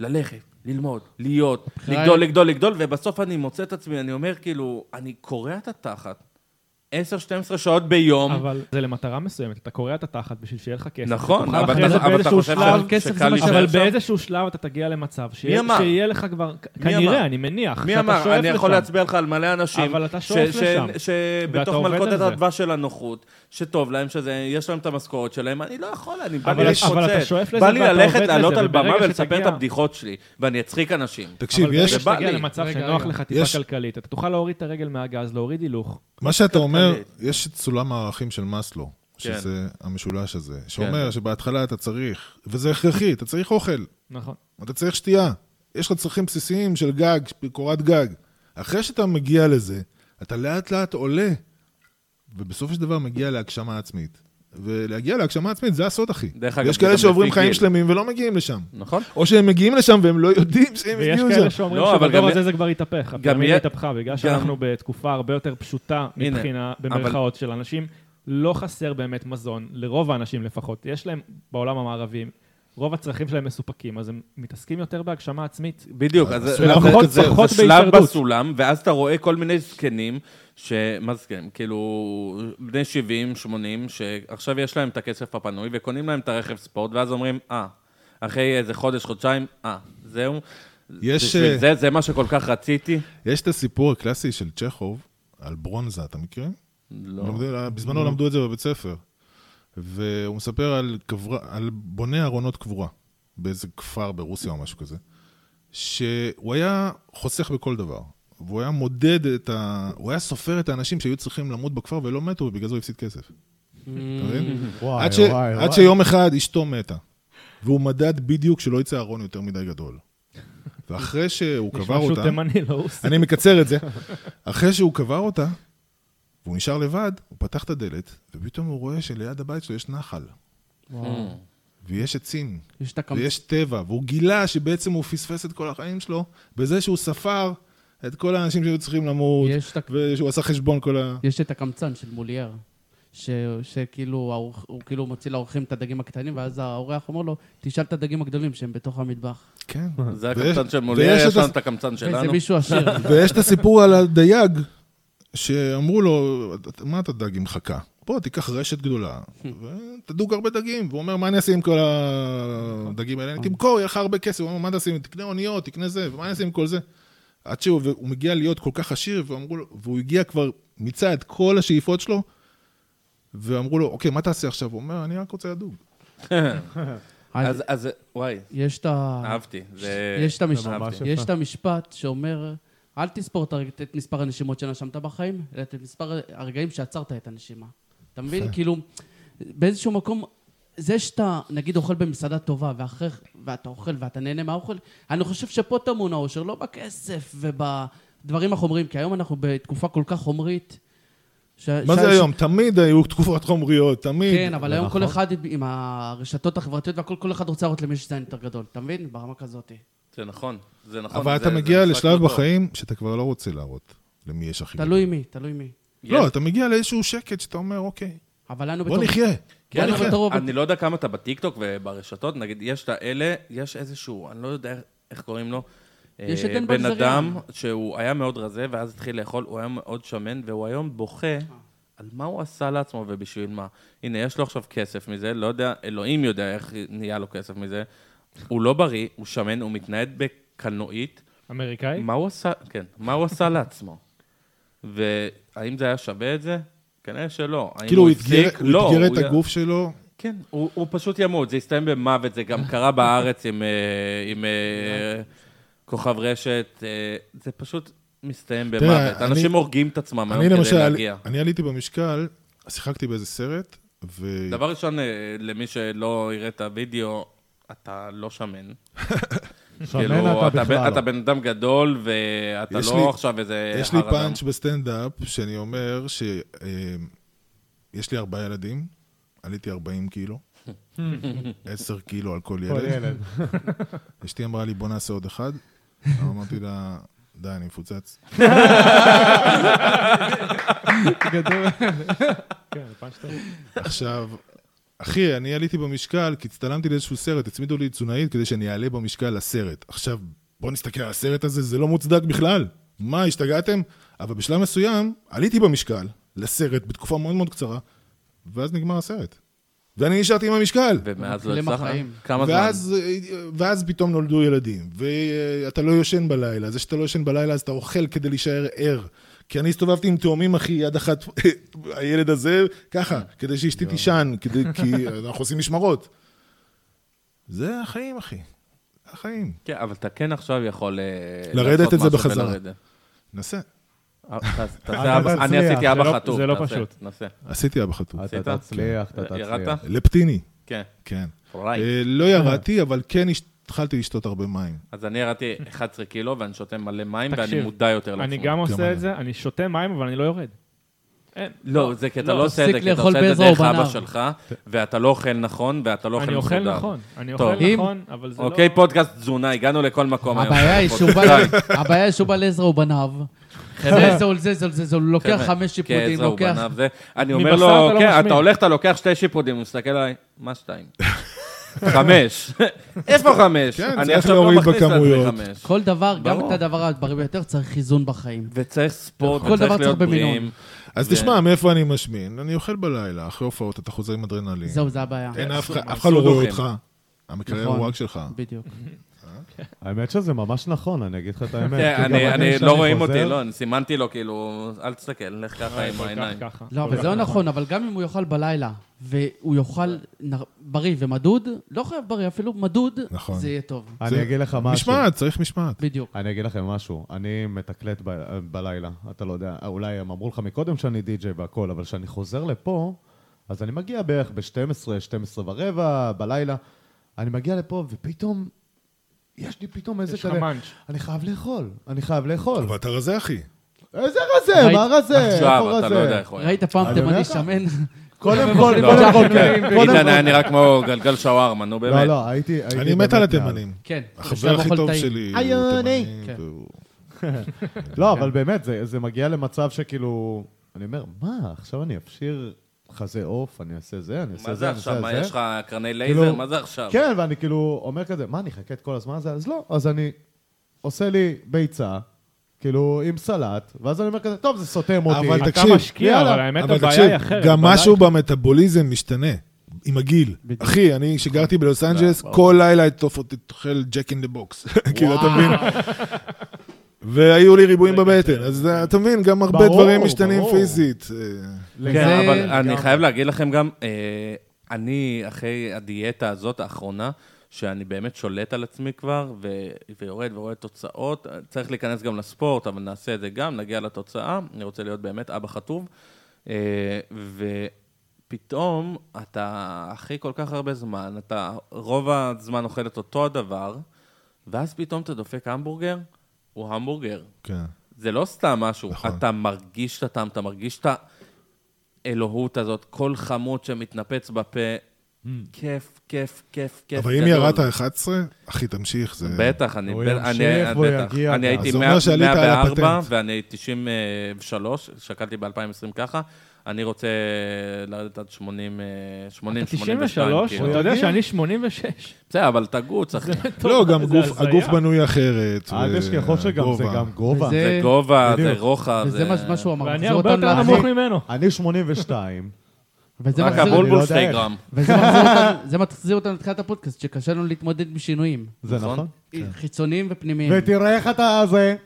Speaker 2: ללכת, ללמוד, להיות,
Speaker 1: אוקיי.
Speaker 5: הבחירה
Speaker 2: לגדול,
Speaker 5: היא-
Speaker 2: לגדול, לגדול, ובסוף אני מוצא את עצמי, אני אומר, כאילו, אני קורע את התחת 10-12 שעות ביום.
Speaker 3: אבל זה למטרה מסוימת, אתה קורע את התחת בשביל שיהיה לך כסף.
Speaker 2: נכון,
Speaker 3: תוכל
Speaker 2: אבל
Speaker 3: אחרי
Speaker 2: אתה-
Speaker 3: זה
Speaker 2: אבל אתה
Speaker 3: באיזשהו
Speaker 2: חושב
Speaker 3: שלב-
Speaker 2: ש-
Speaker 5: כסף זה
Speaker 2: שקל
Speaker 5: מה
Speaker 2: להישאר
Speaker 3: אבל
Speaker 2: שם?
Speaker 3: באיזשהו שלב אתה תגיע למצב שיהיה
Speaker 2: אמר?
Speaker 3: שיהיה לך כבר,
Speaker 2: אמר?
Speaker 3: כנראה, אני מניח,
Speaker 2: מי
Speaker 3: שאתה
Speaker 2: אמר?
Speaker 3: שואף
Speaker 2: אני יכול
Speaker 3: לשם.
Speaker 2: להצביע לך על מלא אנשים.
Speaker 3: אבל אתה
Speaker 2: ש-
Speaker 3: שואף
Speaker 2: ש-
Speaker 3: לשם.
Speaker 2: ש-
Speaker 3: ואתה
Speaker 2: שבתוך
Speaker 3: עובד
Speaker 2: מלכודת
Speaker 3: על זה.
Speaker 2: הדבש של הנוחות, שטוב להם שזה, יש להם את המשכורת שלהם, אני לא יכול, אני בא לי
Speaker 3: אבל-
Speaker 2: להתפוצץ.
Speaker 3: אבל אתה שואף לזה
Speaker 2: בא לי
Speaker 3: ואתה
Speaker 2: ללכת,
Speaker 3: עובד
Speaker 2: לעלות
Speaker 3: לזה,
Speaker 2: על במה
Speaker 3: וברגע
Speaker 2: ולספר את
Speaker 3: שתגיע-
Speaker 2: הבדיחות שלי, ואני אצחיק אנשים.
Speaker 4: תקשיב,
Speaker 3: אבל ברגע
Speaker 4: יש...
Speaker 2: ובא
Speaker 3: שתגיע
Speaker 2: לי.
Speaker 3: למצב
Speaker 5: רגע,
Speaker 3: שנוח
Speaker 5: רגע.
Speaker 3: לך טיפה
Speaker 4: יש-
Speaker 3: כלכלית, אתה תוכל להוריד את הרגל מהגז, להוריד הילוך.
Speaker 4: מה שאתה
Speaker 2: כלכלית.
Speaker 4: אומר, יש את סולם הערכים של מאסלו,
Speaker 2: כן.
Speaker 4: שזה המשולש הזה, שאומר שבהתחלה אתה צריך, וזה הכרחי, אתה צריך אוכל,
Speaker 3: נכון.
Speaker 4: אתה צריך שתייה, יש לך צרכים בסיסיים של גג, קורת גג. אחרי שאתה מגיע לזה, אתה לאט לאט עולה, ובסופו של דבר מגיע להגשמה עצמית. ולהגיע להגשמה עצמית זה הסוד, אחי.
Speaker 2: דרך אגב,
Speaker 4: יש
Speaker 2: זה
Speaker 4: כאלה
Speaker 2: גם
Speaker 4: שעוברים
Speaker 2: לפי גיל.
Speaker 4: חיים שלמים ולא מגיעים לשם.
Speaker 2: נכון.
Speaker 4: או שהם מגיעים לשם והם לא יודעים שהם
Speaker 3: ויש
Speaker 4: הגיעו
Speaker 3: כאלה
Speaker 4: לשם.
Speaker 3: שאומרים
Speaker 2: לא, אבל גם-
Speaker 3: שבדור הזה זה כבר התהפך. הפירמידה
Speaker 2: יהיה-
Speaker 3: התהפכה, בגלל שאנחנו בתקופה הרבה יותר פשוטה
Speaker 2: הנה,
Speaker 3: מבחינה,
Speaker 2: אבל-
Speaker 3: במרכאות, של אנשים. לא חסר באמת מזון, לרוב האנשים לפחות. יש להם, בעולם המערבי, רוב הצרכים שלהם מסופקים, אז הם מתעסקים יותר בהגשמה עצמית.
Speaker 2: בדיוק, אז
Speaker 4: אז
Speaker 2: אז
Speaker 3: פחות-
Speaker 2: זה- זה-
Speaker 3: פחות
Speaker 2: זה שלב
Speaker 3: בהישרדות.
Speaker 2: בסולם, ואז אתה רואה כל מיני זקנים, ש... מה זקנים? כאילו, בני 70, 80, שעכשיו יש להם את הכסף הפנוי, וקונים להם את הרכב ספורט, ואז אומרים, אה, אחרי איזה חודש, חודשיים, אה, זהו.
Speaker 4: יש,
Speaker 2: בשביל
Speaker 4: אה,
Speaker 2: זה, זה מה שכל כך רציתי?
Speaker 4: יש את הסיפור הקלאסי של צ'כוב על ברונזה, אתה מכיר?
Speaker 2: לא.
Speaker 4: למדו- בזמנו למדו את זה בבית ספר. והוא מספר על, קברה, על בונה ארונות קבורה באיזה כפר ברוסיה או משהו כזה, שהוא היה חוסך בכל דבר. והוא היה מודד את ה... הוא היה סופר את האנשים שהיו צריכים למות בכפר ולא מתו, ובגלל זה הוא הפסיד כסף. אתה מבין?
Speaker 1: וואי,
Speaker 4: עד, ש... עד שיום אחד אשתו מתה, והוא מדד בדיוק שלא יצא ארון יותר מדי גדול. ואחרי שהוא קבר
Speaker 3: משהו
Speaker 4: אותה,
Speaker 3: תימני לא רוסי.
Speaker 4: אני מקצר את זה, אחרי שהוא קבר אותה, והוא נשאר לבד, הוא פתח את הדלת, ופתאום הוא רואה שליד הבית שלו יש נחל, ויש עצים,
Speaker 5: יש את הקמפ...
Speaker 4: ויש טבע, והוא גילה שבעצם הוא פספס את כל החיים שלו, בזה שהוא ספר את כל האנשים שהיו צריכים למות,
Speaker 5: יש את ה-
Speaker 4: ושהוא עשה חשבון כל ה...
Speaker 5: יש את הקמצן של מולייר, ש... שכאילו האורח- הוא כאילו מוציא לאורחים את הדגים הקטנים, ואז האורח אומר לו, תשאל את הדגים הגדולים שהם בתוך המטבח.
Speaker 4: כן.
Speaker 2: זה
Speaker 4: ויש-
Speaker 2: הקמצן של מולייר,
Speaker 4: ויש את
Speaker 2: יש לנו
Speaker 4: הס-
Speaker 2: את הקמצן
Speaker 5: איזה
Speaker 2: שלנו.
Speaker 5: מישהו עשיר.
Speaker 4: ויש את הסיפור על הדייג, שאמרו לו, מה אתה דג עם חכה? בוא, תיקח רשת גדולה, ותדוג הרבה דגים. והוא אומר, מה אני אעשה עם כל הדגים האלה? אני תמכור, יהיה לך הרבה כסף. הוא אומר, מה תעשה? עם- תקנה אוניות, תקנה זה, ומה אני אעשה עם כל זה? עד שהוא והוא מגיע להיות כל כך עשיר, ואמרו לו, והוא הגיע כבר, מיצה את כל השאיפות שלו, ואמרו לו, אוקיי, מה תעשה עכשיו? הוא אומר, אני רק רוצה לדוג.
Speaker 2: אז, אז, וואי,
Speaker 5: יש את ה...
Speaker 2: אהבתי. זה...
Speaker 5: יש את המשפט,
Speaker 2: אהבתי.
Speaker 1: ממש-
Speaker 5: יש את המשפט שאומר, אל תספור את הרגע- את מספר הנשימות שנשמת בחיים, אלא את מספר הרגעים שעצרת את הנשימה. אתה מבין? כאילו, באיזשהו מקום, זה שאתה, נגיד, אוכל במסעדה טובה, ואחרי, ואתה אוכל ואתה נהנה מהאוכל, אני חושב שפה טמון האושר, לא בכסף ובדברים החומריים, כי היום אנחנו בתקופה כל כך חומרית. ש-
Speaker 4: מה
Speaker 5: ש-
Speaker 4: זה
Speaker 5: ש-
Speaker 4: היום? תמיד היו תקופות חומריות, תמיד.
Speaker 5: אה, כן, אבל היום כל
Speaker 1: נכון.
Speaker 5: אחד עם הרשתות החברתיות והכל, כל אחד רוצה להראות למי יש זין יותר גדול, אתה מבין? ברמה כזאת.
Speaker 2: זה נכון, זה נכון.
Speaker 4: אבל
Speaker 2: זה-
Speaker 4: אתה
Speaker 2: זה
Speaker 4: מגיע
Speaker 2: משחק
Speaker 4: לשלב
Speaker 2: לא טוב.
Speaker 4: בחיים שאתה כבר לא רוצה להראות למי יש הכי
Speaker 5: תלוי מי, תלוי מי.
Speaker 4: לא, אתה מגיע לאיזשהו שקט שאתה אומר, אוקיי,
Speaker 5: אבל לנו בתור...
Speaker 4: בוא נחיה.
Speaker 2: כן,
Speaker 5: בוא
Speaker 2: אבל
Speaker 5: נראה.
Speaker 2: אני לא יודע כמה אתה בטיקטוק וברשתות, נגיד, יש את האלה, יש איזשהו, אני לא יודע איך- איך קוראים לו.
Speaker 5: יש
Speaker 2: אה,
Speaker 5: את ענבל
Speaker 2: בן
Speaker 5: זריהן.
Speaker 2: אדם שהוא היה מאוד רזה, ואז התחיל לאכול, הוא היה מאוד שמן, והוא היום בוכה על מה הוא עשה לעצמו ובשביל מה. הנה, יש לו עכשיו כסף מזה, לא יודע, אלוהים יודע איך נהיה לו כסף מזה. הוא לא בריא, הוא שמן, הוא מתנהג בקלנועית.
Speaker 3: אמריקאי?
Speaker 2: מה הוא עשה, כן, מה הוא עשה לעצמו? והאם זה היה שווה את זה? כנראה שלא. האם
Speaker 4: כאילו, הוא
Speaker 2: הפסיק?
Speaker 4: אתגר הוא
Speaker 2: לא,
Speaker 4: אתגר
Speaker 2: הוא
Speaker 4: את
Speaker 2: היה-
Speaker 4: הגוף שלו,
Speaker 2: כן, הוא, הוא פשוט ימות, זה הסתיים במוות, זה גם קרה בארץ עם, אה, עם אה, כוכב רשת, אה, זה פשוט מסתיים
Speaker 4: תראה,
Speaker 2: במוות.
Speaker 4: אני-
Speaker 2: אנשים הורגים את עצמם
Speaker 4: אני
Speaker 2: היום כדי
Speaker 4: למשל,
Speaker 2: להגיע.
Speaker 4: אני עליתי במשקל, שיחקתי באיזה סרט, ו...
Speaker 2: דבר ראשון, אה, למי שלא יראה את הוידאו, אתה לא שמן.
Speaker 1: שמן אתה
Speaker 2: בן-
Speaker 1: בכלל
Speaker 2: אתה
Speaker 1: לא.
Speaker 2: בן אדם גדול, ואתה
Speaker 4: לא יש
Speaker 2: לא
Speaker 4: לי-
Speaker 2: עכשיו איזה...
Speaker 4: יש לי
Speaker 2: הר אדם.
Speaker 4: פאנץ' בסטנדאפ, שאני אומר ש... אה, יש לי ארבעה ילדים, עליתי 40 קילו, 10 קילו על כל
Speaker 1: כל
Speaker 4: ילד.
Speaker 1: ילד.
Speaker 4: אשתי אמרה לי, בוא נעשה עוד אחד. אמרתי לה, די, אני מפוצץ.
Speaker 3: גדול. כן, זה פאנץ' טוב.
Speaker 4: עכשיו, אחי, אני עליתי במשקל, כי הצטלמתי לאיזשהו סרט, הצמידו לי תזונאית כדי שאני אעלה במשקל לסרט. עכשיו, בואו נסתכל על הסרט הזה, זה לא מוצדק בכלל. מה, השתגעתם? אבל בשלב מסוים, עליתי במשקל לסרט בתקופה מאוד מאוד קצרה, ואז נגמר הסרט. ואני נשארתי עם המשקל.
Speaker 2: ומאז לא
Speaker 3: אוקיי,
Speaker 5: מתחילים
Speaker 2: הצלחת?
Speaker 5: החיים.
Speaker 2: כמה זמן?
Speaker 4: ואז, ואז פתאום נולדו ילדים, ואתה לא יושן בלילה, זה שאתה לא יושן בלילה אז אתה אוכל כדי להישאר ער. כי אני הסתובבתי עם תאומים, אחי, יד אחת, הילד הזה, ככה, כדי שאשתי תישן, כדי, כי אנחנו עושים משמרות. זה החיים, אחי. החיים.
Speaker 2: כן, אבל אתה כן עכשיו יכול... אה,
Speaker 4: לרדת
Speaker 2: לעשות
Speaker 4: את זה
Speaker 2: משהו
Speaker 4: בחזרה.
Speaker 2: ולרדת.
Speaker 4: נסה.
Speaker 2: אה, ת- תעשה אבא-
Speaker 1: תצליח.
Speaker 2: אני עשיתי
Speaker 3: זה
Speaker 2: אבא
Speaker 3: לא-
Speaker 2: חטוף.
Speaker 3: זה לא
Speaker 2: תעשה,
Speaker 3: פשוט.
Speaker 2: תעשה.
Speaker 4: עשיתי אבא חטוף.
Speaker 1: אתה
Speaker 2: עשית?
Speaker 1: תצליח, אתה תצליח.
Speaker 2: ירדת?
Speaker 4: לפטיני,
Speaker 2: כן.
Speaker 4: כן.
Speaker 2: אורייט.
Speaker 4: אה, לא ירדתי, אבל כן הש- התחלתי לשתות הרבה מים.
Speaker 2: אז אני ירדתי 11 קילו, ואני שותה מלא מים, ואני
Speaker 3: תקשיב,
Speaker 2: מודע יותר לעצמי.
Speaker 3: אני גם
Speaker 4: אני.
Speaker 3: עושה את זה, אני שותה מים, אבל אני לא יורד. אין.
Speaker 2: לא, זה כי אתה
Speaker 3: לא,
Speaker 2: לא עושה את זה,
Speaker 5: תפסיק
Speaker 2: כי אתה
Speaker 5: לאכול
Speaker 2: עושה את זה
Speaker 5: בעזרה
Speaker 2: דרך אבא
Speaker 5: ובנער.
Speaker 2: שלך, ואתה לא אוכל נכון, ואתה לא אוכל
Speaker 3: אני
Speaker 2: מסודר.
Speaker 3: אוכל נכון, אני
Speaker 2: טוב.
Speaker 3: אוכל
Speaker 5: אם-
Speaker 3: נכון, אבל זה לא...
Speaker 2: אוקיי, פודקאסט תזונה, הגענו לכל מקום היום.
Speaker 5: הבעיה היא שהוא בא- הבעיה היא שהוא בא לעזרה ובניו. זה זול, זה זול, זה זול, הוא לוקח
Speaker 2: חבר'ה,
Speaker 5: חמש
Speaker 2: כן,
Speaker 5: שיפודים,
Speaker 2: זהו,
Speaker 5: לוקח...
Speaker 2: בניו זה. אני אומר
Speaker 3: מבשר
Speaker 2: לו,
Speaker 3: אתה לא
Speaker 2: כן,
Speaker 3: משמין.
Speaker 2: אתה הולך, אתה לוקח שתי שיפודים, הוא מסתכל עליי, מה שתיים? חמש. איפה חמש?
Speaker 4: כן,
Speaker 2: אני
Speaker 4: צריך
Speaker 2: עכשיו לא
Speaker 4: להוריד
Speaker 2: מכניס לעצמי
Speaker 4: בכמויות.
Speaker 2: חמש.
Speaker 5: כל דבר, גם
Speaker 2: ברור.
Speaker 5: את הדבר הבריא ביותר, צריך איזון בחיים.
Speaker 2: וצריך ספורט,
Speaker 5: כל
Speaker 2: וצריך
Speaker 5: דבר
Speaker 2: להיות
Speaker 5: צריך במינון.
Speaker 2: בריאים.
Speaker 4: אז
Speaker 2: זה-
Speaker 4: תשמע, מאיפה אני משמין? אני אוכל בלילה, אחרי הופעות, אתה חוזר עם אדרנלין.
Speaker 5: זהו, זה הבעיה.
Speaker 4: אין אף אחד, אף אחד לא
Speaker 2: סודוקים.
Speaker 4: רואה אותך. המקרר
Speaker 5: נכון.
Speaker 4: הוא רק שלך.
Speaker 5: בדיוק.
Speaker 1: האמת שזה ממש נכון, אני אגיד לך את האמת.
Speaker 2: כן,
Speaker 1: כי כאילו, גם
Speaker 2: אני- אני
Speaker 1: כשאני
Speaker 2: לא רואים
Speaker 1: חוזר-
Speaker 2: אותי, לא, אני סימנתי לו, כאילו, אל תסתכל, לך ככה עם העיניים.
Speaker 3: ככה.
Speaker 5: לא, אבל זה לא נכון, אבל גם אם הוא יאכל בלילה, והוא יאכל נ- בריא ומדוד, לא חייב בריא, אפילו מדוד,
Speaker 4: נכון.
Speaker 5: זה יהיה טוב.
Speaker 1: אני
Speaker 4: זה-
Speaker 1: אגיד לך משהו.
Speaker 4: משמעת, צריך משמעת.
Speaker 5: בדיוק.
Speaker 1: אני אגיד לכם משהו, אני מתקלט ב- בלילה, אתה לא יודע, אולי הם אמרו לך מקודם שאני די-ג'יי והכל, אבל כשאני חוזר לפה, אז אני מגיע בערך ב-12, 12 ורבע, בלילה, אני מגיע לפה ופתאום, יש לי פתאום איזה
Speaker 3: יש לך מאנץ'.
Speaker 1: אני חייב לאכול, אני חייב לאכול.
Speaker 4: אבל אתה רזה, אחי.
Speaker 1: איזה רזה,
Speaker 5: ראית-
Speaker 1: מה רזה,
Speaker 2: עכשיו,
Speaker 1: אה, איפה
Speaker 2: אתה לא יודע
Speaker 1: רזה?
Speaker 2: איך הוא היה.
Speaker 5: ראית פעם
Speaker 1: אני
Speaker 5: תימני
Speaker 1: יודע ככה.
Speaker 5: שמן?
Speaker 1: קודם כל,
Speaker 2: לא,
Speaker 1: קודם כל,
Speaker 2: כן.
Speaker 1: כן, קודם
Speaker 2: עידן
Speaker 1: כל.
Speaker 2: היה נראה כמו גלגל שווארמה, נו
Speaker 1: לא,
Speaker 2: באמת.
Speaker 1: לא, הייתי... הייתי
Speaker 4: אני מת
Speaker 1: באמת לא
Speaker 4: על
Speaker 1: נער.
Speaker 4: התימנים.
Speaker 5: כן.
Speaker 4: החבר הכי
Speaker 5: אוכל
Speaker 4: טוב
Speaker 5: טעים.
Speaker 4: שלי הוא
Speaker 1: איוני.
Speaker 4: תימני.
Speaker 5: כן.
Speaker 4: והוא-
Speaker 1: לא,
Speaker 2: כן.
Speaker 1: אבל באמת, זה, זה מגיע למצב שכאילו, אני אומר, מה, עכשיו אני אפשיר חזה עוף, אני אעשה זה, אני
Speaker 2: מה
Speaker 1: אעשה זה,
Speaker 2: זה
Speaker 1: אני
Speaker 2: עכשיו?
Speaker 1: אעשה
Speaker 2: מה,
Speaker 1: זה.
Speaker 2: יש לך קרני לייזר?
Speaker 1: כאילו-
Speaker 2: מה זה עכשיו?
Speaker 1: כן, ואני כאילו אומר כזה, מה, אני אחכה את כל הזמן הזה? אז לא, אז אני עושה לי ביצה, כאילו, עם סלט, ואז אני אומר כזה, טוב, זה סותם אותי.
Speaker 4: אבל
Speaker 3: אתה
Speaker 4: תקשיב,
Speaker 3: משקיע,
Speaker 1: יאללה.
Speaker 3: אבל האמת
Speaker 4: אבל
Speaker 3: הבעיה
Speaker 4: תקשיב,
Speaker 3: היא אחרת.
Speaker 4: גם
Speaker 3: הבעיה
Speaker 4: משהו
Speaker 3: היא-
Speaker 4: במטאבוליזם משתנה. עם הגיל. אחי, אני, שגרתי בלוס
Speaker 1: אה,
Speaker 4: אנג'לס, כל לילה הייתי תופ- תאכל ג'ק אין דה בוקס. כאילו, אתה מבין? והיו לי ריבועים בבטן. אז זה- אתה מבין, גם הרבה
Speaker 1: ברור,
Speaker 4: דברים משתנים
Speaker 1: ברור.
Speaker 4: פיזית. אה,
Speaker 2: כן,
Speaker 5: זה-
Speaker 2: אבל אני
Speaker 1: לגמרי.
Speaker 2: חייב להגיד לכם גם, אה, אני אחרי הדיאטה הזאת האחרונה, שאני באמת שולט על עצמי כבר, ו- ויורד ורואה תוצאות. צריך להיכנס גם לספורט, אבל נעשה את זה גם, נגיע לתוצאה. אני רוצה להיות באמת אבא חטוב. אה, ופתאום, אתה אחרי כל כך הרבה זמן, אתה רוב הזמן אוכל את אותו הדבר, ואז פתאום אתה דופק המבורגר, הוא המבורגר.
Speaker 4: כן.
Speaker 2: זה לא סתם משהו,
Speaker 4: נכון.
Speaker 2: נכון. אתה מרגיש את הטעם, אתה מרגיש את האלוהות הזאת, כל חמוד שמתנפץ בפה, כיף, כיף, כיף,
Speaker 1: כן,
Speaker 2: כיף.
Speaker 4: אבל אם
Speaker 2: גדול.
Speaker 1: לא-
Speaker 4: ירדת אה, 11, אחי, תמשיך, זה...
Speaker 2: בטח, אני,
Speaker 1: הוא
Speaker 2: ב-
Speaker 1: ימשיך
Speaker 2: אני,
Speaker 1: והוא
Speaker 2: בטח.
Speaker 1: יגיע
Speaker 2: אני
Speaker 1: גם.
Speaker 2: הייתי
Speaker 4: זה
Speaker 2: 100
Speaker 4: אומר שעלית על
Speaker 2: 104
Speaker 4: הפטנט.
Speaker 2: ואני 93, שקלתי ב-2020 ככה, אני רוצה לרדת עד 80, אה, 80, 82.
Speaker 3: 93,
Speaker 2: כאילו.
Speaker 3: אתה יודע
Speaker 1: הוא
Speaker 3: שאני 86.
Speaker 2: בסדר, אבל אתה גוץ, אחי.
Speaker 4: לא, גם
Speaker 3: זה
Speaker 4: גוף-
Speaker 3: הזיה.
Speaker 4: הגוף בנוי אחרת.
Speaker 1: אל
Speaker 4: ו-
Speaker 1: תשכחו אה, שגם זה
Speaker 4: גובה.
Speaker 1: גם גובה.
Speaker 5: וזה-
Speaker 2: זה גובה, זה
Speaker 1: בדיוק.
Speaker 2: רוחב.
Speaker 5: וזה מה- מה שהוא אמר.
Speaker 2: אה,
Speaker 3: ואני
Speaker 5: מחזיר
Speaker 3: הרבה
Speaker 5: אותנו
Speaker 3: יותר
Speaker 5: ל-
Speaker 3: נמוך ממנו.
Speaker 1: אני 82,
Speaker 5: וזה
Speaker 2: רק
Speaker 5: מחזיר-
Speaker 1: אני לא
Speaker 2: הבולבול
Speaker 1: יודע
Speaker 2: שתי
Speaker 1: איך.
Speaker 2: גרם.
Speaker 5: וזה מחזיר אותנו- זה מחזיר אותנו לתחילת הפודקאסט, שקשה לנו להתמודד עם שינויים.
Speaker 1: זה
Speaker 2: נכון.
Speaker 1: נכון.
Speaker 5: חיצוניים ופנימיים.
Speaker 1: ותראה איך אתה זה.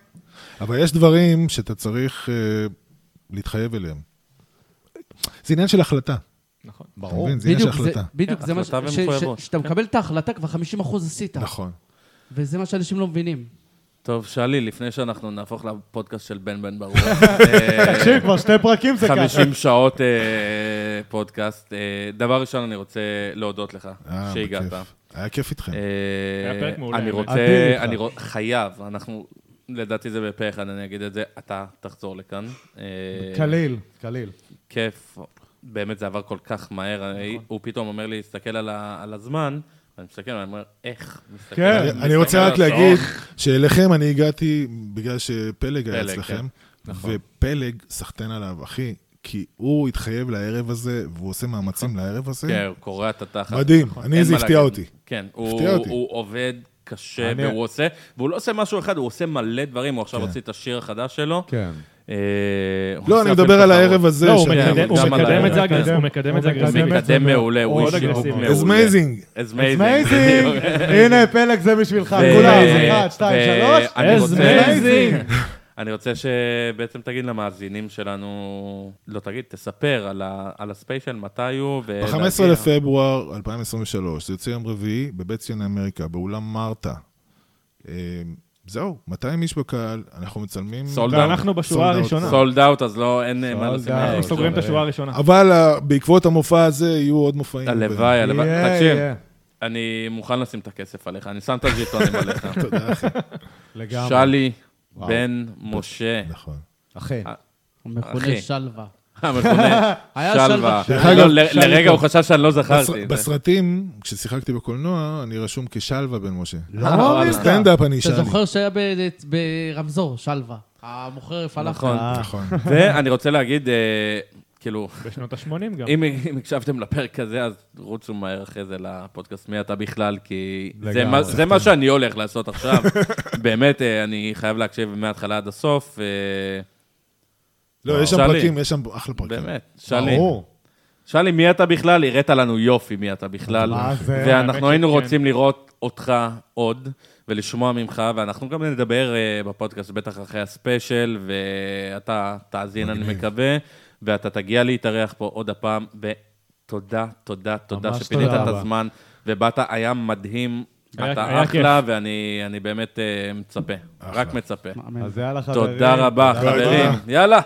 Speaker 4: אבל יש דברים שאתה צריך אה, להתחייב אליהם. זה עניין של החלטה.
Speaker 3: נכון.
Speaker 4: אתה
Speaker 1: ברור.
Speaker 4: מבין? זה עניין של
Speaker 5: זה-
Speaker 4: החלטה.
Speaker 5: בדיוק,
Speaker 2: כן,
Speaker 5: זה מה ש...
Speaker 2: החלטה
Speaker 5: ש-
Speaker 2: ומחויבות. כן.
Speaker 5: ש- שאתה מקבל את ההחלטה, כבר 50% עשית.
Speaker 4: נכון.
Speaker 5: וזה מה שאנשים לא מבינים.
Speaker 2: טוב, שלי, לפני שאנחנו נהפוך לפודקאסט של בן בן ברוך, אה,
Speaker 1: תקשיב, כבר שתי פרקים זה ככה.
Speaker 2: 50 שעות אה, פודקאסט, אה, דבר ראשון, אני רוצה להודות לך
Speaker 4: אה,
Speaker 2: שהגעת.
Speaker 4: בכיף. היה כיף איתכם.
Speaker 2: אה,
Speaker 3: היה פרק מעולה,
Speaker 2: אני
Speaker 3: האמת.
Speaker 1: אדיר
Speaker 2: רוצה,
Speaker 1: איתך.
Speaker 2: אני רוצ- חייב, אנחנו, לדעתי זה בפה אחד, אני אגיד את זה, אתה תחזור לכאן. אה,
Speaker 1: קליל, קליל.
Speaker 2: כיף, באמת זה עבר כל כך מהר, אני- הוא פתאום אומר לי, תסתכל על ה- על הזמן, ואני מסתכל, אני אומר, איך? מסתכל
Speaker 1: כן.
Speaker 2: על-
Speaker 4: אני- אני
Speaker 2: מסתכל
Speaker 4: רוצה
Speaker 2: על
Speaker 4: רק להגיד
Speaker 2: השעון.
Speaker 4: שאליכם אני הגעתי בגלל שפלג היה
Speaker 2: פלג, כן. נכון.
Speaker 4: אצלכם, ופלג, סחטיין עליו, אחי, כי הוא התחייב לערב הזה, והוא עושה מאמצים לערב
Speaker 2: כן,
Speaker 4: הזה.
Speaker 2: הוא קורע את התחת.
Speaker 4: מדהים,
Speaker 2: אין
Speaker 4: אני זה
Speaker 2: מה
Speaker 4: הפתיע
Speaker 2: להגיד.
Speaker 4: אותי.
Speaker 2: כן, הוא,
Speaker 4: הפתיע אותי.
Speaker 2: הוא עובד קשה,
Speaker 1: אני-
Speaker 2: והוא עושה, והוא לא עושה משהו אחד, הוא עושה מלא דברים, הוא עכשיו
Speaker 4: כן.
Speaker 2: הוציא את השיר החדש שלו.
Speaker 1: כן.
Speaker 2: אה, הוא
Speaker 4: לא,
Speaker 2: עושה
Speaker 4: אני
Speaker 2: אפילו
Speaker 4: מדבר על
Speaker 2: תחרות.
Speaker 4: הערב הזה.
Speaker 3: לא, הוא
Speaker 4: שאני-
Speaker 3: מקדם- הוא
Speaker 2: גם על
Speaker 3: מקדם את זה
Speaker 1: הערב.
Speaker 3: אגרסיבי. הוא מקדם את זה
Speaker 1: הוא מקדם.
Speaker 2: זה
Speaker 3: אגרסיבי.
Speaker 2: מקדם מעולה, הוא
Speaker 3: מאוד
Speaker 2: איש שיווק
Speaker 3: אגרסיבי.
Speaker 2: מעולה. אה,
Speaker 4: It's אה, amazing.
Speaker 2: It's
Speaker 1: It's
Speaker 2: amazing.
Speaker 1: amazing. הנה, פלג זה בשבילך, כולם. אחד, שתיים, שלוש.
Speaker 2: אני רוצה-
Speaker 3: Amazing.
Speaker 2: אני רוצה שבעצם תגיד למאזינים שלנו, לא תגיד, תספר על ה- על הספיישל, מתי הוא, ו...
Speaker 4: ב-15 לפברואר 2023, זה יוצא יום רביעי בבית ציוני אמריקה, באולם מרתה. אה, זהו, 200 איש בקהל, אנחנו מצלמים...
Speaker 2: Sold out.
Speaker 3: ואנחנו בשורה
Speaker 4: Sold out.
Speaker 3: הראשונה.
Speaker 2: סולד אאוט, אז לא, אין אה, מה
Speaker 1: Sold
Speaker 2: לשים.
Speaker 1: out.
Speaker 2: עליו.
Speaker 3: אנחנו סוגרים את השורה הראשונה.
Speaker 4: אבל אה, בעקבות המופע הזה יהיו עוד מופעים.
Speaker 2: הלוואי, הלוואי.
Speaker 1: יהיה,
Speaker 2: כן, תקשיב,
Speaker 1: יהיה.
Speaker 2: אני מוכן לשים את הכסף עליך, אני שם את הז'יטונים עליך.
Speaker 4: תודה, אחי.
Speaker 1: לגמרי.
Speaker 2: שלי
Speaker 1: וואו.
Speaker 2: בן משה,
Speaker 4: נכון.
Speaker 1: אכן.
Speaker 2: אה,
Speaker 5: הוא מכונה
Speaker 2: אחי.
Speaker 5: שלווה.
Speaker 2: המכונה
Speaker 5: היה
Speaker 2: שלווה.
Speaker 5: שלווה.
Speaker 4: דרך
Speaker 2: לא,
Speaker 4: אגב,
Speaker 2: ל-
Speaker 4: שלווה.
Speaker 2: לרגע הוא חשב שאני לא זכרתי.
Speaker 4: בסר- בסרטים, כששיחקתי בקולנוע, אני רשום כשלווה בן משה.
Speaker 1: לא
Speaker 2: אה, וואלה.
Speaker 4: סטנדאפ אני
Speaker 5: אתה
Speaker 4: שלי.
Speaker 5: זוכר שהיה ב- ברמזור, שלווה. המוכר פלאפל.
Speaker 2: נכון.
Speaker 1: אה,
Speaker 4: נכון.
Speaker 2: ואני רוצה להגיד, אה, כאילו,
Speaker 3: בשנות ה-80 גם.
Speaker 2: אם אם הקשבתם לפרק הזה, אז רוצו מהר אחרי זה לפודקאסט מי אתה בכלל, כי זה
Speaker 1: לגמרי.
Speaker 2: מה- זה מה שאני הולך לעשות עכשיו. באמת, אה, אני חייב להקשיב מההתחלה עד הסוף. אה,
Speaker 4: לא, יש שם
Speaker 2: שלי.
Speaker 4: פרקים, יש שם אחלה פרקים.
Speaker 2: באמת, שלי,
Speaker 1: ברור.
Speaker 2: שאל לי, מי אתה בכלל? הראת לנו יופי מי אתה בכלל.
Speaker 1: מה זה?
Speaker 6: האמת
Speaker 2: ואנחנו היינו
Speaker 6: שכן.
Speaker 2: רוצים לראות אותך עוד, ולשמוע ממך, ואנחנו גם נדבר אה, בפודקאסט, בטח אחרי הספיישל, ואתה תאזין, אני מקווה, ואתה תגיע להתארח פה עוד הפעם, ותודה, תודה, תודה
Speaker 1: ממש
Speaker 2: שפינית
Speaker 1: תודה
Speaker 2: את
Speaker 1: רבה.
Speaker 2: הזמן, ובאת, היה מדהים.
Speaker 3: היה-
Speaker 2: אתה
Speaker 3: היה
Speaker 2: אחלה, ואני אני באמת אה, מצפה, רק מצפה.
Speaker 5: מאמן.
Speaker 1: אז יאללה חברים.
Speaker 2: תודה רבה,
Speaker 1: תודה
Speaker 2: חברים. יאללה.